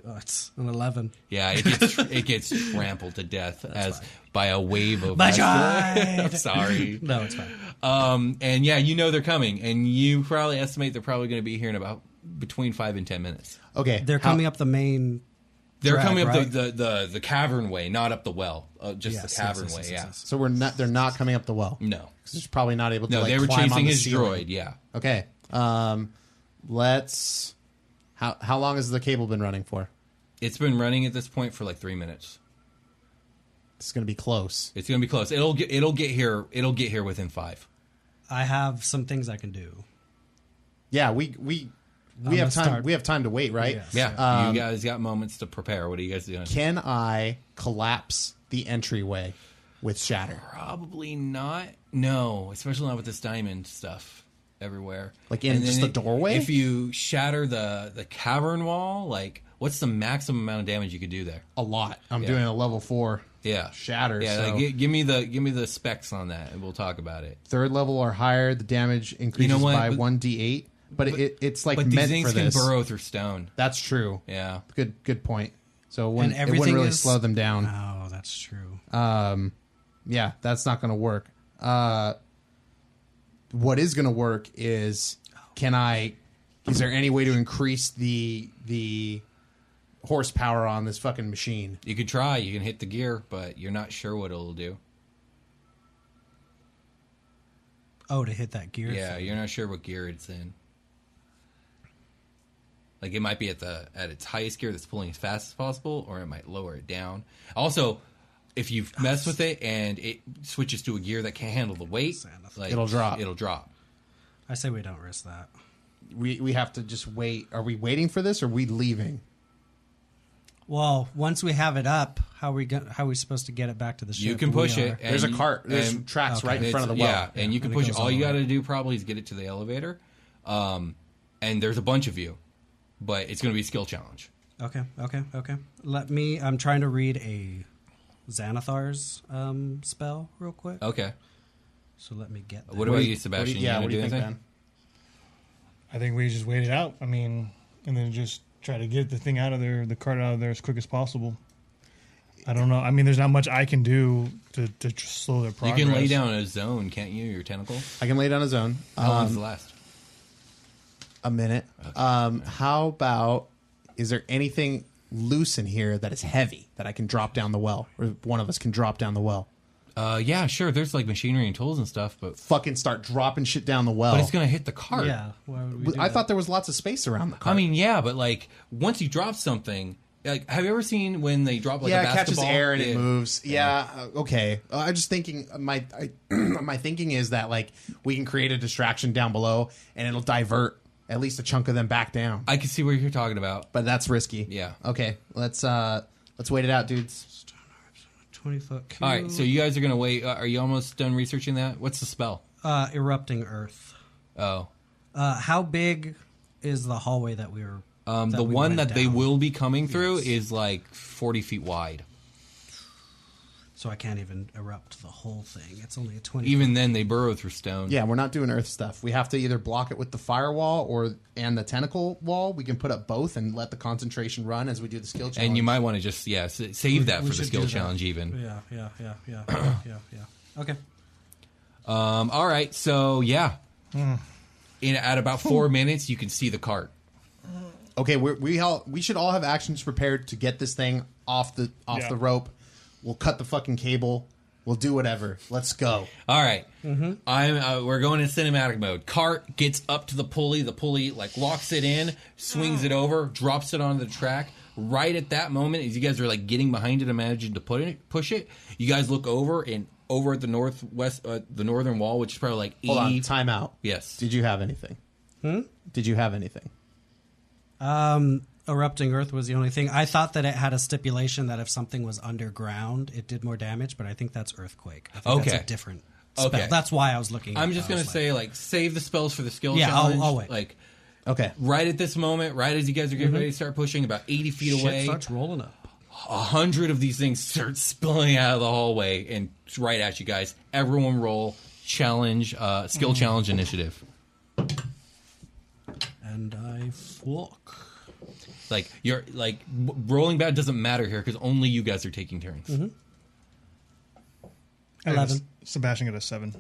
Oh, it's an eleven.
Yeah, it gets it gets trampled to death as by a wave of.
My
I'm
child!
sorry.
No, Oh, it's fine.
Um, and yeah, you know they're coming, and you probably estimate they're probably going to be here in about between five and ten minutes.
Okay,
They're coming up the main.
They're
drag,
coming up
right?
the, the the the cavern way, not up the well, uh, just
Yes, yes,
the cavern
yes,
way.
yes,
yeah.
So we're not. They're not coming up the well.
No,
because it's probably not able to.
No,
like,
they were
climb on
chasing
the
his
ceiling.
droid, yeah.
Okay. Um, let's. How how long has the cable been running for?
It's been running at this point for like three minutes.
It's going to be close.
It's going to be close. It'll get it'll get here. It'll get here within five.
I have some things I can do.
Yeah, we we
I'm
we have
gonna
time.
start-
We have time to wait, right?
Yeah,
Um,
you guys got moments to prepare. What are you guys doing?
Can I collapse the entryway with shatter?
Probably not. No, especially not with this diamond stuff everywhere.
Like in
And
just
then
the doorway?
If you shatter the the cavern wall, like what's the maximum amount of damage you could do there?
A lot. I'm doing a level four.
Yeah,
shatter,
Yeah,
so-
like, gi- give me the give me the specs on that, and we'll talk about it.
Third level or higher, the damage increases
what?
by
But-
one d8. But, it, it's like
but
meant
these things
for
can
this.
burrow through stone.
That's true.
Yeah.
Good good point. So it wouldn't, it wouldn't
everything
really
is-
slow them down.
Oh, that's true.
Um, yeah, that's not going to work. Uh, what is going to work is can I Is there any way to increase the the horsepower on this fucking machine?
You could try. You can hit the gear, but you're not sure what it'll do.
Oh, to hit that gear.
yeah,
thing.
you're not sure what gear it's in. Like it might be at the at its highest gear that's pulling as fast as possible, or it might lower it down. Also, if you mess with it and it switches to a gear that can't handle the weight, like,
It'll drop.
It'll drop.
I say we don't risk that.
We we have to just wait. Are we waiting for this? Or are we leaving?
Well, once we have it up, how we go, how we supposed to get it back to the ship?
You can
We
push
are-
it. and you- and-
Okay.
It's- Yeah, and you can
it
push.
goes
All
the
you
way.
got to do probably is get it to the elevator, um, and there's a bunch of you, but it's going to be a skill challenge.
Okay, okay, okay. Let me. I'm trying to read a Xanathar's um, spell real quick.
Okay.
So let me get. That.
What about you, Sebastian? you gonna do anything?
I think we just wait it out. I mean, and then just try to get the thing out of there, the cart out of there as quick as possible. I don't know. I mean, there's not much I can do to, to tr- slow their progress.
You can lay down a zone, can't you? Your tentacle.
I can lay down a zone.
How long's
Um,
the last?
A minute. Um, how about? Is there anything loose in here that is heavy that I can drop down the well, or one of us can drop down the well?
Uh, yeah, sure. There's like machinery and tools and stuff, but
fucking start dropping shit down the well.
But it's gonna hit the cart.
Yeah, I thought there was lots of space around the cart.
I mean, yeah, but like once you drop something, like have you ever seen when they drop like
yeah,
a
it catches
basketball?
air and
Yeah.
it moves. Yeah, uh, okay. Uh, I'm just thinking. My I, my thinking is that like we can create a distraction down below, and it'll divert at least a chunk of them back down.
I can see what you're talking about,
but that's risky.
Yeah.
Okay. Let's uh let's wait it out, dudes.
Twenty foot.
All right, so you guys are gonna wait. Uh, are you almost done researching that? What's the spell?
uh, erupting earth.
Oh,
Uh, how big is the hallway that we were?
um,
that
the
we
one
went
that they
down?
will be coming through is like 40 feet wide.
So I can't even erupt the whole thing. It's only a twenty.
Even then, they burrow through stone.
Yeah, we're not doing Earth stuff. We have to either block it with the firewall or and the tentacle wall. We can put up both and let the concentration run as we do the skill challenge.
and you might want to just yeah s- save that
We
for the
should
skill
do that.
challenge even.
Yeah, yeah, yeah, yeah, yeah, yeah, yeah. Okay.
Um, all right, so yeah,
Hmm.
in at about four minutes, you can see the cart.
okay, we're, we all we should all have actions prepared to get this thing off the off
Yeah.
the rope. We'll cut the fucking cable. We'll do whatever. Let's go.
All right. I'm. Uh, we're going in cinematic mode. Cart gets up to the pulley. The pulley like locks it in, swings it over, drops it onto the track. Right at that moment, as you guys are like getting behind it, imagine to put it, push it. You guys look over and over at the northwest, uh, the northern wall, which is probably like
Hold on,
80
time out.
Yes.
Did you have anything?
Hmm?
Did you have anything?
Um, erupting earth was the only thing. I thought that it had a stipulation that if something was underground, it did more damage, but I think that's earthquake. I think
Okay.
that's a different. Spell.
Okay.
that's why I was looking. at
I'm
it.
just
I
gonna
was
say like save the spells for the skill
Yeah, I'll-
challenge.
I'll wait.
Like,
okay,
right at this moment, right as you guys are getting
Mhm.
ready to start pushing, about 80 feet
Shit
away,
starts rolling up.
A hundred of these things start spilling out of the hallway and it's right at you guys. Everyone roll challenge, uh, skill challenge initiative.
and I flock.
Like you're like w- rolling bad doesn't matter here because only you guys are taking turns.
I got a-
Eleven.
Sebastian got a seven.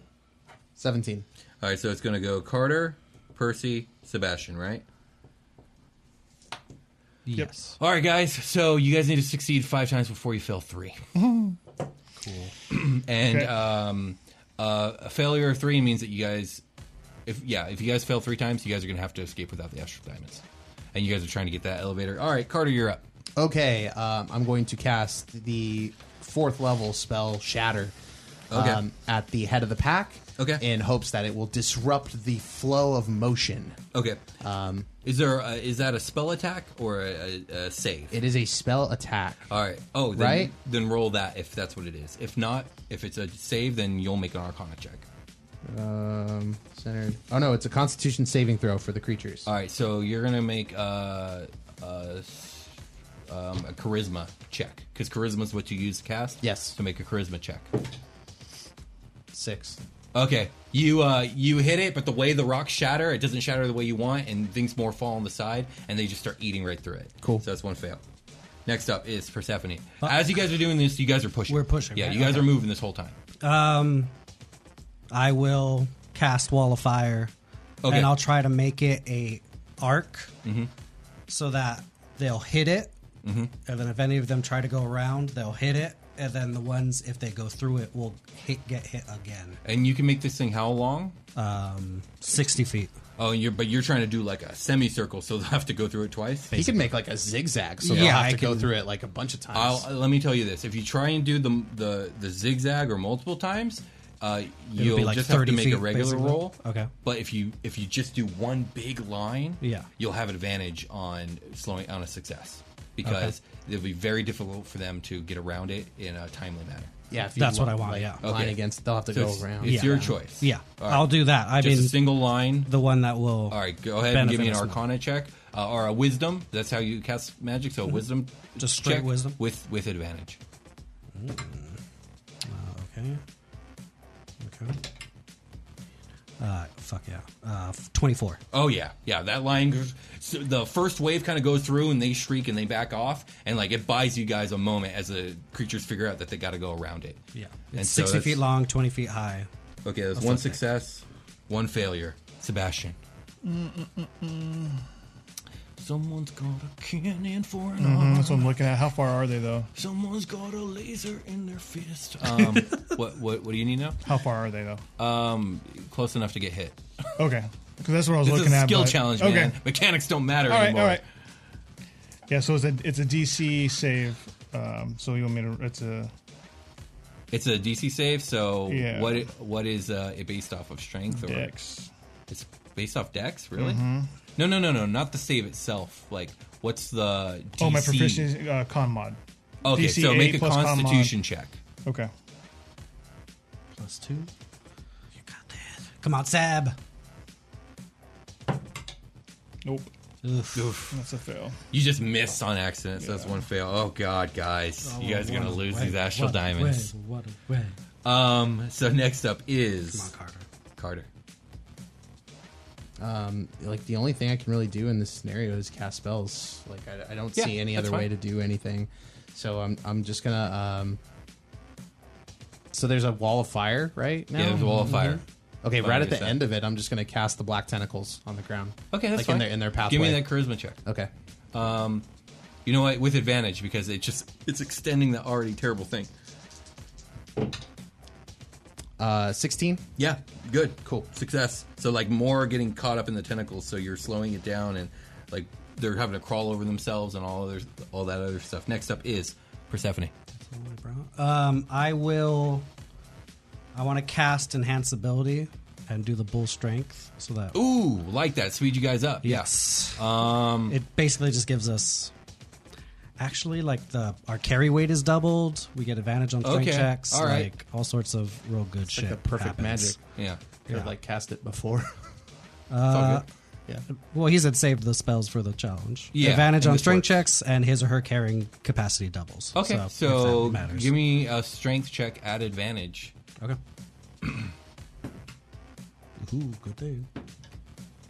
Seventeen.
All right, so it's going to go Carter, Percy, Sebastian, right?
Yes.
All right, guys. So you guys need to succeed five times before you fail three. and
Okay.
um, uh, a failure of three means that you guys, if yeah, if you guys fail three times, you guys are going to have to escape without the astral diamonds. And you guys are trying to get that elevator. All right, Carter, you're up.
Okay, um, I'm going to cast the fourth level spell Shatter um,
Okay.
at the head of the pack.
Okay.
In hopes that it will disrupt the flow of motion.
Okay. Um, is there a, is that a spell attack or a, a, a save?
It is a spell attack.
All right. Oh, then,
Right?
Then roll that if that's what it is. If not, if it's a save, then you'll make an Arcana check.
Um, centered. Oh no, it's a Constitution saving throw for the creatures.
All right, so you're gonna make uh, uh, s- um, a charisma check because charisma is what you use to cast. Yes. So make a charisma check.
Six.
Okay, you uh, you hit it, but the way the rocks shatter, it doesn't shatter the way you want, and things more fall on the side, and they just start eating right through it. Cool. So that's one fail. Next up is Persephone. As you guys are doing this, you guys are pushing. We're
pushing,
Yeah,
right?
you guys
Okay.
are moving this whole time.
Um, I will cast Wall of Fire,
Okay. Mm-hmm.
and I'll try to make it a arc so that they'll hit it.
Mhm.
And then if any of them try to go around, they'll hit it. And then the ones, if they go through it, will hit, get hit again.
And you can make this thing how long?
Um, sixty feet.
Oh, you're but you're trying to do like a semicircle, so they'll have to go through it twice.
He can make like a zigzag, so they'll have to go through it like a bunch of times.
I'll, uh, let me tell you this: if you try and do the the, the zigzag or multiple times, uh,
be
you'll
like
just have to
30
make a
feet,
regular
basically.
roll.
Okay.
But if you if you just do one big line,
Yeah.
you'll have advantage on slowing on a success because it'll be very difficult for them to get around it in a timely manner.
Yeah, if you That's what li- I want, like, yeah. line against- they'll have to go
it's,
around.
It's
Yeah.
your choice.
Yeah,
All right.
I'll do that. I
Just a
mean,
single line,
the one that will.
All right, go ahead and give me an
benefit us more.
Arcana check uh, or a Wisdom. That's how you cast magic. So
Mhm.
Wisdom,
Just straight
check
wisdom?
with with advantage.
Okay. Okay. Uh, fuck yeah. Uh, f- 24.
Oh yeah, yeah. That line, goes- so the first wave kind of goes through, and they shriek and they back off, and like it buys you guys a moment as the creatures figure out that they got to go around it.
Yeah.
and
It's
so
60
that's-
feet long, 20 feet high.
Okay,
A
that's
foot
one
thick.
success, one failure. Sebastian, Someone's got a cannon for an
Mhm, that's what
arm.
I'm looking at. How far are they though?
Someone's got a laser in their fist. um, what what what do you need now?
How far are they though?
Um, close enough to get hit.
Okay, because that's what I was
this
looking
is a
at.
Skill
but-
challenge,
Okay,
man. Mechanics don't matter
all right,
anymore.
all right. Yeah, so it's a it's a DC save. Um, so you want me to? It's a
It's a DC save, so
Yeah.
what it, what is uh, it based off of? Strength or
Dex.
It's based off Dex, really?
Mhm.
No, no, no, no, not the save itself. Like, what's the DC?
oh my proficiency uh, con mod.
Okay,
DC
so make a
8 plus con mod.
Constitution check.
Okay,
Plus two. You got that. Come on, Sab.
Nope.
Oof.
That's a fail.
You just missed on accident, so that's one fail. Oh God, guys,
Oh,
you guys are gonna
what a
lose
way,
these astral
what a
diamonds.
way,
what a way.
Um, so next up is Carter. Carter.
um, like the only thing I can really do in this scenario is cast spells. Like I, I don't
Yeah,
see any
that's
other way
fine.
to do anything. So I'm I'm just gonna. Um, so there's a wall of fire right now.
Yeah, there's a wall of
Mhm.
fire.
Mm-hmm.
Okay,
Behind
right
you,
at the
so-
end of it, I'm just gonna cast the black tentacles on the ground.
Okay, that's
like
fine.
in their in their pathway.
Give me that charisma check.
Okay.
Um, you know what? With advantage because it just it's extending the already terrible thing.
Uh, sixteen.
Yeah, good, cool, success. So like more are getting caught up in the tentacles, so you're slowing it down, and like they're having to crawl over themselves and all other all that other stuff. Next up is Persephone.
Um, I will. I want to cast Enhance Ability and do the Bull Strength so that.
Ooh, like that, speed you guys up. Yes. Um,
it basically just gives us. Actually, like the our carry weight is doubled. We get advantage on strength
Okay,
checks.
all right.
Like all sorts of real good
It's
shit.
like the perfect
happens.
magic. Could have,
Yeah.
like cast it before.
Uh,
Yeah.
Well, he said save the spells for the challenge.
Yeah,
Advantage
and
on
this
strength checks, and his or her carrying capacity doubles.
Okay,
if
so,
that matters.
give me a strength check at advantage.
Okay. Ooh, good thing.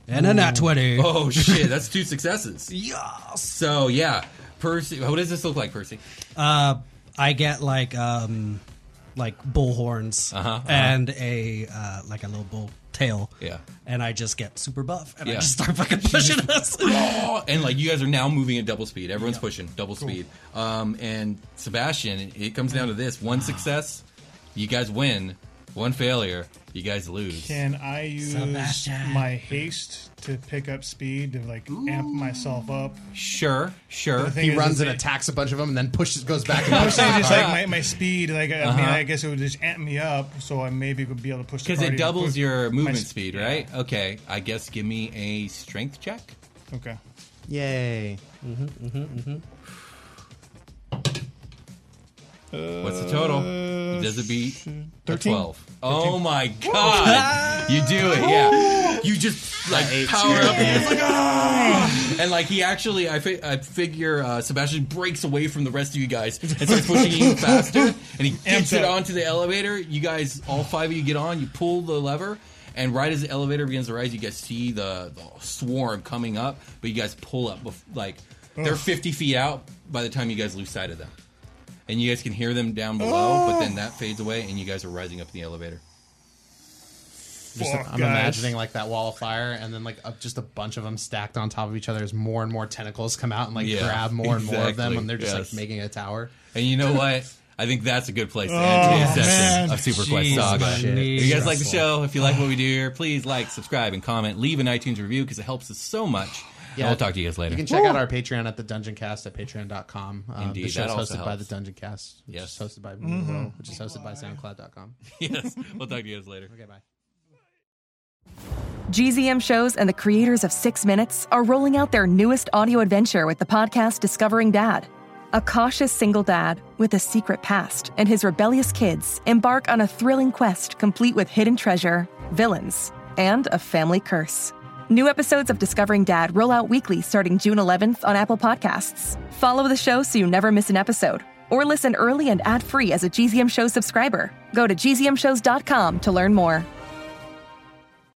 And a nat
Ooh.
20.
Oh shit, that's two successes.
yes.
So yeah, Percy. What does this look like, Percy?
Uh, I get like um, like bull horns
Uh-huh, uh-huh.
and a uh, like a little bull tail.
Yeah.
And I just get super buff, and I
Yeah.
just start fucking pushing us.
Oh, and like you guys are now moving at double speed. Everyone's pushing double speed. Um, and Sebastian, it comes down to this: one success, you guys win. One failure, you guys lose.
Can I use
Sebastian.
my haste to pick up speed to like amp myself up?
Sure, sure.
The thing
He
is,
runs
is
and
they-
attacks a bunch of them, and then pushes goes back. And
I'm
pushes
saying
the
just
car.
like my, my speed. Like I mean,
Uh-huh.
I guess it would just amp me up, so I maybe would be able to push the
Because it
party-
doubles
push
your
my
movement
sp-
speed, right? Okay, I guess give me a strength check.
Okay.
Yay.
Mm-hmm, mm-hmm, mm-hmm.
What's the total?
Uh,
Does it beat a
13?
12? Oh my god! you do it, yeah. You just like power up and you're just like, "Ah!" and like he actually, I, fi- I figure uh, Sebastian breaks away from the rest of you guys and starts pushing you faster, and he gets it onto the elevator. You guys, all five of you, get on. You pull the lever. And right as the elevator begins to rise, you guys see the, the swarm coming up, but you guys pull up. Bef- like, they're
Ugh.
50 feet out by the time you guys lose sight of them and you guys can hear them down below, but then that fades away, and you guys are rising up in the elevator.
Just,
Fuck,
I'm
guys.
imagining like that wall of fire, and then like a, just a bunch of them stacked on top of each other as more and more tentacles come out and like
Yeah,
grab more and more of them,
exactly,
and they're just
yes.
like making a tower.
And you know what? I think that's a good place to
Oh,
end today's
man.
session of Super Quest
Jesus,
Saga.
my shit.
If you guys like the
Stressful.
show, if you like what we do here, please like, subscribe, and comment. Leave an iTunes review because it helps us so much. Yeah, and we'll talk to you guys later.
You can check out our Patreon at the Dungeon Cast at patreon.com. Um, the
Indeed, that
show's
also
hosted by
helps.
the Dungeon Cast, which is
Yes.
hosted by
Mhm.
Will, which is hosted by SoundCloud.com.
yes, we'll talk to you guys later. Okay,
bye.
GZM shows and the creators of Six Minutes are rolling out their newest audio adventure with the podcast Discovering Dad. A cautious single dad with a secret past and his rebellious kids embark on a thrilling quest complete with hidden treasure, villains, and a family curse. New episodes of Discovering Dad roll out weekly starting June 11th on Apple Podcasts. Follow the show so you never miss an episode, or listen early and ad free as a GZM Show subscriber. Go to gzmshows.com to learn more.